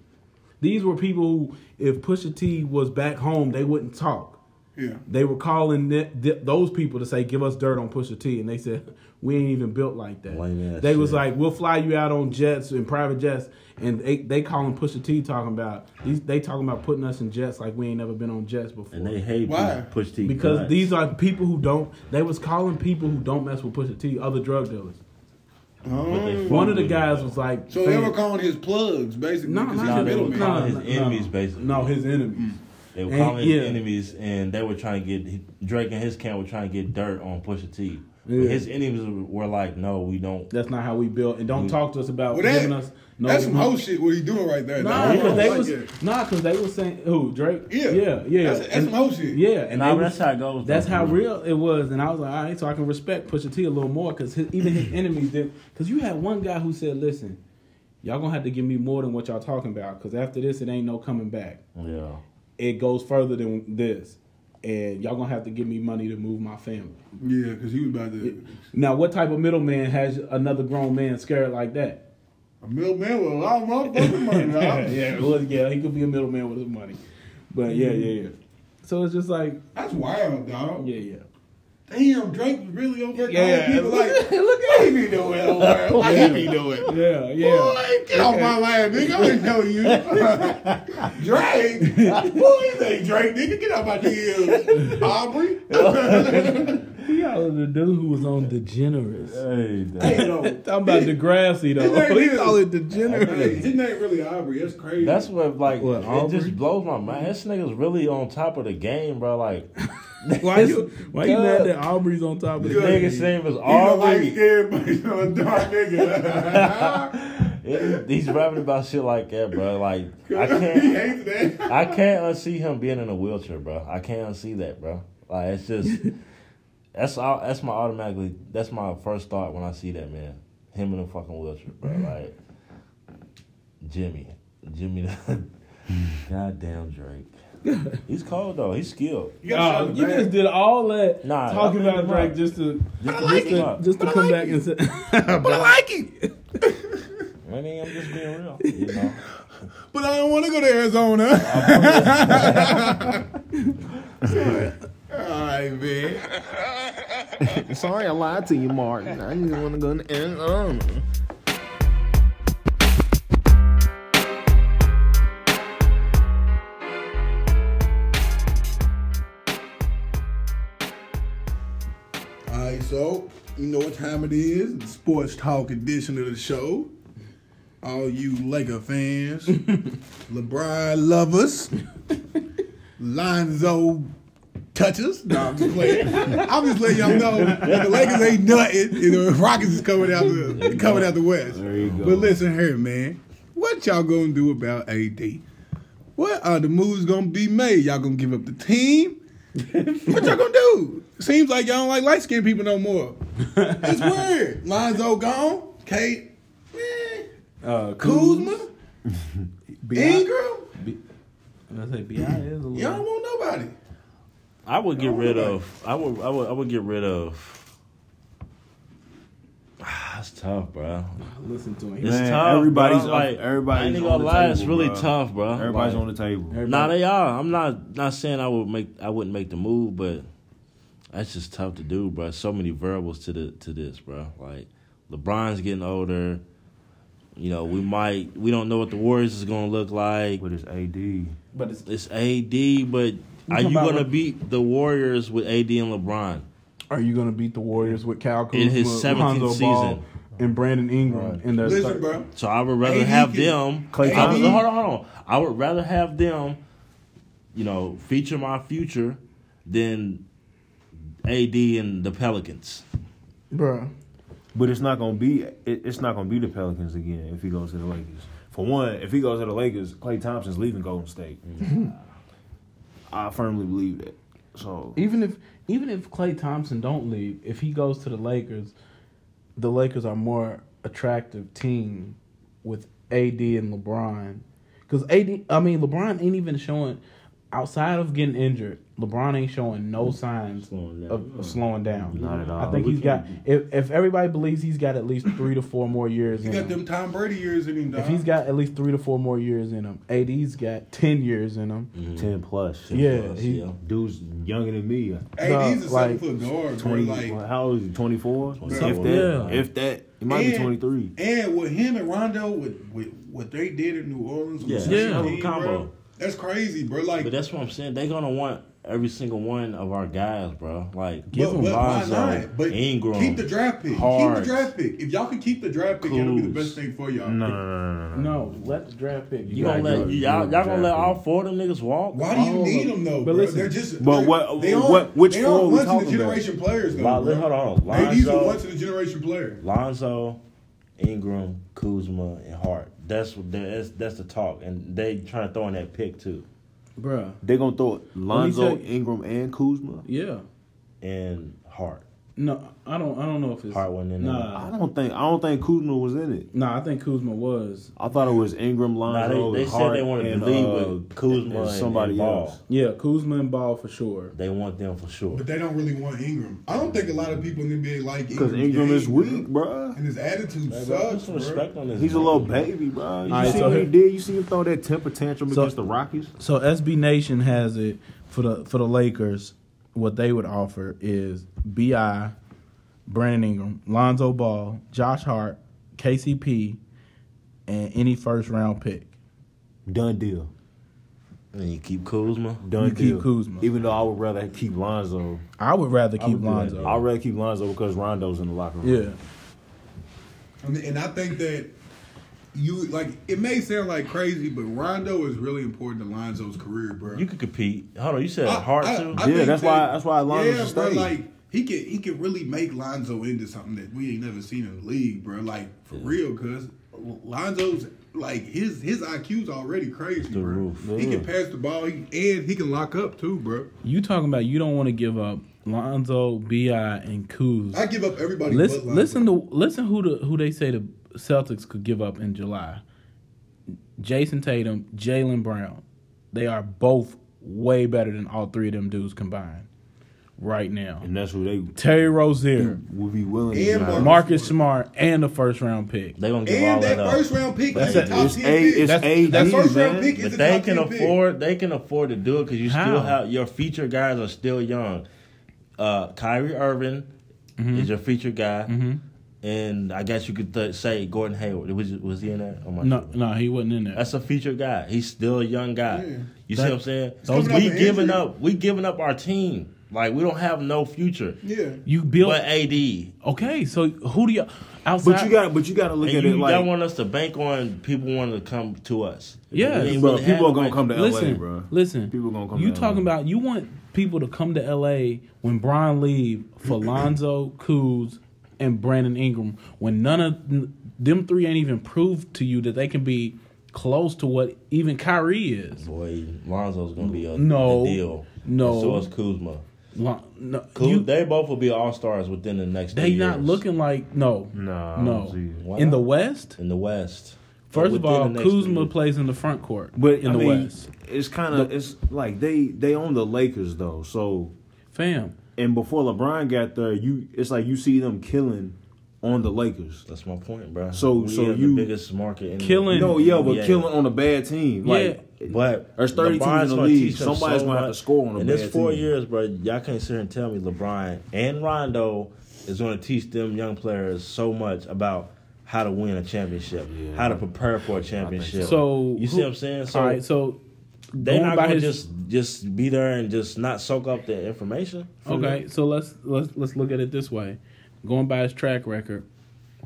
[SPEAKER 1] These were people who, if Pusha T was back home, they wouldn't talk.
[SPEAKER 2] yeah.
[SPEAKER 1] They were calling th- th- those people to say, "Give us dirt on Pusha T," and they said, "We ain't even built like that."
[SPEAKER 4] Lame ass
[SPEAKER 1] they was
[SPEAKER 4] shit.
[SPEAKER 1] like, "We'll fly you out on jets and private jets," and they they calling Pusha T talking about these. They talking about putting us in jets like we ain't never been on jets before.
[SPEAKER 4] And they hate
[SPEAKER 2] Why?
[SPEAKER 4] Push, T
[SPEAKER 1] because these are people who don't. They was calling people who don't mess with Pusha T other drug dealers. One of the guys was like,
[SPEAKER 2] So they were calling his plugs, basically.
[SPEAKER 1] No,
[SPEAKER 2] 'cause
[SPEAKER 1] not
[SPEAKER 2] he's a
[SPEAKER 1] his-
[SPEAKER 2] middleman.
[SPEAKER 1] no,
[SPEAKER 4] His
[SPEAKER 1] no, no.
[SPEAKER 4] enemies, basically.
[SPEAKER 1] No, his
[SPEAKER 2] Mm.
[SPEAKER 1] enemies.
[SPEAKER 4] They were
[SPEAKER 1] And-
[SPEAKER 4] calling his
[SPEAKER 1] yeah.
[SPEAKER 4] enemies, and they were trying to get Drake and his camp were trying to get dirt on Pusha T. But
[SPEAKER 1] Yeah.
[SPEAKER 4] his enemies were like, "No, we don't."
[SPEAKER 1] That's not how we built. And
[SPEAKER 4] Mm.
[SPEAKER 1] don't talk to us about
[SPEAKER 2] Well,
[SPEAKER 1] giving
[SPEAKER 2] that,
[SPEAKER 1] us no.
[SPEAKER 2] that's some
[SPEAKER 1] no-
[SPEAKER 2] whole shit what he doing right there.
[SPEAKER 1] Nah,
[SPEAKER 2] dog.
[SPEAKER 1] because they
[SPEAKER 2] Like
[SPEAKER 1] was
[SPEAKER 2] that.
[SPEAKER 1] nah, because they was saying who Drake.
[SPEAKER 2] Yeah.
[SPEAKER 1] yeah, yeah.
[SPEAKER 2] That's- that's
[SPEAKER 1] And-
[SPEAKER 2] some whole shit.
[SPEAKER 1] Yeah, and
[SPEAKER 4] Nah,
[SPEAKER 1] they
[SPEAKER 4] but
[SPEAKER 1] was-
[SPEAKER 4] that's how it goes,
[SPEAKER 1] That's
[SPEAKER 4] though.
[SPEAKER 1] how real it was, and I was like, all right, so I can respect Pusha T a little more because even his enemies did. Because you had one guy who said, "Listen, y'all gonna have to give me more than what y'all talking about because after this, it ain't no coming back.
[SPEAKER 4] Yeah,
[SPEAKER 1] It goes further than this, and y'all gonna have to give me money to move my family."
[SPEAKER 2] Yeah, because he was about to.
[SPEAKER 1] Now, what type of middleman has another grown man scared like that?
[SPEAKER 2] A middleman with a lot of motherfucking money. dog.
[SPEAKER 1] yeah, well, yeah, he could be a middleman with his money, but yeah, yeah, yeah. So it's just like,
[SPEAKER 2] That's wild, dog.
[SPEAKER 1] yeah, yeah.
[SPEAKER 2] Damn, Drake was really over there
[SPEAKER 1] Yeah,
[SPEAKER 2] calling people like,
[SPEAKER 1] look
[SPEAKER 2] what he be doing over there? What he be doing?
[SPEAKER 1] Yeah, yeah.
[SPEAKER 2] Boy, get off my land, nigga. I ain't know you. Drake. Boy, you ain't Drake, nigga. Get out my DMs. Aubrey.
[SPEAKER 1] He out of the dude who was on Degenerous.
[SPEAKER 4] hey, that-
[SPEAKER 2] hey, no.
[SPEAKER 1] Talking about Degrassi though.
[SPEAKER 2] He
[SPEAKER 1] He
[SPEAKER 2] call
[SPEAKER 1] called
[SPEAKER 2] it
[SPEAKER 1] it
[SPEAKER 2] Hey,
[SPEAKER 1] Degenerate.
[SPEAKER 2] his name really Aubrey. That's crazy.
[SPEAKER 4] that's what like
[SPEAKER 1] What,
[SPEAKER 4] it
[SPEAKER 1] Aubrey?
[SPEAKER 4] just blows my mind. This nigga's really on top of the game, bro. Like
[SPEAKER 1] Why you why you
[SPEAKER 4] God.
[SPEAKER 1] mad that Aubrey's on top of
[SPEAKER 4] the
[SPEAKER 1] the
[SPEAKER 2] Good.
[SPEAKER 4] nigga's name is
[SPEAKER 2] He's a light
[SPEAKER 4] Aubrey.
[SPEAKER 2] skinned, but he's a dark nigga.
[SPEAKER 4] It- He's rapping about shit like that, bro. Like
[SPEAKER 2] he
[SPEAKER 4] I can't.
[SPEAKER 2] hates that.
[SPEAKER 4] I can't unsee him being in a wheelchair, bro. I can't unsee that, bro. Like it's just that's all. That's my automatically. That's my first thought when I see that man, him in a fucking wheelchair, bro. Like Jimmy, Jimmy, the goddamn Drake. He's cold though. He's skilled.
[SPEAKER 2] You gotta
[SPEAKER 1] Oh,
[SPEAKER 2] show the
[SPEAKER 1] you
[SPEAKER 2] man.
[SPEAKER 1] just did all that
[SPEAKER 4] Nah,
[SPEAKER 1] talking
[SPEAKER 4] I mean,
[SPEAKER 1] about
[SPEAKER 4] nah.
[SPEAKER 1] Drake just to
[SPEAKER 4] Just,
[SPEAKER 1] just to, just to come back and say But I like it.
[SPEAKER 4] I mean, I'm just being real. You know,
[SPEAKER 2] But I don't want to go to Arizona. All right, man.
[SPEAKER 3] Sorry, I lied to you, Martin. I didn't want to go in the end.
[SPEAKER 2] All right, so you know what time it is? The sports talk edition of the show. All you Laker fans, LeBron lovers, Lonzo touches. No, I'm just playing. I'm just letting y'all know that the Lakers ain't nothing. You know, the Rockets is coming out the coming out the West. There you go. But listen here, man. What y'all gonna do about AD? What are the moves gonna be made? Y'all gonna give up the team? what y'all gonna do? Seems like y'all don't like light skinned people no more. It's weird. Lonzo gone. Kate. eh,
[SPEAKER 1] Uh,
[SPEAKER 2] Kuzma. Ingram.
[SPEAKER 1] I say Bi is a
[SPEAKER 2] Y'all don't
[SPEAKER 1] little.
[SPEAKER 2] want nobody.
[SPEAKER 4] I would get rid of. I would. I would. I would get rid of. That's tough, bro.
[SPEAKER 1] Listen to him.
[SPEAKER 4] It's
[SPEAKER 3] Man,
[SPEAKER 4] tough.
[SPEAKER 3] everybody's
[SPEAKER 4] bro.
[SPEAKER 3] up- everybody's
[SPEAKER 4] I ain't
[SPEAKER 3] on
[SPEAKER 4] gonna
[SPEAKER 3] the
[SPEAKER 4] lie, it's
[SPEAKER 3] table,
[SPEAKER 4] really
[SPEAKER 3] bro.
[SPEAKER 4] tough, bro.
[SPEAKER 3] Everybody's
[SPEAKER 4] Like,
[SPEAKER 3] on the table.
[SPEAKER 4] Nah, they are. I'm not not saying I would make. I wouldn't make the move, but that's just tough to do, bro. So many variables to the to this, bro. Like LeBron's getting older. You know, we might. We don't know what the Warriors is gonna look like.
[SPEAKER 3] With his AD.
[SPEAKER 1] But it's,
[SPEAKER 4] It's AD, but are
[SPEAKER 1] talking
[SPEAKER 4] you
[SPEAKER 1] about
[SPEAKER 4] gonna
[SPEAKER 1] what-
[SPEAKER 4] beat the Warriors with AD and LeBron?
[SPEAKER 1] are you gonna beat the Warriors with Cal Kuzma,
[SPEAKER 4] In his 17th
[SPEAKER 1] Lonzo Ball,
[SPEAKER 4] season.
[SPEAKER 1] and Brandon Ingram in their
[SPEAKER 2] Listen,
[SPEAKER 1] third-
[SPEAKER 2] bro.
[SPEAKER 4] So I would rather
[SPEAKER 2] AD
[SPEAKER 4] have
[SPEAKER 2] can-
[SPEAKER 4] them.
[SPEAKER 2] Clay
[SPEAKER 4] I would,
[SPEAKER 2] Thompson.
[SPEAKER 4] hold on, hold on. I would rather have them, you know, feature my future than AD and the Pelicans.
[SPEAKER 1] Bro,
[SPEAKER 3] But it's not gonna be it, it's not gonna be the Pelicans again if he goes to the Lakers. For one, if he goes to the Lakers, Clay Thompson's leaving Golden State. I firmly believe that. So
[SPEAKER 1] even if even if Clay Thompson don't leave, if he goes to the Lakers, the Lakers are more attractive team with AD and LeBron. Because AD, I mean LeBron ain't even showing outside of getting injured. LeBron ain't showing no signs
[SPEAKER 4] Slowing down.
[SPEAKER 1] of, of slowing down.
[SPEAKER 3] Not at all.
[SPEAKER 1] I think he's got. If, if everybody believes he's got at least three to four more years,
[SPEAKER 2] He
[SPEAKER 1] in
[SPEAKER 2] got
[SPEAKER 1] him,
[SPEAKER 2] them Tom Brady years in him, dog.
[SPEAKER 1] if he's got at least three to four more years in him, AD's got ten years in him.
[SPEAKER 4] Mm.
[SPEAKER 3] ten plus.
[SPEAKER 1] Yeah,
[SPEAKER 4] Plus,
[SPEAKER 1] he-
[SPEAKER 4] yeah.
[SPEAKER 3] Dude's younger than me.
[SPEAKER 2] AD's a
[SPEAKER 1] Nah,
[SPEAKER 2] seven
[SPEAKER 1] like,
[SPEAKER 2] foot guard, bro.
[SPEAKER 3] Twenty
[SPEAKER 2] Like,
[SPEAKER 3] how old is he? Twenty four? If
[SPEAKER 2] Something,
[SPEAKER 3] that if that he might be
[SPEAKER 2] And-
[SPEAKER 3] twenty three.
[SPEAKER 2] And with him and Rondo, with, with what they did in New Orleans, with
[SPEAKER 4] Yeah,
[SPEAKER 2] the
[SPEAKER 4] yeah,
[SPEAKER 2] team,
[SPEAKER 4] combo.
[SPEAKER 2] bro, that's crazy, bro. Like,
[SPEAKER 4] But that's what I'm saying. They're gonna want every single one of our guys, bro. Like
[SPEAKER 2] but, but why
[SPEAKER 4] Lonzo,
[SPEAKER 2] not? But
[SPEAKER 4] Ingram.
[SPEAKER 2] keep the draft pick. Keep
[SPEAKER 4] Hart.
[SPEAKER 2] the draft pick. If y'all can keep the draft pick, it'll be the
[SPEAKER 4] Kuz.
[SPEAKER 2] best thing for y'all.
[SPEAKER 3] No, no, no, no, no, no.
[SPEAKER 1] No, let the draft pick.
[SPEAKER 4] you gonna
[SPEAKER 3] gotta
[SPEAKER 4] let
[SPEAKER 3] go-
[SPEAKER 4] y'all
[SPEAKER 3] you
[SPEAKER 4] y'all gonna let
[SPEAKER 3] exactly.
[SPEAKER 4] all four of them niggas walk?
[SPEAKER 2] Why do you
[SPEAKER 1] All
[SPEAKER 2] need
[SPEAKER 1] of-
[SPEAKER 2] them though?
[SPEAKER 1] but
[SPEAKER 2] bro?
[SPEAKER 1] listen,
[SPEAKER 2] they're just.
[SPEAKER 3] but
[SPEAKER 2] they're-
[SPEAKER 3] what-
[SPEAKER 2] They aren't,
[SPEAKER 3] what- which
[SPEAKER 2] they
[SPEAKER 3] four are
[SPEAKER 2] aren't
[SPEAKER 3] we
[SPEAKER 2] once in the
[SPEAKER 3] talking about?
[SPEAKER 2] generation players though.
[SPEAKER 4] Lon-
[SPEAKER 2] bro.
[SPEAKER 4] hold on,
[SPEAKER 2] AD's the
[SPEAKER 4] Lonzo.
[SPEAKER 2] once in the generation player.
[SPEAKER 4] Lonzo, Ingram, Kuzma, and Hart. That's what that's that's the talk, and they trying to throw in that pick too.
[SPEAKER 1] Bruh.
[SPEAKER 3] They're gonna throw Lonzo,
[SPEAKER 1] tell you-
[SPEAKER 3] Ingram, and Kuzma.
[SPEAKER 1] Yeah.
[SPEAKER 4] And Hart,
[SPEAKER 1] No, I don't. I don't know if it's
[SPEAKER 4] Hart wasn't in there.
[SPEAKER 1] Nah,
[SPEAKER 3] I don't think I don't think Kuzma was in it.
[SPEAKER 1] nah. I think Kuzma was.
[SPEAKER 3] I thought it was Ingram,
[SPEAKER 4] Nah,
[SPEAKER 3] Lonzo,
[SPEAKER 4] they, they said
[SPEAKER 3] Hart,
[SPEAKER 4] they wanted
[SPEAKER 3] and,
[SPEAKER 4] to lead
[SPEAKER 3] uh,
[SPEAKER 4] with Kuzma and, somebody Ball.
[SPEAKER 1] Yeah, Kuzma and Ball for sure.
[SPEAKER 4] They want them for sure.
[SPEAKER 2] But they don't really want Ingram. I don't think a lot of people in the NBA like Ingram.
[SPEAKER 3] Because Ingram is
[SPEAKER 2] game,
[SPEAKER 3] weak,
[SPEAKER 2] bro.
[SPEAKER 3] bruh.
[SPEAKER 2] and his attitude
[SPEAKER 4] Hey, bro, put
[SPEAKER 2] sucks.
[SPEAKER 4] some
[SPEAKER 2] bro.
[SPEAKER 4] respect on this.
[SPEAKER 3] He's a
[SPEAKER 4] man.
[SPEAKER 3] little baby, bro. You
[SPEAKER 1] All right,
[SPEAKER 3] see
[SPEAKER 1] so
[SPEAKER 3] what he
[SPEAKER 1] here-
[SPEAKER 3] did? You see him throw that temper tantrum
[SPEAKER 1] So-
[SPEAKER 3] against the Rockies?
[SPEAKER 1] So SB Nation has it for the for the Lakers. What they would offer is Bi, Brandon Ingram, Lonzo Ball, Josh Hart, KCP, and any first round pick.
[SPEAKER 3] Done deal.
[SPEAKER 4] And you keep Kuzma.
[SPEAKER 3] Done
[SPEAKER 1] You keep
[SPEAKER 3] deal.
[SPEAKER 1] Kuzma.
[SPEAKER 3] Even though I would rather keep Lonzo.
[SPEAKER 1] I would rather
[SPEAKER 3] I
[SPEAKER 1] keep
[SPEAKER 3] would do that.
[SPEAKER 1] Lonzo.
[SPEAKER 3] I'd rather keep Lonzo because Rondo's in the locker room.
[SPEAKER 1] yeah,
[SPEAKER 2] I mean, and I think that you like it may sound like crazy, but Rondo is really important to Lonzo's career, bro.
[SPEAKER 4] You could compete. Hold on, you said
[SPEAKER 2] I-
[SPEAKER 4] Hart
[SPEAKER 2] I-
[SPEAKER 4] too.
[SPEAKER 2] I
[SPEAKER 3] Yeah,
[SPEAKER 2] think
[SPEAKER 3] that's why- that's why Lonzo should
[SPEAKER 2] bro,
[SPEAKER 3] stay.
[SPEAKER 2] Like he can he can really make Lonzo into something that we ain't never seen in the league, bro. Like for real, cause Lonzo's like his his IQ's already crazy, bro.
[SPEAKER 4] roof.
[SPEAKER 2] He can pass the ball, he, and he can lock up too, bro.
[SPEAKER 1] you talking about you don't want to give up Lonzo, Bi, and Kuz.
[SPEAKER 2] I give up everybody. but
[SPEAKER 1] Listen,
[SPEAKER 2] Lonzo.
[SPEAKER 1] listen to listen who the who they say the Celtics could give up in July. Jason Tatum, Jalen Brown, they are both way better than all three of them dudes combined right now.
[SPEAKER 3] And Mm. that's who they
[SPEAKER 1] Terry Rozier,
[SPEAKER 3] would be willing to
[SPEAKER 2] And
[SPEAKER 3] give up.
[SPEAKER 2] Mark-
[SPEAKER 1] Marcus Smart, and a first round pick.
[SPEAKER 4] They gonna give all
[SPEAKER 2] And
[SPEAKER 4] that,
[SPEAKER 2] that
[SPEAKER 4] up.
[SPEAKER 2] first round pick
[SPEAKER 1] That's
[SPEAKER 2] is a
[SPEAKER 1] it.
[SPEAKER 2] top
[SPEAKER 3] It's
[SPEAKER 2] ten
[SPEAKER 3] A-
[SPEAKER 2] pick.
[SPEAKER 3] it's
[SPEAKER 1] That's-
[SPEAKER 3] AD,
[SPEAKER 2] that first round
[SPEAKER 3] man.
[SPEAKER 2] pick is
[SPEAKER 4] But
[SPEAKER 2] a
[SPEAKER 4] they
[SPEAKER 2] top
[SPEAKER 4] can
[SPEAKER 2] 10 pick.
[SPEAKER 4] afford. They can afford to do it because you still
[SPEAKER 1] How?
[SPEAKER 4] have your feature guys are still young. Uh, Kyrie Irving
[SPEAKER 2] Mm-hmm.
[SPEAKER 4] is your feature guy, and I guess you could th- say Gordon Hayward. Was was he in that? Oh my
[SPEAKER 1] No,
[SPEAKER 4] goodness.
[SPEAKER 1] no, he wasn't in there.
[SPEAKER 4] That's a feature guy. He's still a young guy.
[SPEAKER 2] Yeah.
[SPEAKER 4] You see
[SPEAKER 1] That-
[SPEAKER 4] what I'm saying?
[SPEAKER 1] Those-
[SPEAKER 2] coming
[SPEAKER 4] we
[SPEAKER 2] off an
[SPEAKER 4] giving
[SPEAKER 2] injury.
[SPEAKER 4] up. We giving up our team. Like we don't have no future.
[SPEAKER 2] Yeah.
[SPEAKER 1] You built
[SPEAKER 4] But AD, and
[SPEAKER 1] okay. So who do you outside?
[SPEAKER 3] But you got but you gotta look at
[SPEAKER 4] you
[SPEAKER 3] it
[SPEAKER 4] don't
[SPEAKER 3] like
[SPEAKER 4] want us to bank on people wanting to come to us.
[SPEAKER 1] Yeah.
[SPEAKER 4] We ain't
[SPEAKER 3] bro,
[SPEAKER 4] really
[SPEAKER 3] people
[SPEAKER 4] had
[SPEAKER 3] are gonna
[SPEAKER 4] nobody.
[SPEAKER 3] come to
[SPEAKER 1] listen,
[SPEAKER 3] LA, bro.
[SPEAKER 1] Listen,
[SPEAKER 3] People gonna come
[SPEAKER 1] You
[SPEAKER 3] to
[SPEAKER 1] talking
[SPEAKER 3] LA.
[SPEAKER 1] about you want people to come to L.A. when Brian leave for Lonzo, Kuz, and Brandon Ingram when none of them three ain't even proved to you that they can be close to what even Kyrie is.
[SPEAKER 4] Boy, Lonzo's gonna be a
[SPEAKER 1] No.
[SPEAKER 4] a deal.
[SPEAKER 1] No.
[SPEAKER 4] And so is Kuzma.
[SPEAKER 1] Lo- No,
[SPEAKER 4] Kuz,
[SPEAKER 1] you-
[SPEAKER 4] they both will be all stars within the next.
[SPEAKER 1] they
[SPEAKER 4] few
[SPEAKER 1] not
[SPEAKER 4] years.
[SPEAKER 1] looking like no,
[SPEAKER 3] Nah, I don't
[SPEAKER 1] no.
[SPEAKER 3] see it.
[SPEAKER 4] Why
[SPEAKER 1] In
[SPEAKER 4] not?
[SPEAKER 1] the West,
[SPEAKER 4] in the West.
[SPEAKER 1] first of
[SPEAKER 4] Within
[SPEAKER 1] all,
[SPEAKER 4] the next few
[SPEAKER 1] Kuzma
[SPEAKER 4] years.
[SPEAKER 1] plays in the front court,
[SPEAKER 3] But
[SPEAKER 1] in
[SPEAKER 3] I
[SPEAKER 1] the
[SPEAKER 3] mean,
[SPEAKER 1] West,
[SPEAKER 3] it's kind of it's like they they own the Lakers though. So
[SPEAKER 1] fam.
[SPEAKER 3] and before LeBron got there, you it's like you see them killing on the Lakers.
[SPEAKER 4] That's my point, bro.
[SPEAKER 3] So-
[SPEAKER 4] we
[SPEAKER 3] so
[SPEAKER 4] have
[SPEAKER 3] you-
[SPEAKER 4] the biggest market in
[SPEAKER 1] Killing-
[SPEAKER 3] No, yeah, but
[SPEAKER 4] Yeah.
[SPEAKER 3] killing on a bad team, like
[SPEAKER 4] But
[SPEAKER 3] There's 30 teams in
[SPEAKER 4] LeBron's
[SPEAKER 3] the
[SPEAKER 4] gonna
[SPEAKER 3] league.
[SPEAKER 4] teach them
[SPEAKER 3] Somebody's gonna have
[SPEAKER 4] much.
[SPEAKER 3] to score on a
[SPEAKER 4] In
[SPEAKER 3] bad
[SPEAKER 4] this four
[SPEAKER 3] team.
[SPEAKER 4] years, bro, y'all can't sit here and tell me LeBron and Rondo is gonna teach them young players so much about how to win a championship, how to prepare for a championship.
[SPEAKER 1] So
[SPEAKER 4] you see
[SPEAKER 1] who-
[SPEAKER 4] what I'm saying? So
[SPEAKER 1] all right, so
[SPEAKER 4] they
[SPEAKER 1] going
[SPEAKER 4] not
[SPEAKER 1] by
[SPEAKER 4] gonna
[SPEAKER 1] his-
[SPEAKER 4] just just be there and just not soak up the information. from
[SPEAKER 1] Okay,
[SPEAKER 4] them?
[SPEAKER 1] so let's let's let's look at it this way. Going by his track record,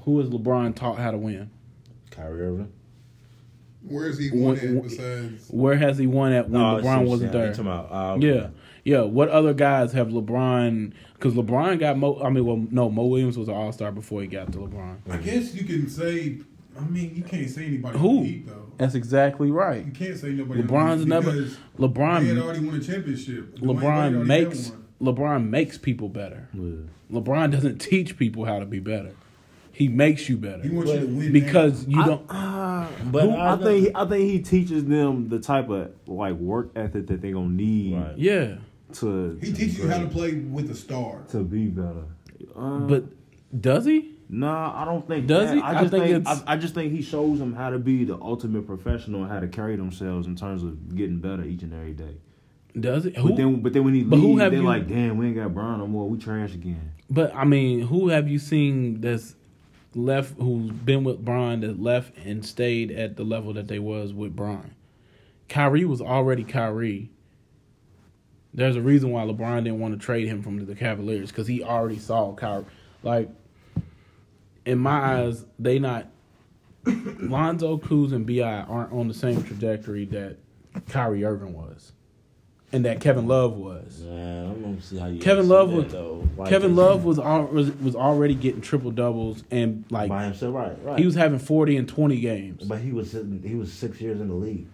[SPEAKER 1] who has LeBron taught how to win?
[SPEAKER 4] Kyrie Irving.
[SPEAKER 2] Where's he
[SPEAKER 1] When-
[SPEAKER 2] going
[SPEAKER 1] when-
[SPEAKER 2] at besides?
[SPEAKER 1] Where has he won at when
[SPEAKER 4] Oh, I see what
[SPEAKER 1] LeBron
[SPEAKER 4] you're
[SPEAKER 1] wasn't
[SPEAKER 4] saying.
[SPEAKER 1] there?
[SPEAKER 4] You talking about, uh, okay.
[SPEAKER 1] Yeah, yeah. What other guys have LeBron? Because LeBron got Mo. I mean, well, no, Mo Williams was an All Star before he got to LeBron.
[SPEAKER 2] I guess you can say. I mean, you can't say anybody
[SPEAKER 1] Who?
[SPEAKER 2] deep though.
[SPEAKER 1] That's exactly right.
[SPEAKER 2] You can't say nobody.
[SPEAKER 1] LeBron's
[SPEAKER 2] deep
[SPEAKER 1] never.
[SPEAKER 2] because They had
[SPEAKER 1] LeBron.
[SPEAKER 2] already won a championship. Dwayne Wade
[SPEAKER 1] LeBron
[SPEAKER 2] already
[SPEAKER 1] makes.
[SPEAKER 2] had one.
[SPEAKER 1] LeBron makes people better. LeBron doesn't teach people how to be better. He makes you better
[SPEAKER 2] He wants you to win
[SPEAKER 1] because you don't.
[SPEAKER 4] But
[SPEAKER 3] Who- I
[SPEAKER 4] know-
[SPEAKER 3] think I think he teaches them the type of like work ethic that they're gonna need
[SPEAKER 4] Right.
[SPEAKER 1] Yeah,
[SPEAKER 3] to
[SPEAKER 2] He teaches you how to play with a star.
[SPEAKER 3] to be better. Uh,
[SPEAKER 1] but does he?
[SPEAKER 3] Nah, I don't think.
[SPEAKER 1] Does
[SPEAKER 3] that.
[SPEAKER 1] he?
[SPEAKER 3] I
[SPEAKER 1] I
[SPEAKER 3] just
[SPEAKER 1] think
[SPEAKER 3] think,
[SPEAKER 1] it's-
[SPEAKER 3] I, I just think he shows them how to be the ultimate professional and how to carry themselves in terms of getting better each and every day.
[SPEAKER 1] Does it?
[SPEAKER 3] But then, but then when he
[SPEAKER 1] But who
[SPEAKER 3] leaves,
[SPEAKER 1] have
[SPEAKER 3] they're
[SPEAKER 1] you-
[SPEAKER 3] like, "Damn, we ain't got Brown no more. We trash again."
[SPEAKER 1] But I mean, who have you seen that's left? Who's been with Bron that left and stayed at the level that they was with Bron? Kyrie was already Kyrie. There's a reason why LeBron didn't want to trade him from the Cavaliers because he already saw Kyrie. Like, in my eyes, they not Lonzo, Kuz, and Bi aren't on the same trajectory that Kyrie Irving was, and that Kevin Love was.
[SPEAKER 4] Man, I'm gonna see how you
[SPEAKER 1] Kevin
[SPEAKER 4] see
[SPEAKER 1] Love
[SPEAKER 4] that,
[SPEAKER 1] was
[SPEAKER 4] though. Like,
[SPEAKER 1] Kevin
[SPEAKER 4] it's-
[SPEAKER 1] Love was, al- was was already getting triple doubles and like
[SPEAKER 4] by himself, right? Right.
[SPEAKER 1] he was having forty and twenty games.
[SPEAKER 4] But he was sitting- he was six years in the league.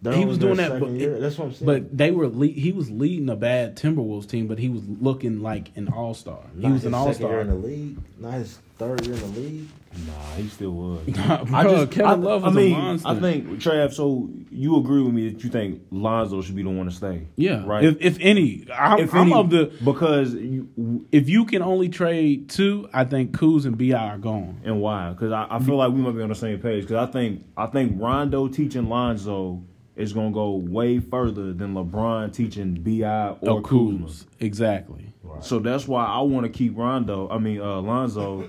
[SPEAKER 4] They're
[SPEAKER 1] He
[SPEAKER 4] only
[SPEAKER 1] was
[SPEAKER 4] their
[SPEAKER 1] doing that,
[SPEAKER 4] second
[SPEAKER 1] but-
[SPEAKER 4] year. That's what I'm saying.
[SPEAKER 1] But they were le- he was leading a bad Timberwolves team, but he was looking like an all star. He was an all
[SPEAKER 4] year in
[SPEAKER 1] star.
[SPEAKER 4] the league. Not his third year in the league.
[SPEAKER 3] Nah, he still was.
[SPEAKER 1] I just Kevin Love was
[SPEAKER 3] mean,
[SPEAKER 1] a monster.
[SPEAKER 3] I think Trav. So you agree with me that you think Lonzo should be the one to stay?
[SPEAKER 1] yeah,
[SPEAKER 3] right.
[SPEAKER 1] If, if any, I'm,
[SPEAKER 3] If
[SPEAKER 1] I'm
[SPEAKER 3] any-
[SPEAKER 1] of the
[SPEAKER 3] because you,
[SPEAKER 1] if you can only trade two, I think Kuz and Bi are gone.
[SPEAKER 3] and why? Because I, I feel like we might be on the same page. Because I think I think Rondo teaching Lonzo is gonna go way further than LeBron teaching Bi or
[SPEAKER 1] Or
[SPEAKER 3] Kuzma.
[SPEAKER 1] Kuz, exactly.
[SPEAKER 3] So that's why I want to keep Rondo. I mean uh, Lonzo,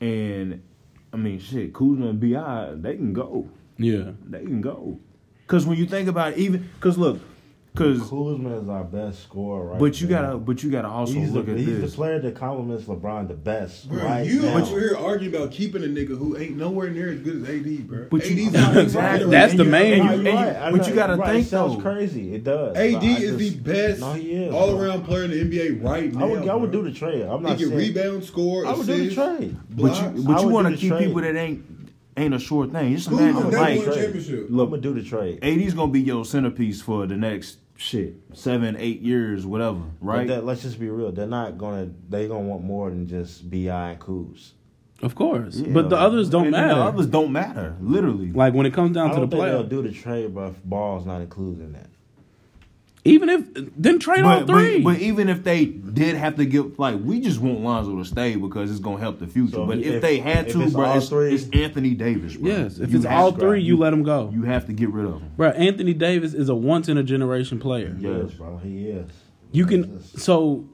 [SPEAKER 3] and I mean shit, Kuzma and Bi they can go.
[SPEAKER 1] Yeah,
[SPEAKER 3] They can go. Cause when you think about it, even cause look, cause
[SPEAKER 4] Kuzma is our best scorer, right?
[SPEAKER 3] but you
[SPEAKER 4] now.
[SPEAKER 3] gotta but you gotta also
[SPEAKER 4] He's, the,
[SPEAKER 3] look at
[SPEAKER 4] he's the
[SPEAKER 3] this.
[SPEAKER 4] player that compliments LeBron the best.
[SPEAKER 2] Bro,
[SPEAKER 4] right
[SPEAKER 2] you
[SPEAKER 4] now.
[SPEAKER 2] over here arguing about keeping a nigga who ain't nowhere near as good as AD, bro.
[SPEAKER 3] But you-
[SPEAKER 2] AD's not
[SPEAKER 3] Exactly.
[SPEAKER 1] That's
[SPEAKER 2] AD
[SPEAKER 1] the
[SPEAKER 2] is-
[SPEAKER 1] main-
[SPEAKER 4] Nah,
[SPEAKER 3] you-
[SPEAKER 4] you're
[SPEAKER 3] and-
[SPEAKER 4] right. I
[SPEAKER 3] but
[SPEAKER 4] know,
[SPEAKER 3] you gotta
[SPEAKER 4] you're right.
[SPEAKER 3] think,
[SPEAKER 4] It sounds
[SPEAKER 3] though.
[SPEAKER 4] crazy. It does.
[SPEAKER 2] AD
[SPEAKER 4] but I
[SPEAKER 2] is the
[SPEAKER 4] just-
[SPEAKER 2] best
[SPEAKER 4] No, he is.
[SPEAKER 2] all
[SPEAKER 4] bro.
[SPEAKER 2] around player in the NBA right now.
[SPEAKER 4] I would, I would
[SPEAKER 2] bro.
[SPEAKER 4] do the trade. I'm
[SPEAKER 2] He
[SPEAKER 4] not
[SPEAKER 2] can
[SPEAKER 4] saying.
[SPEAKER 2] rebound, score,
[SPEAKER 4] I would do the
[SPEAKER 2] assist.
[SPEAKER 4] trade.
[SPEAKER 3] But
[SPEAKER 2] blocks.
[SPEAKER 3] you
[SPEAKER 4] I
[SPEAKER 3] but you
[SPEAKER 4] would
[SPEAKER 3] want
[SPEAKER 4] do
[SPEAKER 3] to
[SPEAKER 4] the
[SPEAKER 3] keep
[SPEAKER 4] trade.
[SPEAKER 3] people that ain't ain't a sure thing. Just
[SPEAKER 2] Who won
[SPEAKER 3] imagine
[SPEAKER 2] that
[SPEAKER 3] like
[SPEAKER 2] one championship?
[SPEAKER 4] I'm gonna do the trade.
[SPEAKER 3] AD's gonna be your centerpiece for the next shit seven eight years whatever
[SPEAKER 4] Right.
[SPEAKER 3] right.
[SPEAKER 4] That, let's just be real. They're not gonna. They gonna want more than just Bi and Kuz.
[SPEAKER 1] of course.
[SPEAKER 3] Yeah.
[SPEAKER 1] But the others don't
[SPEAKER 3] And then
[SPEAKER 1] matter.
[SPEAKER 3] The others don't matter. Literally.
[SPEAKER 1] like when it comes
[SPEAKER 4] I
[SPEAKER 1] down
[SPEAKER 4] don't
[SPEAKER 1] to the
[SPEAKER 4] think they'll
[SPEAKER 1] playoff,
[SPEAKER 4] do the trade, but if Ball's not included in that.
[SPEAKER 1] even if then trade all
[SPEAKER 3] But,
[SPEAKER 1] three.
[SPEAKER 3] but, but even if they did have to give, like, we just want Lonzo to stay because it's gonna help the future.
[SPEAKER 4] So
[SPEAKER 3] but if,
[SPEAKER 4] if-
[SPEAKER 3] they had
[SPEAKER 4] if
[SPEAKER 3] to,
[SPEAKER 4] it's
[SPEAKER 3] bro,
[SPEAKER 4] all
[SPEAKER 3] it's,
[SPEAKER 4] three-
[SPEAKER 3] it's Anthony Davis, bro.
[SPEAKER 1] yes, if
[SPEAKER 3] You
[SPEAKER 1] it's
[SPEAKER 3] have
[SPEAKER 1] all
[SPEAKER 3] to-
[SPEAKER 1] three, you, let them go.
[SPEAKER 3] you have to get rid of him.
[SPEAKER 1] Bro, Anthony Davis is a once in a generation player.
[SPEAKER 3] Yes.
[SPEAKER 4] bro. He is.
[SPEAKER 1] You can
[SPEAKER 4] Jesus.
[SPEAKER 1] so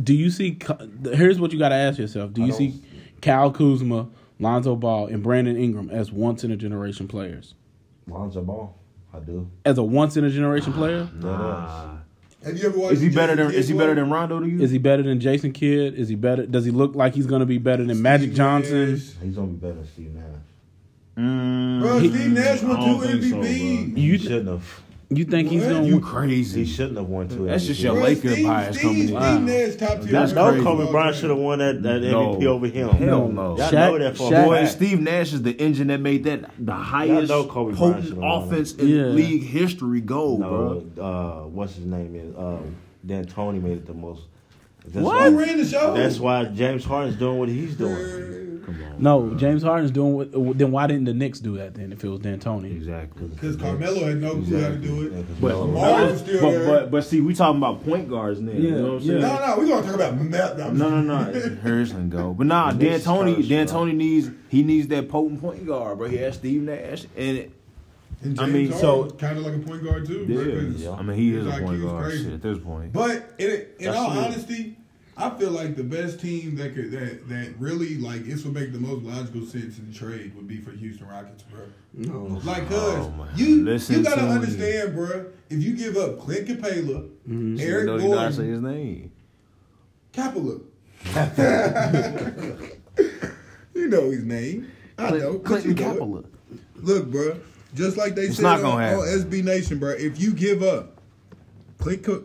[SPEAKER 1] do you see Ka- here's what you got to ask yourself. Do you
[SPEAKER 4] don't-
[SPEAKER 1] see Cal Kuzma, Lonzo Ball and Brandon Ingram as once in a generation players?
[SPEAKER 4] Lonzo Ball. I do.
[SPEAKER 1] As a once in a generation player?
[SPEAKER 4] Mm-hmm. That
[SPEAKER 2] Have you ever watched?
[SPEAKER 3] Is he better than
[SPEAKER 2] Jason
[SPEAKER 3] Is he
[SPEAKER 2] Kidd
[SPEAKER 3] better
[SPEAKER 2] play?
[SPEAKER 3] than Rondo to you?
[SPEAKER 1] Is he better than Jason Kidd? Is he better does he look like he's going to be better than Magic
[SPEAKER 2] Steve
[SPEAKER 1] Johnson?
[SPEAKER 2] Nash.
[SPEAKER 4] is. He's gonna be better than Steve Nash.
[SPEAKER 3] Mm,
[SPEAKER 2] Bro, Steve Nash
[SPEAKER 3] I don't
[SPEAKER 2] won two
[SPEAKER 3] think so,
[SPEAKER 2] MVPs.
[SPEAKER 3] bro.
[SPEAKER 1] You
[SPEAKER 4] shouldn't have.
[SPEAKER 1] You think he's
[SPEAKER 2] What?
[SPEAKER 1] gonna?
[SPEAKER 3] You
[SPEAKER 1] win?
[SPEAKER 3] crazy.
[SPEAKER 7] He shouldn't have won two.
[SPEAKER 3] That's just your
[SPEAKER 2] Bro,
[SPEAKER 3] Laker
[SPEAKER 2] Steve-
[SPEAKER 3] bias
[SPEAKER 2] Steve-
[SPEAKER 3] coming in.
[SPEAKER 2] Steve
[SPEAKER 3] Wow.
[SPEAKER 2] Nash top tier
[SPEAKER 3] That's
[SPEAKER 7] I
[SPEAKER 2] player
[SPEAKER 7] know
[SPEAKER 2] of all
[SPEAKER 7] Kobe Bryant
[SPEAKER 2] time.
[SPEAKER 7] should have won that, that
[SPEAKER 3] No.
[SPEAKER 7] MVP over him.
[SPEAKER 3] Hell no.
[SPEAKER 7] Y'all
[SPEAKER 1] Shaq-
[SPEAKER 7] know that for
[SPEAKER 1] Shaq-
[SPEAKER 7] a
[SPEAKER 3] Boy,
[SPEAKER 7] fact.
[SPEAKER 3] Steve Nash is the engine that made that the highest
[SPEAKER 7] know Kobe Bryant
[SPEAKER 3] potent
[SPEAKER 7] should've won it.
[SPEAKER 3] offense in
[SPEAKER 1] Yeah.
[SPEAKER 3] league history goal, bro.
[SPEAKER 7] No, uh, what's his name is? Uh, Dan Tony made it the most. That's
[SPEAKER 2] Who
[SPEAKER 7] Why,
[SPEAKER 2] ran the show?
[SPEAKER 7] that's why James Harden's doing what he's doing. Come on.
[SPEAKER 1] No, James Harden's doing. What, then why didn't the Knicks do that then? If it was D'Antoni,
[SPEAKER 3] Exactly.
[SPEAKER 2] because Carmelo had no clue how to do it.
[SPEAKER 3] But,
[SPEAKER 2] Mars is still
[SPEAKER 3] but,
[SPEAKER 2] there.
[SPEAKER 3] but but see, we talking about point guards now. you know what I'm saying?
[SPEAKER 2] No, no, we're gonna talk about Matt.
[SPEAKER 3] No, no, no. Hers and go. But nah, Dan
[SPEAKER 7] Knicks
[SPEAKER 3] Tony,
[SPEAKER 7] cursed,
[SPEAKER 3] Dan
[SPEAKER 7] bro.
[SPEAKER 3] Tony needs he needs that potent point guard, bro. He has Steve Nash, and it,
[SPEAKER 2] And James
[SPEAKER 3] I mean, so-
[SPEAKER 2] kind of like a point guard too.
[SPEAKER 3] yeah,
[SPEAKER 2] bro, 'cause
[SPEAKER 3] I mean he is
[SPEAKER 2] his
[SPEAKER 3] a point
[SPEAKER 2] IQ is
[SPEAKER 3] guard
[SPEAKER 2] crazy.
[SPEAKER 3] shit at this point.
[SPEAKER 2] But in, in
[SPEAKER 3] That's
[SPEAKER 2] all
[SPEAKER 3] true.
[SPEAKER 2] honesty, I feel like the best team that could that that really like this would make the most logical sense in the trade would be for the Houston Rockets, bro. No, like cuz
[SPEAKER 3] Oh, man.
[SPEAKER 2] you
[SPEAKER 3] Listen
[SPEAKER 2] you gotta
[SPEAKER 3] to me.
[SPEAKER 2] understand, bro. If you give up Clint Capela,
[SPEAKER 3] Mm-hmm.
[SPEAKER 2] Eric
[SPEAKER 3] no, you know how to say
[SPEAKER 2] Gordon,
[SPEAKER 3] his name.
[SPEAKER 2] Capela, you know his name. I know
[SPEAKER 3] Clint- Clinton
[SPEAKER 2] but you know it.
[SPEAKER 3] Capela.
[SPEAKER 2] Look, bro, just like they
[SPEAKER 3] It's
[SPEAKER 2] said
[SPEAKER 3] not
[SPEAKER 2] on,
[SPEAKER 3] gonna
[SPEAKER 2] on
[SPEAKER 3] happen.
[SPEAKER 2] SB Nation, bro. If you give up, Clint Co-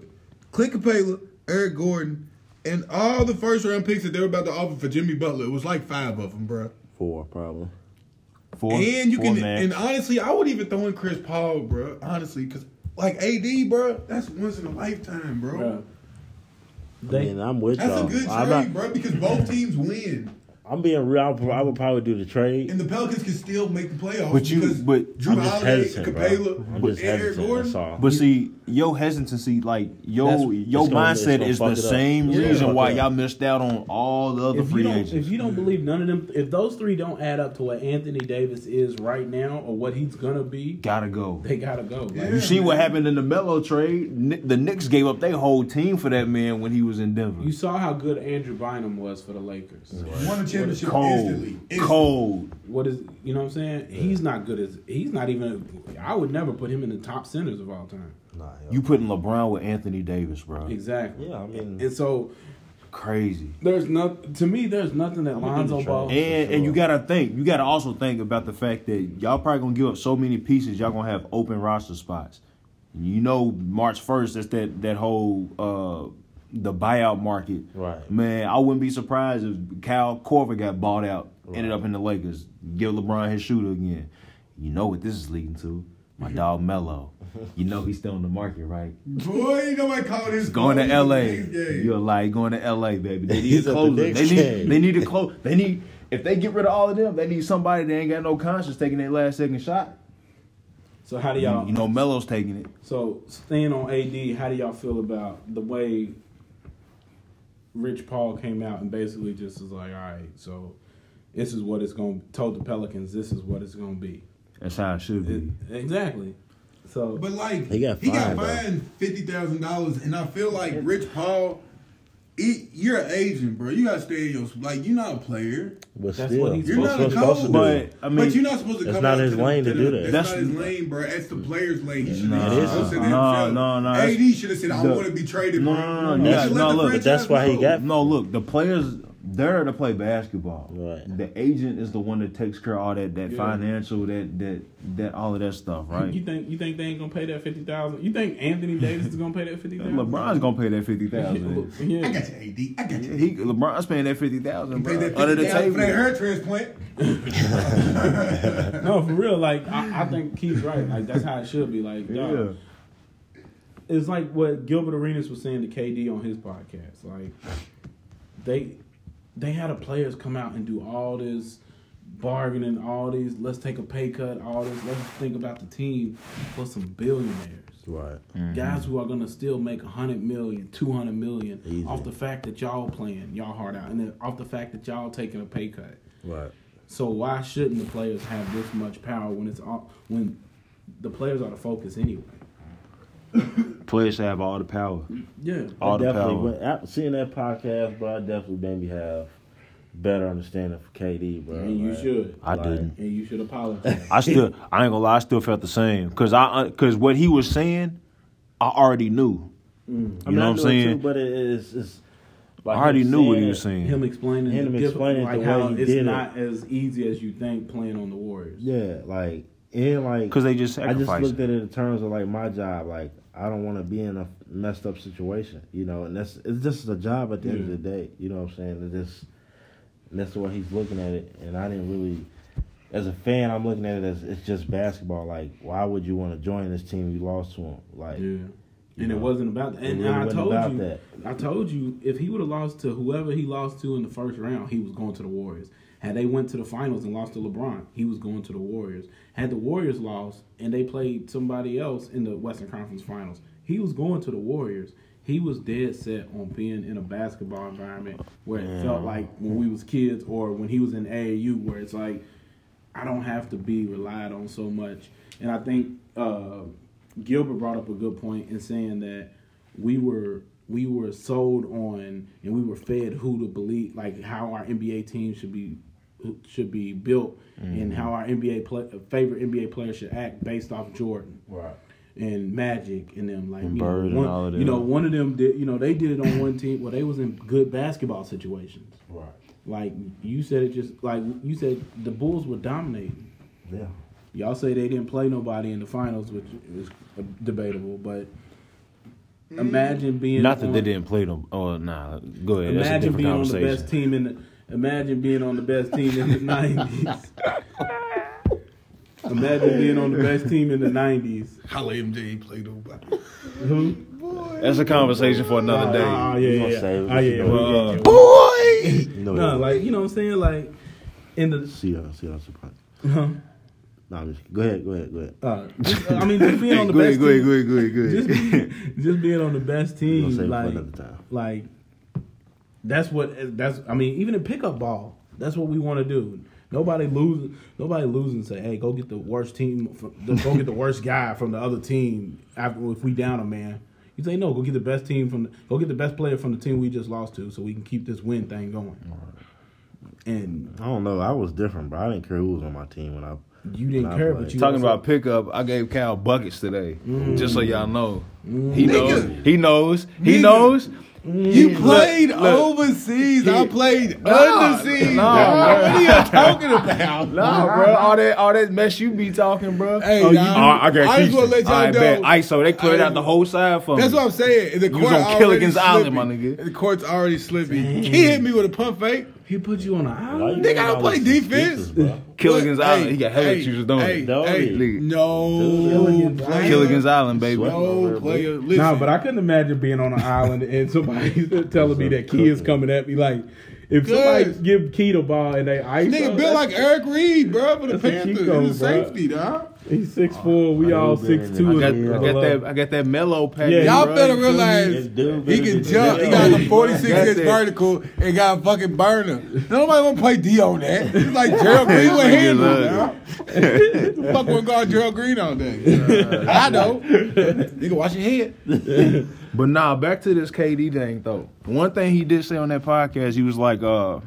[SPEAKER 2] Clint Capela, Eric Gordon, and all the first round picks that they were about to offer for Jimmy Butler, it was like five of them, bro.
[SPEAKER 7] Four, probably.
[SPEAKER 3] Four,
[SPEAKER 2] And you
[SPEAKER 3] four
[SPEAKER 2] can,
[SPEAKER 3] max.
[SPEAKER 2] and honestly, I would even throw in Chris Paul, bro. Honestly, because like AD, bro, that's once in a lifetime, bro.
[SPEAKER 7] I mean, I'm with
[SPEAKER 2] That's
[SPEAKER 7] y'all.
[SPEAKER 2] a good trade,
[SPEAKER 7] I'm, not-
[SPEAKER 2] bro, because both teams win,
[SPEAKER 7] I'm being real. I would, I would probably do the trade.
[SPEAKER 2] and the Pelicans can still make the playoffs.
[SPEAKER 3] But you-
[SPEAKER 2] because
[SPEAKER 3] but
[SPEAKER 2] Drew
[SPEAKER 7] I'm just
[SPEAKER 2] Holiday,
[SPEAKER 7] hesitant, bro.
[SPEAKER 2] Capela,
[SPEAKER 7] I'm just
[SPEAKER 2] and Eric
[SPEAKER 7] hesitant. That's
[SPEAKER 2] Gordon.
[SPEAKER 7] all.
[SPEAKER 3] But see, your hesitancy, like
[SPEAKER 1] That's-
[SPEAKER 3] your your
[SPEAKER 7] it's gonna- it's
[SPEAKER 3] mindset
[SPEAKER 7] gonna
[SPEAKER 3] is
[SPEAKER 7] fuck
[SPEAKER 3] the
[SPEAKER 7] it up.
[SPEAKER 3] same
[SPEAKER 1] Yeah.
[SPEAKER 3] reason
[SPEAKER 1] Fuck
[SPEAKER 3] why
[SPEAKER 1] it
[SPEAKER 3] y'all missed out on all the other
[SPEAKER 1] if you
[SPEAKER 3] free
[SPEAKER 1] don't, if
[SPEAKER 3] agents.
[SPEAKER 1] you don't believe none of them, if those three don't add up to what Anthony Davis is right now or what he's gonna be,
[SPEAKER 3] Gotta go.
[SPEAKER 1] they gotta go. Like,
[SPEAKER 2] Yeah.
[SPEAKER 3] You see what happened in the Melo trade? Kn- The Knicks gave up their whole team for that man when he was in Denver.
[SPEAKER 1] You saw how good Andrew Bynum was for the Lakers.
[SPEAKER 2] Won a championship instantly.
[SPEAKER 3] Cold,
[SPEAKER 2] instantly.
[SPEAKER 3] cold.
[SPEAKER 1] What is you know what I'm saying? He's not good as he's not even. I would never put him in the top centers of all time.
[SPEAKER 7] Nah, yeah.
[SPEAKER 3] You putting LeBron with Anthony Davis, bro?
[SPEAKER 1] Exactly.
[SPEAKER 7] Yeah, I mean-
[SPEAKER 1] and so
[SPEAKER 3] Crazy.
[SPEAKER 1] there's not to me. There's nothing that Lonzo
[SPEAKER 7] trade.
[SPEAKER 1] Ball.
[SPEAKER 3] And
[SPEAKER 7] Oh, sure.
[SPEAKER 3] and you gotta think. You gotta also think about the fact that y'all probably gonna give up so many pieces. Y'all gonna have open roster spots. You know, March first. That's that that whole uh the buyout market.
[SPEAKER 7] Right.
[SPEAKER 3] Man, I wouldn't be surprised if Kyle Corver got bought out, ended up in the Lakers. Give LeBron his shooter again. You know what this is leading to. My dog Mello. You know he's still on the market, right?
[SPEAKER 2] Boy, ain't nobody called his
[SPEAKER 3] Going to
[SPEAKER 2] phone
[SPEAKER 3] LA.
[SPEAKER 2] in the game.
[SPEAKER 3] You're like going to LA, baby. They need
[SPEAKER 7] He's
[SPEAKER 3] a
[SPEAKER 7] at the
[SPEAKER 3] closer. They
[SPEAKER 7] next
[SPEAKER 3] need
[SPEAKER 7] game.
[SPEAKER 3] they need a close. They need if they get rid of all of them, they need somebody that ain't got no conscience taking their last second shot.
[SPEAKER 1] So how do
[SPEAKER 3] You,
[SPEAKER 1] y'all?
[SPEAKER 3] you know Melo's taking it.
[SPEAKER 1] So staying on AD, how do y'all feel about the way Rich Paul came out and basically just was like, all right, so this is what it's going to told the Pelicans, this is what it's going to be.
[SPEAKER 3] That's how it should
[SPEAKER 1] It-
[SPEAKER 3] be.
[SPEAKER 1] exactly. So
[SPEAKER 2] But like
[SPEAKER 7] He got
[SPEAKER 2] he got
[SPEAKER 7] fined, bro.
[SPEAKER 2] fined fifty thousand dollars, and I feel like Rich Paul, he, you're an agent, bro. You gotta stay in your like you're not a player.
[SPEAKER 7] But
[SPEAKER 1] That's
[SPEAKER 7] still,
[SPEAKER 1] what he's
[SPEAKER 2] You're not
[SPEAKER 7] what
[SPEAKER 2] a coach,
[SPEAKER 3] But I mean,
[SPEAKER 2] but you're not supposed to
[SPEAKER 7] that's
[SPEAKER 2] come
[SPEAKER 7] not
[SPEAKER 2] out
[SPEAKER 7] his
[SPEAKER 2] the-
[SPEAKER 7] lane to
[SPEAKER 2] the-
[SPEAKER 7] do that.
[SPEAKER 2] That's, not
[SPEAKER 3] That's-
[SPEAKER 2] his lane, bro. That's the player's lane. He should
[SPEAKER 7] Nah,
[SPEAKER 2] be
[SPEAKER 7] it
[SPEAKER 2] closer
[SPEAKER 7] isn't.
[SPEAKER 2] to
[SPEAKER 3] Nah,
[SPEAKER 2] himself.
[SPEAKER 3] nah, nah, that's-
[SPEAKER 2] AD should have said, "I
[SPEAKER 3] the-
[SPEAKER 2] want to be traded."
[SPEAKER 3] No,
[SPEAKER 2] bro."
[SPEAKER 3] no, no, no,
[SPEAKER 2] You
[SPEAKER 3] you
[SPEAKER 2] should
[SPEAKER 3] got- no,
[SPEAKER 2] let the
[SPEAKER 3] look, but
[SPEAKER 2] franchise
[SPEAKER 7] that's why he
[SPEAKER 2] go.
[SPEAKER 7] got-
[SPEAKER 3] No, look, the players they're to play basketball.
[SPEAKER 7] Right.
[SPEAKER 3] The agent is the one that takes care of all that that
[SPEAKER 1] Yeah.
[SPEAKER 3] financial, that that that all of that stuff, right?
[SPEAKER 1] you think you think they ain't going to pay that 50000 You think Anthony Davis is going to pay that 50000
[SPEAKER 3] LeBron's gonna pay that fifty thousand.
[SPEAKER 2] I
[SPEAKER 1] Yeah.
[SPEAKER 2] got you, AD. I got you.
[SPEAKER 3] He LeBron's paying that fifty thousand,
[SPEAKER 2] Pay
[SPEAKER 3] bro.
[SPEAKER 2] that
[SPEAKER 3] Under
[SPEAKER 2] fifty
[SPEAKER 3] the
[SPEAKER 2] thousand for that
[SPEAKER 3] table.
[SPEAKER 2] hair transplant.
[SPEAKER 1] No, for real. Like, I, I think Keith's right. Like, that's how it should be. Like,
[SPEAKER 3] Yeah.
[SPEAKER 1] dog, it's like what Gilbert Arenas was saying to KD on his podcast. Like they they had a players come out and do all this bargaining, all these let's take a pay cut, all this let's think about the team for some billionaires.
[SPEAKER 7] right.
[SPEAKER 3] Mm.
[SPEAKER 1] Guys who are gonna still make 100 million, 200 million
[SPEAKER 7] Easy.
[SPEAKER 1] off the fact that y'all playing y'all hard out, and then off the fact that y'all taking a pay cut.
[SPEAKER 7] Right.
[SPEAKER 1] So why shouldn't the players have this much power when it's all, when the players are the focus anyway?
[SPEAKER 3] Players should have all the power.
[SPEAKER 1] Yeah,
[SPEAKER 3] All the
[SPEAKER 7] definitely,
[SPEAKER 3] power.
[SPEAKER 7] went- I- seeing that podcast, bro, I definitely made me have better understanding for KD, bro.
[SPEAKER 1] and you
[SPEAKER 7] like,
[SPEAKER 1] should.
[SPEAKER 3] I
[SPEAKER 7] Like,
[SPEAKER 3] didn't.
[SPEAKER 1] And you should apologize.
[SPEAKER 3] I still, I ain't gonna lie, I still felt the same because I, because what he was saying, I already knew.
[SPEAKER 7] I
[SPEAKER 3] You know
[SPEAKER 7] mean,
[SPEAKER 3] what
[SPEAKER 7] I
[SPEAKER 3] I'm
[SPEAKER 7] knew it Too,
[SPEAKER 3] saying?
[SPEAKER 7] but it is, it's
[SPEAKER 3] I
[SPEAKER 7] like
[SPEAKER 3] already
[SPEAKER 7] him
[SPEAKER 3] knew what he
[SPEAKER 7] saying
[SPEAKER 3] was
[SPEAKER 7] it,
[SPEAKER 3] saying.
[SPEAKER 1] him explaining
[SPEAKER 7] Him
[SPEAKER 1] the difference,
[SPEAKER 7] explaining it
[SPEAKER 1] like
[SPEAKER 7] the way
[SPEAKER 1] how
[SPEAKER 7] he
[SPEAKER 1] it's
[SPEAKER 7] did it.
[SPEAKER 1] not as easy as you think playing on the Warriors.
[SPEAKER 7] Yeah, like
[SPEAKER 4] And like,
[SPEAKER 3] because they just
[SPEAKER 4] I just
[SPEAKER 3] sacrificed.
[SPEAKER 4] looked at it in terms of like my job. Like, I don't want to be in a messed up situation, you know. And that's it's just a job at the end
[SPEAKER 1] Mm.
[SPEAKER 4] of the day. You know what I'm saying? It just and that's the way he's looking at it. And I didn't really, as a fan, I'm looking at it as it's just basketball. Like, why would you want to join this team you lost to him? Like,
[SPEAKER 1] And it wasn't about that. And,
[SPEAKER 4] really
[SPEAKER 1] I
[SPEAKER 4] wasn't
[SPEAKER 1] told
[SPEAKER 4] about
[SPEAKER 1] you,
[SPEAKER 4] that.
[SPEAKER 1] I told you, if he would have lost to whoever he lost to in the first round, he was going to the Warriors. Had they went to the finals and lost to LeBron, he was going to the Warriors. Had the Warriors lost and they played somebody else in the Western Conference Finals, he was going to the Warriors. He was dead set on being in a basketball environment where it felt like when we was kids or when he was in AAU, where it's like I don't have to be relied on so much. And I think uh, Gilbert brought up a good point in saying that we were we were sold on and we were fed who to believe, like how our NBA team should be should be built and how our NBA play, favorite NBA players should act based off Jordan. Right. And Magic and them like you
[SPEAKER 3] Bird
[SPEAKER 1] know,
[SPEAKER 3] and
[SPEAKER 1] one,
[SPEAKER 3] all of
[SPEAKER 1] you know
[SPEAKER 3] them.
[SPEAKER 1] one of them did you know they did it on one team well they was in good basketball situations
[SPEAKER 4] right?
[SPEAKER 1] like you said it just like you said the Bulls were dominating
[SPEAKER 4] Yeah.
[SPEAKER 1] Y'all say they didn't play nobody in the finals, which is debatable, but imagine being
[SPEAKER 3] Not that
[SPEAKER 1] on,
[SPEAKER 3] they didn't play them. Oh, nah. Go ahead. That's a
[SPEAKER 1] Imagine
[SPEAKER 3] different
[SPEAKER 1] being on the
[SPEAKER 3] conversation.
[SPEAKER 1] best team in the imagine being on the best team in the nineties. imagine being on the best team in the nineties.
[SPEAKER 2] Holla MJ ain't played nobody.
[SPEAKER 1] Who?
[SPEAKER 3] That's a conversation for another day.
[SPEAKER 1] Oh, yeah, yeah,
[SPEAKER 4] gonna
[SPEAKER 1] yeah.
[SPEAKER 4] save it.
[SPEAKER 1] Oh, yeah, yeah.
[SPEAKER 3] Well,
[SPEAKER 1] yeah,
[SPEAKER 3] uh,
[SPEAKER 1] yeah.
[SPEAKER 4] You know,
[SPEAKER 1] No, like you know what I'm saying, like in the
[SPEAKER 4] see how see how surprised.
[SPEAKER 1] Uh-huh.
[SPEAKER 4] Nah, I'm just, go ahead, go ahead, go ahead.
[SPEAKER 1] uh, just- I mean just being on the
[SPEAKER 17] Go ahead,
[SPEAKER 1] best
[SPEAKER 17] go ahead,
[SPEAKER 1] team.
[SPEAKER 17] go ahead, go ahead, go
[SPEAKER 1] Just,
[SPEAKER 17] ahead.
[SPEAKER 1] being, just being on the best
[SPEAKER 4] We're
[SPEAKER 1] team,
[SPEAKER 4] gonna save it for
[SPEAKER 1] like
[SPEAKER 4] another time.
[SPEAKER 1] like that's what that's I mean even in pickup ball that's what we want to do. Nobody lose nobody losing say hey go get the worst team from, go get the worst guy from the other team after if we down a man. You say no go get the best team from the, go get the best player from the team we just lost to so we can keep this win thing going. And
[SPEAKER 4] I don't know. I was different, bro. I didn't care who was on my team when I.
[SPEAKER 1] you didn't
[SPEAKER 4] Nah,
[SPEAKER 1] care,
[SPEAKER 4] boy.
[SPEAKER 1] but you
[SPEAKER 3] Talking
[SPEAKER 1] also-
[SPEAKER 3] about pickup, I gave Cal buckets today. Just so y'all know. He knows. He knows. He
[SPEAKER 2] Nigga.
[SPEAKER 3] knows.
[SPEAKER 2] You played
[SPEAKER 3] look.
[SPEAKER 2] overseas. I played underseas.
[SPEAKER 3] nah,
[SPEAKER 2] Nah,
[SPEAKER 3] bro.
[SPEAKER 2] what are you talking about?
[SPEAKER 3] Nah, bro. All that all that mess you be talking, bro. Oh,
[SPEAKER 2] Hey,
[SPEAKER 3] you,
[SPEAKER 2] nah.
[SPEAKER 3] All right, I got
[SPEAKER 2] I just wanna let y'all
[SPEAKER 3] All bet.
[SPEAKER 2] know-
[SPEAKER 3] ISO, they cleared out the whole side for
[SPEAKER 2] That's
[SPEAKER 3] me.
[SPEAKER 2] what I'm saying. The
[SPEAKER 3] was
[SPEAKER 2] court
[SPEAKER 3] on
[SPEAKER 2] already
[SPEAKER 3] Killigan's Island,
[SPEAKER 2] slippy.
[SPEAKER 3] my nigga.
[SPEAKER 2] The court's already slippy. He hit me with a pump fake.
[SPEAKER 1] he put you on an island.
[SPEAKER 2] Nigga, I don't play defense.
[SPEAKER 3] Killigan's
[SPEAKER 2] But,
[SPEAKER 3] Island.
[SPEAKER 2] hey,
[SPEAKER 3] he got hella
[SPEAKER 2] hey,
[SPEAKER 3] choosers doing
[SPEAKER 2] hey,
[SPEAKER 3] it.
[SPEAKER 4] Don't
[SPEAKER 2] hey,
[SPEAKER 4] it.
[SPEAKER 2] No
[SPEAKER 1] Killigan's
[SPEAKER 2] player.
[SPEAKER 3] Killigan's Island, baby.
[SPEAKER 2] No player. Listen,
[SPEAKER 1] Nah, but I couldn't imagine being on an island and somebody telling me that kids coming at me like if
[SPEAKER 2] Yes.
[SPEAKER 1] somebody give Key the ball and they ice
[SPEAKER 2] nigga
[SPEAKER 1] him,
[SPEAKER 2] built
[SPEAKER 1] that's-
[SPEAKER 2] like Eric Reed, bro, for the
[SPEAKER 1] that's a
[SPEAKER 2] Panthers.
[SPEAKER 1] Chico,
[SPEAKER 2] He's a
[SPEAKER 1] bro.
[SPEAKER 2] safety, dog.
[SPEAKER 1] he's six four, we all
[SPEAKER 4] would've been
[SPEAKER 1] six
[SPEAKER 3] Oh, I
[SPEAKER 1] two.
[SPEAKER 3] got, I got that. I got that mellow pack.
[SPEAKER 1] Yeah,
[SPEAKER 2] Y'all
[SPEAKER 1] bro,
[SPEAKER 2] better
[SPEAKER 1] you feel me?
[SPEAKER 2] realize
[SPEAKER 4] This dude
[SPEAKER 2] he
[SPEAKER 4] better
[SPEAKER 2] can
[SPEAKER 4] be
[SPEAKER 2] jump. He
[SPEAKER 4] dead.
[SPEAKER 2] got a 46
[SPEAKER 3] That's
[SPEAKER 2] inch
[SPEAKER 3] it.
[SPEAKER 2] vertical and got a fucking burner. Nobody want to play D on that. It's like Gerald Green with handle.
[SPEAKER 3] Look.
[SPEAKER 2] man. Fuck with guard Gerald Green all day. I know. You can watch your head.
[SPEAKER 3] But nah, back to this KD thing though. One thing he did say on that podcast, he was like, uh,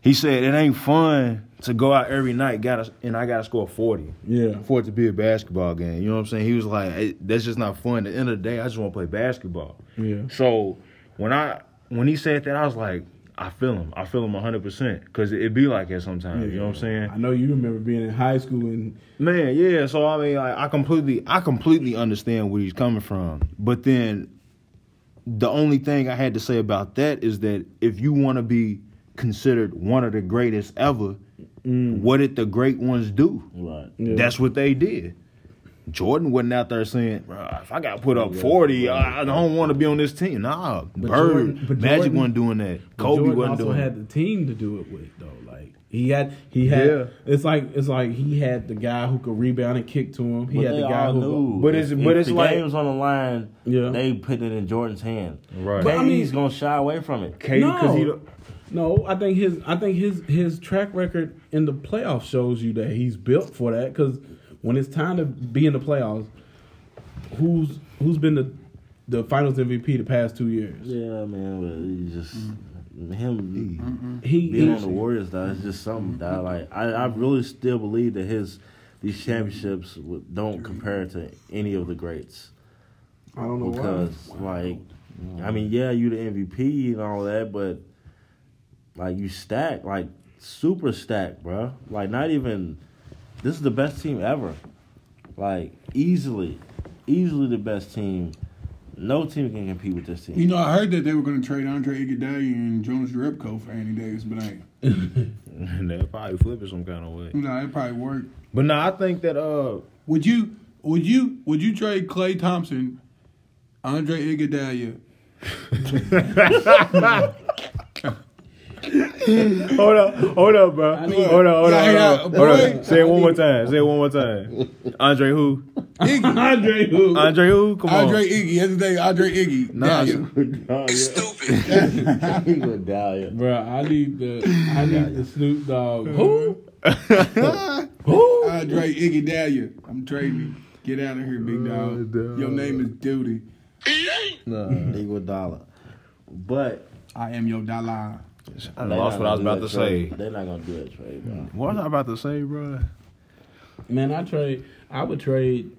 [SPEAKER 3] he said it ain't fun to go out every night, gotta and I gotta score forty.
[SPEAKER 1] Yeah.
[SPEAKER 3] For it to be a basketball game. You know what I'm saying? He was like, "Hey, that's just not fun. At the end of the day, I just wanna play basketball.
[SPEAKER 1] Yeah.
[SPEAKER 3] So when I when he said that, I was like, I feel him. I feel him hundred percent. Cause it be like that sometimes. You know what I'm saying?
[SPEAKER 1] I know you remember being in high school and
[SPEAKER 3] Man, yeah. So I mean, like, I completely, I completely understand where he's coming from. But then, the only thing I had to say about that is that if you want to be considered one of the greatest ever,
[SPEAKER 1] Mm.
[SPEAKER 3] what did the great ones do?
[SPEAKER 4] Right.
[SPEAKER 3] That's what they did. Jordan wasn't out there saying, "Bro, if I got to put up forty, I, I don't want to be on this team." Nah, Bird,
[SPEAKER 1] Jordan- but
[SPEAKER 3] Magic
[SPEAKER 1] Jordan-
[SPEAKER 3] wasn't doing that. Kobe
[SPEAKER 1] Jordan
[SPEAKER 3] wasn't
[SPEAKER 1] also
[SPEAKER 3] doing
[SPEAKER 1] had
[SPEAKER 3] that.
[SPEAKER 1] the team to do it with though. Like he had he had
[SPEAKER 3] Yeah.
[SPEAKER 1] it's like it's like he had the guy who could rebound and kick to him. He
[SPEAKER 4] But
[SPEAKER 1] had
[SPEAKER 4] they
[SPEAKER 1] the guy
[SPEAKER 4] all
[SPEAKER 1] who
[SPEAKER 4] knew.
[SPEAKER 3] But it's-
[SPEAKER 4] If-
[SPEAKER 3] but
[SPEAKER 4] if
[SPEAKER 3] it's
[SPEAKER 4] the
[SPEAKER 3] like-
[SPEAKER 4] game's on the line.
[SPEAKER 1] Yeah.
[SPEAKER 4] They put it in Jordan's hand.
[SPEAKER 3] Right.
[SPEAKER 1] But I mean-
[SPEAKER 4] KD's gonna shy away from it.
[SPEAKER 3] KD, 'cause he
[SPEAKER 1] No.
[SPEAKER 3] the-
[SPEAKER 1] No, I think his I think his his track record in the playoffs shows you that he's built for that. Because when it's time to be in the playoffs, who's who's been the the Finals MVP the past two years?
[SPEAKER 4] Yeah, man. But he just him
[SPEAKER 1] He,
[SPEAKER 4] being
[SPEAKER 1] he
[SPEAKER 4] on the Warriors, though, it's just something. That, like I, I really still believe that his these championships w- don't compare to any of the greats.
[SPEAKER 1] I don't know why.
[SPEAKER 4] because like I mean, yeah, you the MVP and all that, but like you stack like super stack, bro. Like not even This is the best team ever. Like easily, easily the best team. No team can compete with this team.
[SPEAKER 2] You know, I heard that they were going to trade Andre Iguodala and Jonas Repko for Andy Davis, but I
[SPEAKER 3] They'll probably flip it some kind of way.
[SPEAKER 2] you know it probably worked.
[SPEAKER 3] But no, I think that uh,
[SPEAKER 2] Would you? Would you? Would you trade Clay Thompson, Andre Iguodala?
[SPEAKER 3] hold up, hold up, bro. hold up, hold
[SPEAKER 2] Yeah, yeah,
[SPEAKER 3] up, hold up.
[SPEAKER 2] boy.
[SPEAKER 3] Hold up. Say it one more time. Say it one more time. Andre who?
[SPEAKER 2] Iggy,
[SPEAKER 1] Andre who?
[SPEAKER 3] Andre who? Come on.
[SPEAKER 2] Andre Iggy. That's the thing. Andre Iggy.
[SPEAKER 3] Nah,
[SPEAKER 2] Dahlia.
[SPEAKER 4] Oh,
[SPEAKER 9] Stupid.
[SPEAKER 4] Medallion.
[SPEAKER 1] Bro, I need the I need the Snoop Dogg. Who?
[SPEAKER 2] Andre Iggy Dahlia. I'm trading. you. Get out of here, big dog. Your name is Duty.
[SPEAKER 1] Mm-hmm.
[SPEAKER 4] Iguodala. But
[SPEAKER 2] I am your dollar.
[SPEAKER 3] I
[SPEAKER 4] they
[SPEAKER 3] lost
[SPEAKER 4] not
[SPEAKER 3] what I was
[SPEAKER 4] gonna
[SPEAKER 3] about
[SPEAKER 4] do
[SPEAKER 3] to
[SPEAKER 4] that trade.
[SPEAKER 3] say.
[SPEAKER 4] They're not gonna do that trade,
[SPEAKER 1] Mm-hmm.
[SPEAKER 4] bro.
[SPEAKER 3] What was I about to say, bro?
[SPEAKER 1] Man, I trade I would trade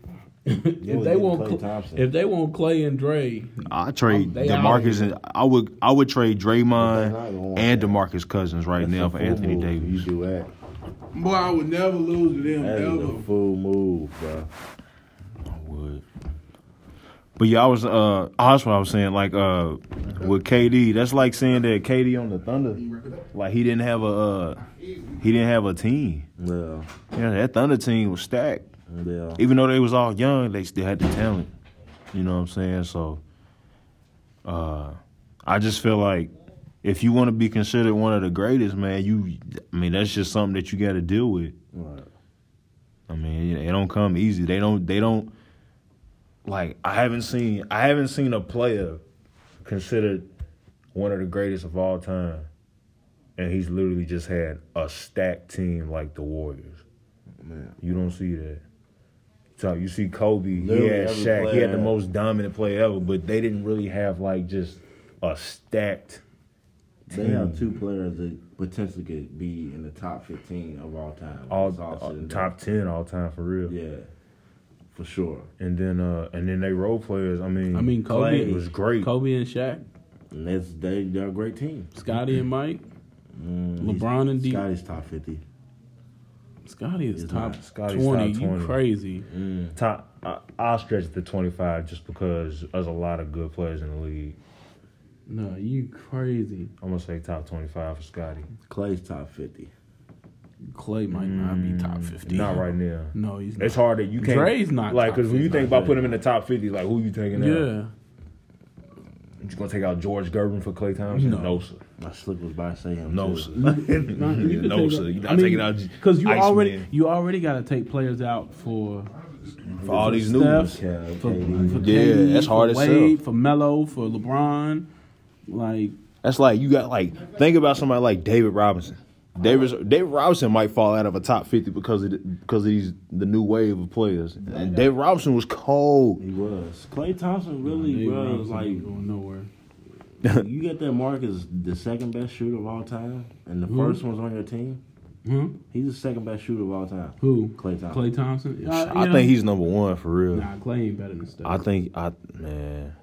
[SPEAKER 1] if
[SPEAKER 4] would
[SPEAKER 1] they
[SPEAKER 4] get
[SPEAKER 1] want
[SPEAKER 4] Klay
[SPEAKER 1] Cl-
[SPEAKER 4] Thompson.
[SPEAKER 1] if they want Clay and Dre,
[SPEAKER 3] I trade
[SPEAKER 1] They
[SPEAKER 3] Demarcus. And, I would I would trade
[SPEAKER 4] They're not gonna
[SPEAKER 3] Draymond
[SPEAKER 4] want
[SPEAKER 3] and Demarcus Cousins right now
[SPEAKER 4] That's
[SPEAKER 3] for
[SPEAKER 4] a fool
[SPEAKER 3] Anthony
[SPEAKER 4] move.
[SPEAKER 3] Davis.
[SPEAKER 4] You do that.
[SPEAKER 2] Boy, I would never lose to them
[SPEAKER 4] That is
[SPEAKER 2] ever.
[SPEAKER 4] a fool move, bro.
[SPEAKER 3] would. But yeah, I was uh oh, that's what I was saying, like uh with KD, that's like saying that KD on the Thunder, like he didn't have a uh he didn't have a team.
[SPEAKER 4] Yeah,
[SPEAKER 3] Yeah, that Thunder team was stacked.
[SPEAKER 4] yeah.
[SPEAKER 3] Even though they was all young, they still had the talent. You know what I'm saying? So uh I just feel like if you want to be considered one of the greatest, man, you I mean, that's just something that you got to deal with.
[SPEAKER 4] Right.
[SPEAKER 3] I mean, it, it don't come easy. They don't. They don't. Like I haven't seen. I haven't seen a player considered one of the greatest of all time, and he's literally just had a stacked team like the Warriors. Man, you don't see that. So you see Kobe. he
[SPEAKER 4] Literally
[SPEAKER 3] had
[SPEAKER 4] every
[SPEAKER 3] Shaq. He
[SPEAKER 4] player
[SPEAKER 3] had the
[SPEAKER 4] had-
[SPEAKER 3] most dominant player ever, but they didn't really have like just a stacked.
[SPEAKER 4] They have
[SPEAKER 1] Mm-hmm.
[SPEAKER 4] two players that potentially could be in the top fifteen of all time.
[SPEAKER 3] All, uh,
[SPEAKER 4] It's all said and
[SPEAKER 3] top ten all time for real,
[SPEAKER 4] done. Yeah, for sure.
[SPEAKER 3] and then uh and then they role players. I mean,
[SPEAKER 1] I mean Kobe
[SPEAKER 3] Klay was great.
[SPEAKER 1] Kobe and Shaq,
[SPEAKER 4] And that's they they're a great team.
[SPEAKER 1] Scotty and Mike, LeBron and D. Scotty,
[SPEAKER 4] Scotty's top fifty.
[SPEAKER 1] is
[SPEAKER 4] He's
[SPEAKER 1] top,
[SPEAKER 4] not.
[SPEAKER 3] Scotty's
[SPEAKER 1] 20.
[SPEAKER 3] top
[SPEAKER 1] You
[SPEAKER 3] 20.
[SPEAKER 1] crazy?
[SPEAKER 3] Top, I, I'll stretch it to 25 just because there's a lot of good players in the league.
[SPEAKER 1] No, you crazy.
[SPEAKER 3] I'm going to say top 25 for Scotty.
[SPEAKER 4] Clay's top fifty.
[SPEAKER 1] Clay might not be top fifty.
[SPEAKER 3] Mm, Not right now.
[SPEAKER 1] No, he's not.
[SPEAKER 3] It's hard that you can't.
[SPEAKER 1] Dre's not
[SPEAKER 3] Like,
[SPEAKER 1] top
[SPEAKER 3] because when you
[SPEAKER 1] 50.
[SPEAKER 3] think about putting him in the top 50, like, who you taking out?
[SPEAKER 1] yeah,
[SPEAKER 3] You going to take out George Gervin for Clay Thompson?
[SPEAKER 1] No.
[SPEAKER 3] sir.
[SPEAKER 4] My slip was by saying him.
[SPEAKER 3] No,
[SPEAKER 4] too.
[SPEAKER 3] sir.
[SPEAKER 1] No, you could
[SPEAKER 3] No,
[SPEAKER 1] take
[SPEAKER 3] sir.
[SPEAKER 1] out-
[SPEAKER 3] You're not
[SPEAKER 1] I mean,
[SPEAKER 3] taking out J-
[SPEAKER 1] because you
[SPEAKER 3] Iceman.
[SPEAKER 1] already you already got to take players out for
[SPEAKER 3] For all these new
[SPEAKER 1] Steph,
[SPEAKER 3] ones.
[SPEAKER 1] for,
[SPEAKER 4] Yeah,
[SPEAKER 1] for
[SPEAKER 4] KD.
[SPEAKER 1] KD,
[SPEAKER 3] that's hard
[SPEAKER 1] for
[SPEAKER 3] as
[SPEAKER 1] Wade, for Melo, for LeBron. Like
[SPEAKER 3] That's like, you got, like, think about somebody like David Robinson. Davis, David Robinson might fall out of a top 50 because of the, because of these, the new wave of players. And David Robinson was cold.
[SPEAKER 4] He was. Clay Thompson really,
[SPEAKER 1] Nate
[SPEAKER 4] bro, was
[SPEAKER 1] Robinson ain't
[SPEAKER 4] like
[SPEAKER 1] going nowhere.
[SPEAKER 4] you get that mark as the second best shooter of all time, and the
[SPEAKER 1] Who?
[SPEAKER 4] first one's on your team.
[SPEAKER 1] Huh?
[SPEAKER 4] He's the second best shooter of all time.
[SPEAKER 1] Who?
[SPEAKER 4] Klay Thompson.
[SPEAKER 1] Clay Thompson. Uh,
[SPEAKER 3] I
[SPEAKER 1] yeah.
[SPEAKER 3] think he's number one for real.
[SPEAKER 1] Nah, Clay ain't better than Steph.
[SPEAKER 3] I think I man,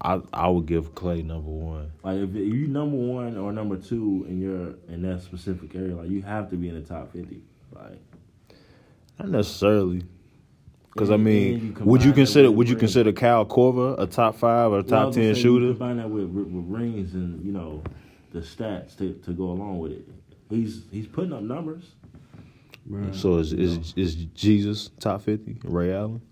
[SPEAKER 3] I I would give Clay number one.
[SPEAKER 4] Like if you number one or number two in your in that specific area, like you have to be in the top fifty. Like
[SPEAKER 3] Not necessarily, because I
[SPEAKER 4] And- and
[SPEAKER 3] mean,
[SPEAKER 4] you
[SPEAKER 3] would you
[SPEAKER 4] combine that
[SPEAKER 3] consider
[SPEAKER 4] with
[SPEAKER 3] would you
[SPEAKER 4] Ray.
[SPEAKER 3] consider Kyle Korver a top five or a
[SPEAKER 4] Well, I
[SPEAKER 3] top
[SPEAKER 4] was
[SPEAKER 3] ten
[SPEAKER 4] gonna say, You
[SPEAKER 3] shooter?
[SPEAKER 4] combine that with, with, with rings and you know the stats to, to go along with it. He's he's putting up numbers.
[SPEAKER 1] Bruh.
[SPEAKER 3] So is is is Jesus top fifty? Ray Allen,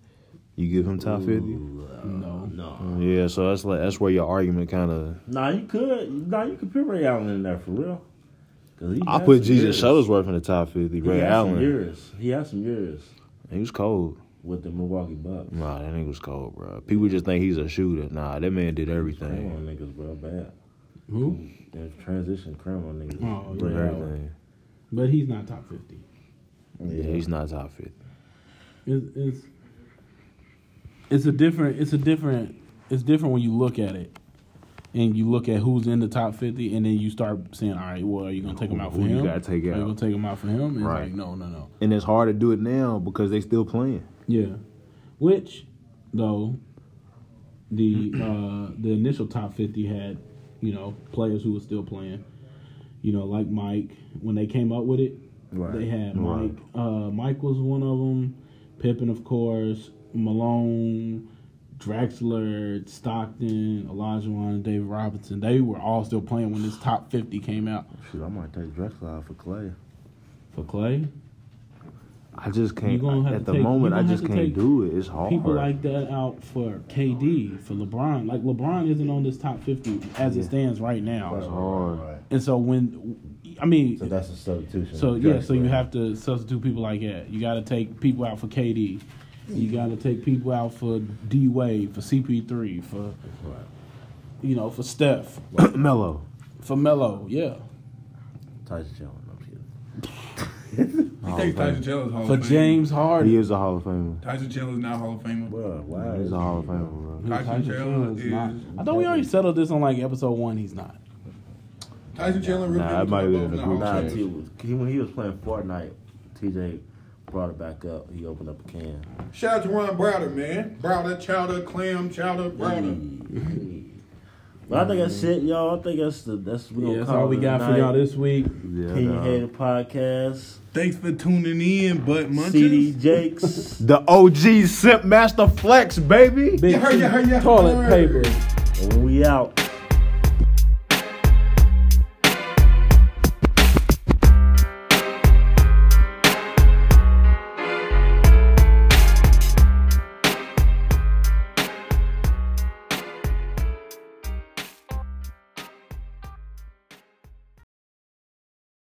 [SPEAKER 3] you give him top fifty?
[SPEAKER 1] no.
[SPEAKER 4] Uh, No,
[SPEAKER 3] Yeah, so that's like that's where your argument kind of.
[SPEAKER 4] nah, you could, nah, you could put Ray Allen in there for real. 'Cause he
[SPEAKER 3] I
[SPEAKER 4] got
[SPEAKER 3] put
[SPEAKER 4] some
[SPEAKER 3] Jesus
[SPEAKER 4] years.
[SPEAKER 3] Shuttlesworth in the top fifty.
[SPEAKER 4] He
[SPEAKER 3] Ray
[SPEAKER 4] had some
[SPEAKER 3] Allen,
[SPEAKER 4] years. He had some years
[SPEAKER 3] he was cold.
[SPEAKER 4] with the Milwaukee Bucks.
[SPEAKER 3] Nah, that nigga was cold, bro. People just think he's a shooter. Nah, that man did
[SPEAKER 4] Crime
[SPEAKER 3] everything.
[SPEAKER 4] on niggas, bro, bad.
[SPEAKER 1] Who?
[SPEAKER 4] That transition crime on niggas.
[SPEAKER 1] Oh,
[SPEAKER 3] Did
[SPEAKER 1] yeah.
[SPEAKER 3] everything.
[SPEAKER 1] But he's not top fifty.
[SPEAKER 3] Yeah, he's not top fifty.
[SPEAKER 1] It's, it's it's a different it's a different it's different when you look at it and you look at who's in the top 50 and then you start saying all right well are you going to take him out for
[SPEAKER 3] Who you
[SPEAKER 1] him
[SPEAKER 3] gotta take
[SPEAKER 1] are you
[SPEAKER 3] out?
[SPEAKER 1] going to take him out for him and
[SPEAKER 3] Right.
[SPEAKER 1] it's like no no no
[SPEAKER 3] and it's hard to do it now because they still playing.
[SPEAKER 1] yeah which though the uh the initial top 50 had you know players who were still playing you know like Mike when they came up with it They had
[SPEAKER 3] Right.
[SPEAKER 1] Mike. Uh, Mike was one of them. Pippen, of course. Malone, Draxler, Stockton, Olajuwon, and David Robinson. They were all still playing when this top fifty came out.
[SPEAKER 4] Shoot, I might take Drexler out for Clay.
[SPEAKER 1] For Clay,
[SPEAKER 3] I just
[SPEAKER 1] You
[SPEAKER 3] can't.
[SPEAKER 1] gonna have
[SPEAKER 3] at
[SPEAKER 1] to
[SPEAKER 3] the
[SPEAKER 1] take- you
[SPEAKER 3] moment,
[SPEAKER 1] gonna
[SPEAKER 3] I
[SPEAKER 1] have
[SPEAKER 3] just
[SPEAKER 1] to
[SPEAKER 3] can't
[SPEAKER 1] take
[SPEAKER 3] do it. It's hard.
[SPEAKER 1] people like that out for KD, for LeBron. Like LeBron isn't on this top fifty as it stands right now.
[SPEAKER 3] it's hard.
[SPEAKER 1] And so when, I mean,
[SPEAKER 4] So that's a substitution.
[SPEAKER 1] So
[SPEAKER 4] of
[SPEAKER 1] yeah, so you
[SPEAKER 4] Drexler.
[SPEAKER 1] have to substitute people like that. You got to take people out for KD. You got to take people out for D Wade, for CP3, for you know, for Steph,
[SPEAKER 3] Mellow.
[SPEAKER 1] for Melo. Yeah,
[SPEAKER 4] Tyson Chandler. no, I'm kidding.
[SPEAKER 2] You think Tyson Chandler's Hall
[SPEAKER 1] for
[SPEAKER 2] of Famer?
[SPEAKER 1] James
[SPEAKER 3] He
[SPEAKER 1] Harden.
[SPEAKER 3] is a Hall of Famer.
[SPEAKER 2] Tyson Chandler's not Hall of Famer.
[SPEAKER 4] Bro, wow.
[SPEAKER 3] He's a Hall of Famer, bro.
[SPEAKER 2] Tyson Chandler
[SPEAKER 1] Chandler's
[SPEAKER 2] is-
[SPEAKER 1] not. I thought we already settled this on like episode one. He's not.
[SPEAKER 2] Tyson Chandler really
[SPEAKER 3] Nah, it might have been in the group
[SPEAKER 4] Nah,
[SPEAKER 3] chat.
[SPEAKER 4] T was, he, when he was playing Fortnite, TJ brought it back up. He opened up a can.
[SPEAKER 2] Shout out to Ron Browder, man. Browder, Chowder, Clam, Chowder, Browder.
[SPEAKER 4] But I think that's it, y'all. I think that's the that's we gonna
[SPEAKER 1] Yeah, that's
[SPEAKER 4] call
[SPEAKER 1] all we
[SPEAKER 4] it a
[SPEAKER 1] got for
[SPEAKER 4] night.
[SPEAKER 1] y'all this week.
[SPEAKER 3] Yeah,
[SPEAKER 4] King
[SPEAKER 3] nah.
[SPEAKER 4] Hater Podcast.
[SPEAKER 2] Thanks for tuning in, Butt Munchers.
[SPEAKER 4] CD Jakes.
[SPEAKER 3] The OG Simp Master Flex, baby.
[SPEAKER 1] Big
[SPEAKER 2] Yeah, yeah, yeah,
[SPEAKER 1] toilet
[SPEAKER 2] yeah.
[SPEAKER 1] paper.
[SPEAKER 4] and we out.